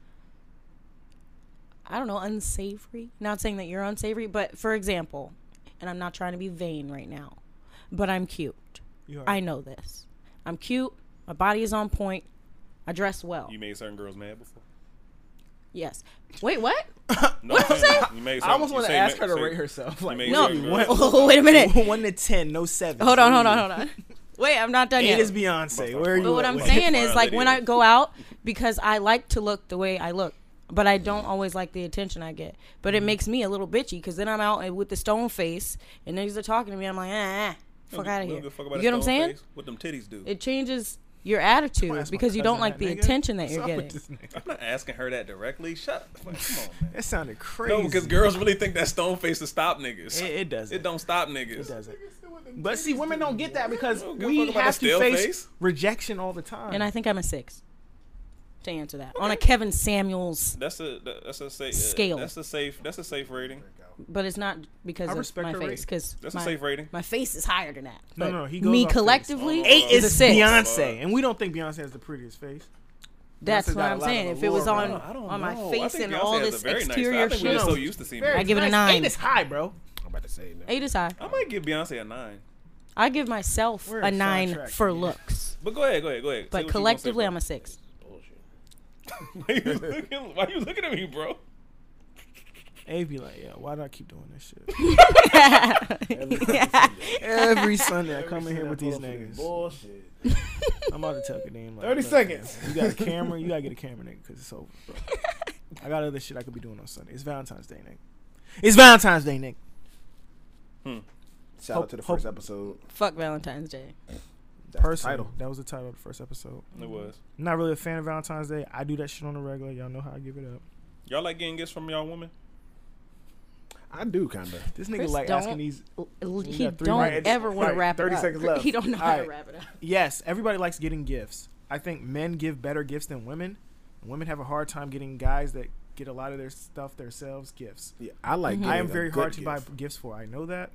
Speaker 2: i don't know unsavory not saying that you're unsavory but for example and i'm not trying to be vain right now but i'm cute
Speaker 1: You are.
Speaker 2: I know this. I'm cute. My body is on point. I dress well.
Speaker 4: You made certain girls mad before.
Speaker 2: yes. Wait, what?
Speaker 4: No, what I'm saying? You made
Speaker 1: I almost
Speaker 4: you
Speaker 1: want to
Speaker 4: say
Speaker 1: ask
Speaker 4: ma-
Speaker 1: her to
Speaker 4: say-
Speaker 1: rate herself. Like
Speaker 4: made
Speaker 2: No.
Speaker 4: certain
Speaker 1: What?
Speaker 4: girls-
Speaker 2: Oh, wait a minute.
Speaker 1: one to ten, no seven.
Speaker 2: Hold on, hold on, hold on. Wait, I'm not done
Speaker 1: Eight
Speaker 2: yet.
Speaker 1: is Beyonce. Where are you?
Speaker 2: but what
Speaker 1: at
Speaker 2: I'm
Speaker 1: with-
Speaker 2: saying is,
Speaker 4: Fine,
Speaker 2: like, when
Speaker 4: lady.
Speaker 2: I go out, because I like to look the way I look, but I don't always like the attention I get. But it makes me a little bitchy because then I'm out and- with the stone face and niggas are talking to me. I'm like, ah,
Speaker 4: We don't
Speaker 2: fuck out of here. You
Speaker 4: give- we don't give a fuck
Speaker 2: get
Speaker 4: about
Speaker 2: what
Speaker 4: that
Speaker 2: I'm
Speaker 4: stone
Speaker 2: saying?
Speaker 4: face. What them titties do?
Speaker 2: It changes your
Speaker 1: Don't
Speaker 2: attitude
Speaker 1: ask my
Speaker 2: because you
Speaker 1: cousin
Speaker 2: don't like
Speaker 1: that,
Speaker 2: the
Speaker 1: nigga.
Speaker 2: attention that
Speaker 1: What's
Speaker 2: you're
Speaker 1: up with
Speaker 2: getting.
Speaker 1: this nigga?
Speaker 4: I'm not asking her that directly. Shut. up. Like, come on, man.
Speaker 1: That sounded crazy.
Speaker 4: No, because girls really think that stone face to stop niggas.
Speaker 1: It, it doesn't.
Speaker 4: It don't stop niggas.
Speaker 1: It doesn't. But see, women don't get that because
Speaker 4: don't give a fuck
Speaker 1: we
Speaker 4: about
Speaker 1: have
Speaker 4: the
Speaker 1: to
Speaker 4: stale
Speaker 1: face
Speaker 4: face.
Speaker 1: rejection all the time.
Speaker 2: And I think I'm a six to answer that on a Kevin Samuels,
Speaker 4: That's a that- that's a safe
Speaker 2: Scale.
Speaker 4: That's a safe that's a safe rating.
Speaker 2: but it's not because
Speaker 1: I
Speaker 2: of
Speaker 1: respect
Speaker 2: my
Speaker 1: her
Speaker 2: face because
Speaker 4: That's
Speaker 2: my,
Speaker 4: a safe rating.
Speaker 2: my face is higher than that.
Speaker 1: No,
Speaker 2: But
Speaker 1: no, he goes
Speaker 2: me
Speaker 1: off face.
Speaker 2: collectively
Speaker 4: Oh,
Speaker 1: Eight
Speaker 2: is
Speaker 1: is
Speaker 2: a six.
Speaker 1: Beyonce, and we don't think Beyonce has the prettiest face.
Speaker 2: That's
Speaker 1: Beyonce
Speaker 2: what
Speaker 1: got a
Speaker 2: I'm
Speaker 1: lot of
Speaker 2: saying. If it
Speaker 1: allure
Speaker 2: was on
Speaker 1: around.
Speaker 4: I don't
Speaker 2: on my
Speaker 4: know. I
Speaker 2: face
Speaker 4: think
Speaker 2: and
Speaker 4: Beyonce
Speaker 2: all
Speaker 4: has a
Speaker 2: this
Speaker 4: very nice- I
Speaker 2: exterior
Speaker 4: think
Speaker 2: shit,
Speaker 4: we're
Speaker 1: No,
Speaker 4: so used to seeing.
Speaker 1: Very
Speaker 4: Beyonce.
Speaker 2: I give it a
Speaker 1: nice.
Speaker 2: nine.
Speaker 1: Eight is high, bro.
Speaker 5: I'm about to say no.
Speaker 2: eight is high.
Speaker 4: I might give Beyonce a nine.
Speaker 2: I give myself
Speaker 1: We're
Speaker 2: a
Speaker 1: in
Speaker 2: nine
Speaker 1: soundtrack,
Speaker 2: for
Speaker 1: dude.
Speaker 2: looks,
Speaker 4: But go ahead, go ahead, go ahead.
Speaker 2: but collectively I'm a six.
Speaker 5: Bullshit.
Speaker 4: why, you looking, why you looking at me, bro?
Speaker 1: Abe be like, yeah, why do I keep doing this shit? Every Sunday I come in here with these niggas.
Speaker 5: Bullshit.
Speaker 1: I'm about to tuck it in. Like,
Speaker 5: 30
Speaker 1: look,
Speaker 5: seconds.
Speaker 1: You got a camera? You gotta get a camera, nigga, because it's over. Bro. I got other shit I could be doing on Sunday. It's Valentine's Day, nigga. It's Valentine's Day, nigga.
Speaker 6: Shout
Speaker 4: Hmm,
Speaker 1: Hope-
Speaker 6: out to the
Speaker 1: hope-
Speaker 6: first episode.
Speaker 2: Fuck Valentine's Day.
Speaker 6: That's the
Speaker 1: Person.
Speaker 6: title.
Speaker 1: That was the title of the first episode.
Speaker 4: It was.
Speaker 1: I'm not really a fan of Valentine's Day. I do that shit on the regular. Y'all know how I give it up.
Speaker 4: Y'all like getting gifts from y'all women?
Speaker 5: I do kinda.
Speaker 1: This nigga
Speaker 2: Chris
Speaker 1: like
Speaker 2: don't-
Speaker 1: asking these.
Speaker 2: L- l-
Speaker 1: We
Speaker 2: He
Speaker 1: got three
Speaker 2: don't
Speaker 1: right-
Speaker 2: ever want
Speaker 5: right,
Speaker 2: to wrap
Speaker 5: 30
Speaker 2: it up.
Speaker 5: seconds left.
Speaker 2: He don't know how
Speaker 1: Alright.
Speaker 2: to wrap it up.
Speaker 1: Yes, everybody likes getting gifts. I think men give better gifts than women. Women have a hard time getting guys that get a lot of their stuff themselves gifts.
Speaker 5: Yeah, I like.
Speaker 1: I
Speaker 2: Mm-hmm.
Speaker 5: getting
Speaker 1: am
Speaker 5: a
Speaker 1: very
Speaker 5: good
Speaker 1: hard to
Speaker 5: gift.
Speaker 1: buy gifts for. I know that.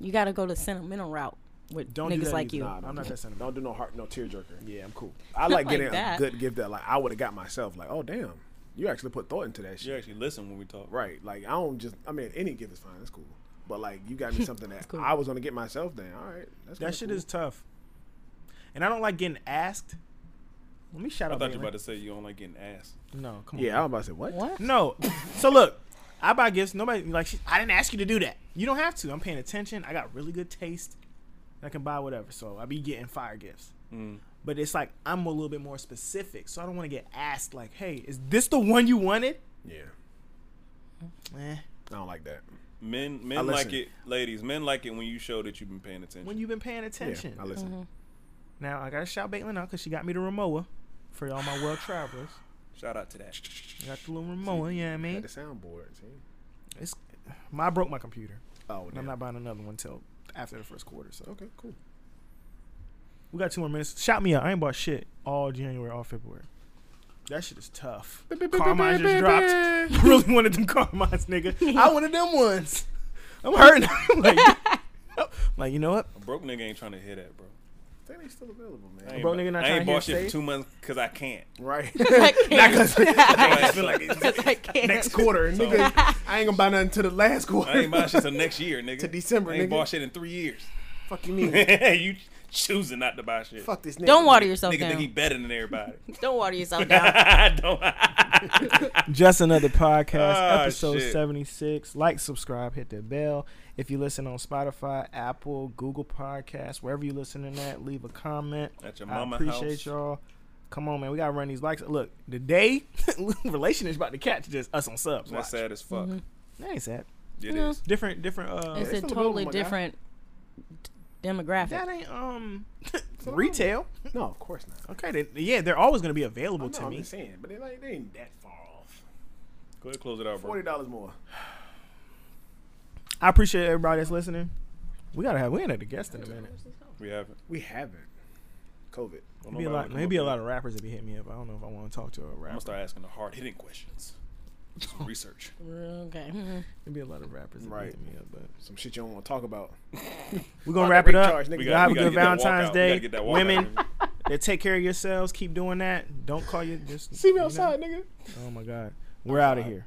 Speaker 2: You got to go the sentimental route with
Speaker 1: Don't do
Speaker 2: niggas
Speaker 1: that
Speaker 2: like
Speaker 1: either.
Speaker 2: you.
Speaker 5: Nah,
Speaker 1: I'm not that sentimental.
Speaker 5: Don't do no heart, no tearjerker.
Speaker 1: Yeah, I'm cool.
Speaker 5: I like
Speaker 2: Like
Speaker 5: getting a
Speaker 2: that.
Speaker 5: good gift that like I would have got myself. Like, oh damn, you actually put thought into that shit.
Speaker 4: You actually listen when we talk.
Speaker 5: Right. Like I don't just. I mean, any gift is fine. That's cool. But like, you got me something that
Speaker 2: cool.
Speaker 5: I was gonna get myself. Then all right. That's
Speaker 1: That
Speaker 5: kinda
Speaker 1: shit
Speaker 5: cool.
Speaker 1: is tough. And I don't like getting asked. Let me shout
Speaker 4: I
Speaker 1: out.
Speaker 4: thought you were
Speaker 1: Baylor.
Speaker 4: about to say you don't like getting ass.
Speaker 1: No, come on.
Speaker 5: Yeah, I was about to say what?
Speaker 2: What?
Speaker 1: No. So look, I buy gifts. Nobody like she, I didn't ask you to do that. You don't have to. I'm paying attention. I got really good taste. I can buy whatever. So I be getting fire gifts.
Speaker 5: Mm.
Speaker 1: But it's like I'm a little bit more specific. So I don't want to get asked like, "Hey, is this the one you wanted?"
Speaker 5: Yeah,
Speaker 1: Eh.
Speaker 5: I don't like that.
Speaker 4: Men men
Speaker 5: I
Speaker 4: like
Speaker 5: listen.
Speaker 4: it, ladies. Men like it when you show that you've been paying attention.
Speaker 1: When you've been paying attention.
Speaker 5: Yeah, I listen.
Speaker 2: Mm-hmm.
Speaker 1: now I gotta shout Caitlin out because she got me the Ramoa for all my well travelers.
Speaker 4: Shout out to that.
Speaker 1: I got the little Ramoa. You know what I
Speaker 5: At
Speaker 1: mean?
Speaker 5: the soundboard. See?
Speaker 1: It's my I broke my computer.
Speaker 5: Oh,
Speaker 1: And
Speaker 5: damn.
Speaker 1: I'm not buying another one till after the first quarter. So
Speaker 5: Okay, cool.
Speaker 1: We got two more minutes. Shout me out. I ain't bought shit all January, all February. That shit is tough. Carmine just dropped. really wanted them Carmines, nigga. I wanted them ones. I'm hurting. I'm like, I'm like, you know what?
Speaker 4: A broke nigga ain't trying to hear that, bro.
Speaker 5: I think they still available,
Speaker 4: I
Speaker 5: man.
Speaker 4: ain't,
Speaker 1: broke
Speaker 4: bu-
Speaker 1: nigga not
Speaker 4: I
Speaker 1: tryna
Speaker 4: ain't
Speaker 1: hear
Speaker 4: bought shit
Speaker 1: Sage?
Speaker 4: for two months because I can't.
Speaker 5: Right.
Speaker 4: I feel like it's-
Speaker 2: Because I can't.
Speaker 5: Next quarter, nigga. I ain't gonna buy nothing to the last quarter.
Speaker 4: I ain't buying shit till next year, nigga.
Speaker 5: To December,
Speaker 4: I ain't
Speaker 5: nigga.
Speaker 4: bought shit in three years.
Speaker 5: Fuck you, mean?
Speaker 4: you choosing not to buy shit.
Speaker 5: Fuck this nigga.
Speaker 2: Don't water yourself
Speaker 4: nigga think he
Speaker 2: down.
Speaker 4: better than everybody.
Speaker 2: Don't water yourself down.
Speaker 4: I don't.
Speaker 1: Just another podcast,
Speaker 4: Ah,
Speaker 1: episode
Speaker 4: shit.
Speaker 1: 76. Like, subscribe, hit the bell. If you listen on Spotify, Apple, Google Podcasts, wherever you listening at, leave a comment.
Speaker 4: At your
Speaker 1: I
Speaker 4: mama
Speaker 1: appreciate
Speaker 4: house.
Speaker 1: y'all. Come on, man. We gotta run these likes. Look, the day relation is about to catch just us on subs.
Speaker 4: That's
Speaker 1: Watch.
Speaker 4: sad as fuck.
Speaker 1: That ain't sad.
Speaker 4: It
Speaker 2: Yeah.
Speaker 4: is.
Speaker 1: Different, different. Uh,
Speaker 2: it's
Speaker 1: they
Speaker 2: a
Speaker 1: still build
Speaker 2: totally
Speaker 1: them, my guy.
Speaker 2: different d- demographic.
Speaker 1: That ain't um retail.
Speaker 5: No, of course not.
Speaker 1: Okay, then yeah, they're always gonna be available
Speaker 5: I know,
Speaker 1: to
Speaker 5: I'm
Speaker 1: me.
Speaker 5: just saying, but they, like, they ain't that far off.
Speaker 4: Go ahead, close it out, bro.
Speaker 5: Forty dollars more.
Speaker 1: I appreciate everybody that's listening. We gotta have we ain't had a guest in a minute.
Speaker 4: We haven't.
Speaker 5: We haven't. COVID.
Speaker 4: Well,
Speaker 1: Maybe a
Speaker 4: nobody
Speaker 1: lot,
Speaker 4: wanna come
Speaker 1: maybe
Speaker 4: up
Speaker 1: a
Speaker 4: here.
Speaker 1: lot of rappers that be hitting me up. I don't know if I want to talk to a
Speaker 4: I'm gonna
Speaker 1: rapper.
Speaker 4: start asking the hard hitting questions. Some research.
Speaker 2: Mm, Okay.
Speaker 1: Mm-hmm. Maybe a lot of rappers that be
Speaker 5: Right.
Speaker 1: hitting me up, but
Speaker 5: Some shit you don't want to talk about.
Speaker 1: we're gonna
Speaker 5: About
Speaker 1: wrap
Speaker 5: to
Speaker 1: it
Speaker 5: rate
Speaker 1: up.
Speaker 5: charge, nigga.
Speaker 1: Y'all
Speaker 5: We gotta-
Speaker 1: have a
Speaker 5: we
Speaker 1: good Valentine's Day. Women
Speaker 4: Women.
Speaker 1: that take care of yourselves, keep doing that. Don't call you just
Speaker 5: See me
Speaker 1: you know.
Speaker 5: outside, nigga.
Speaker 1: Oh my God, we're out of here.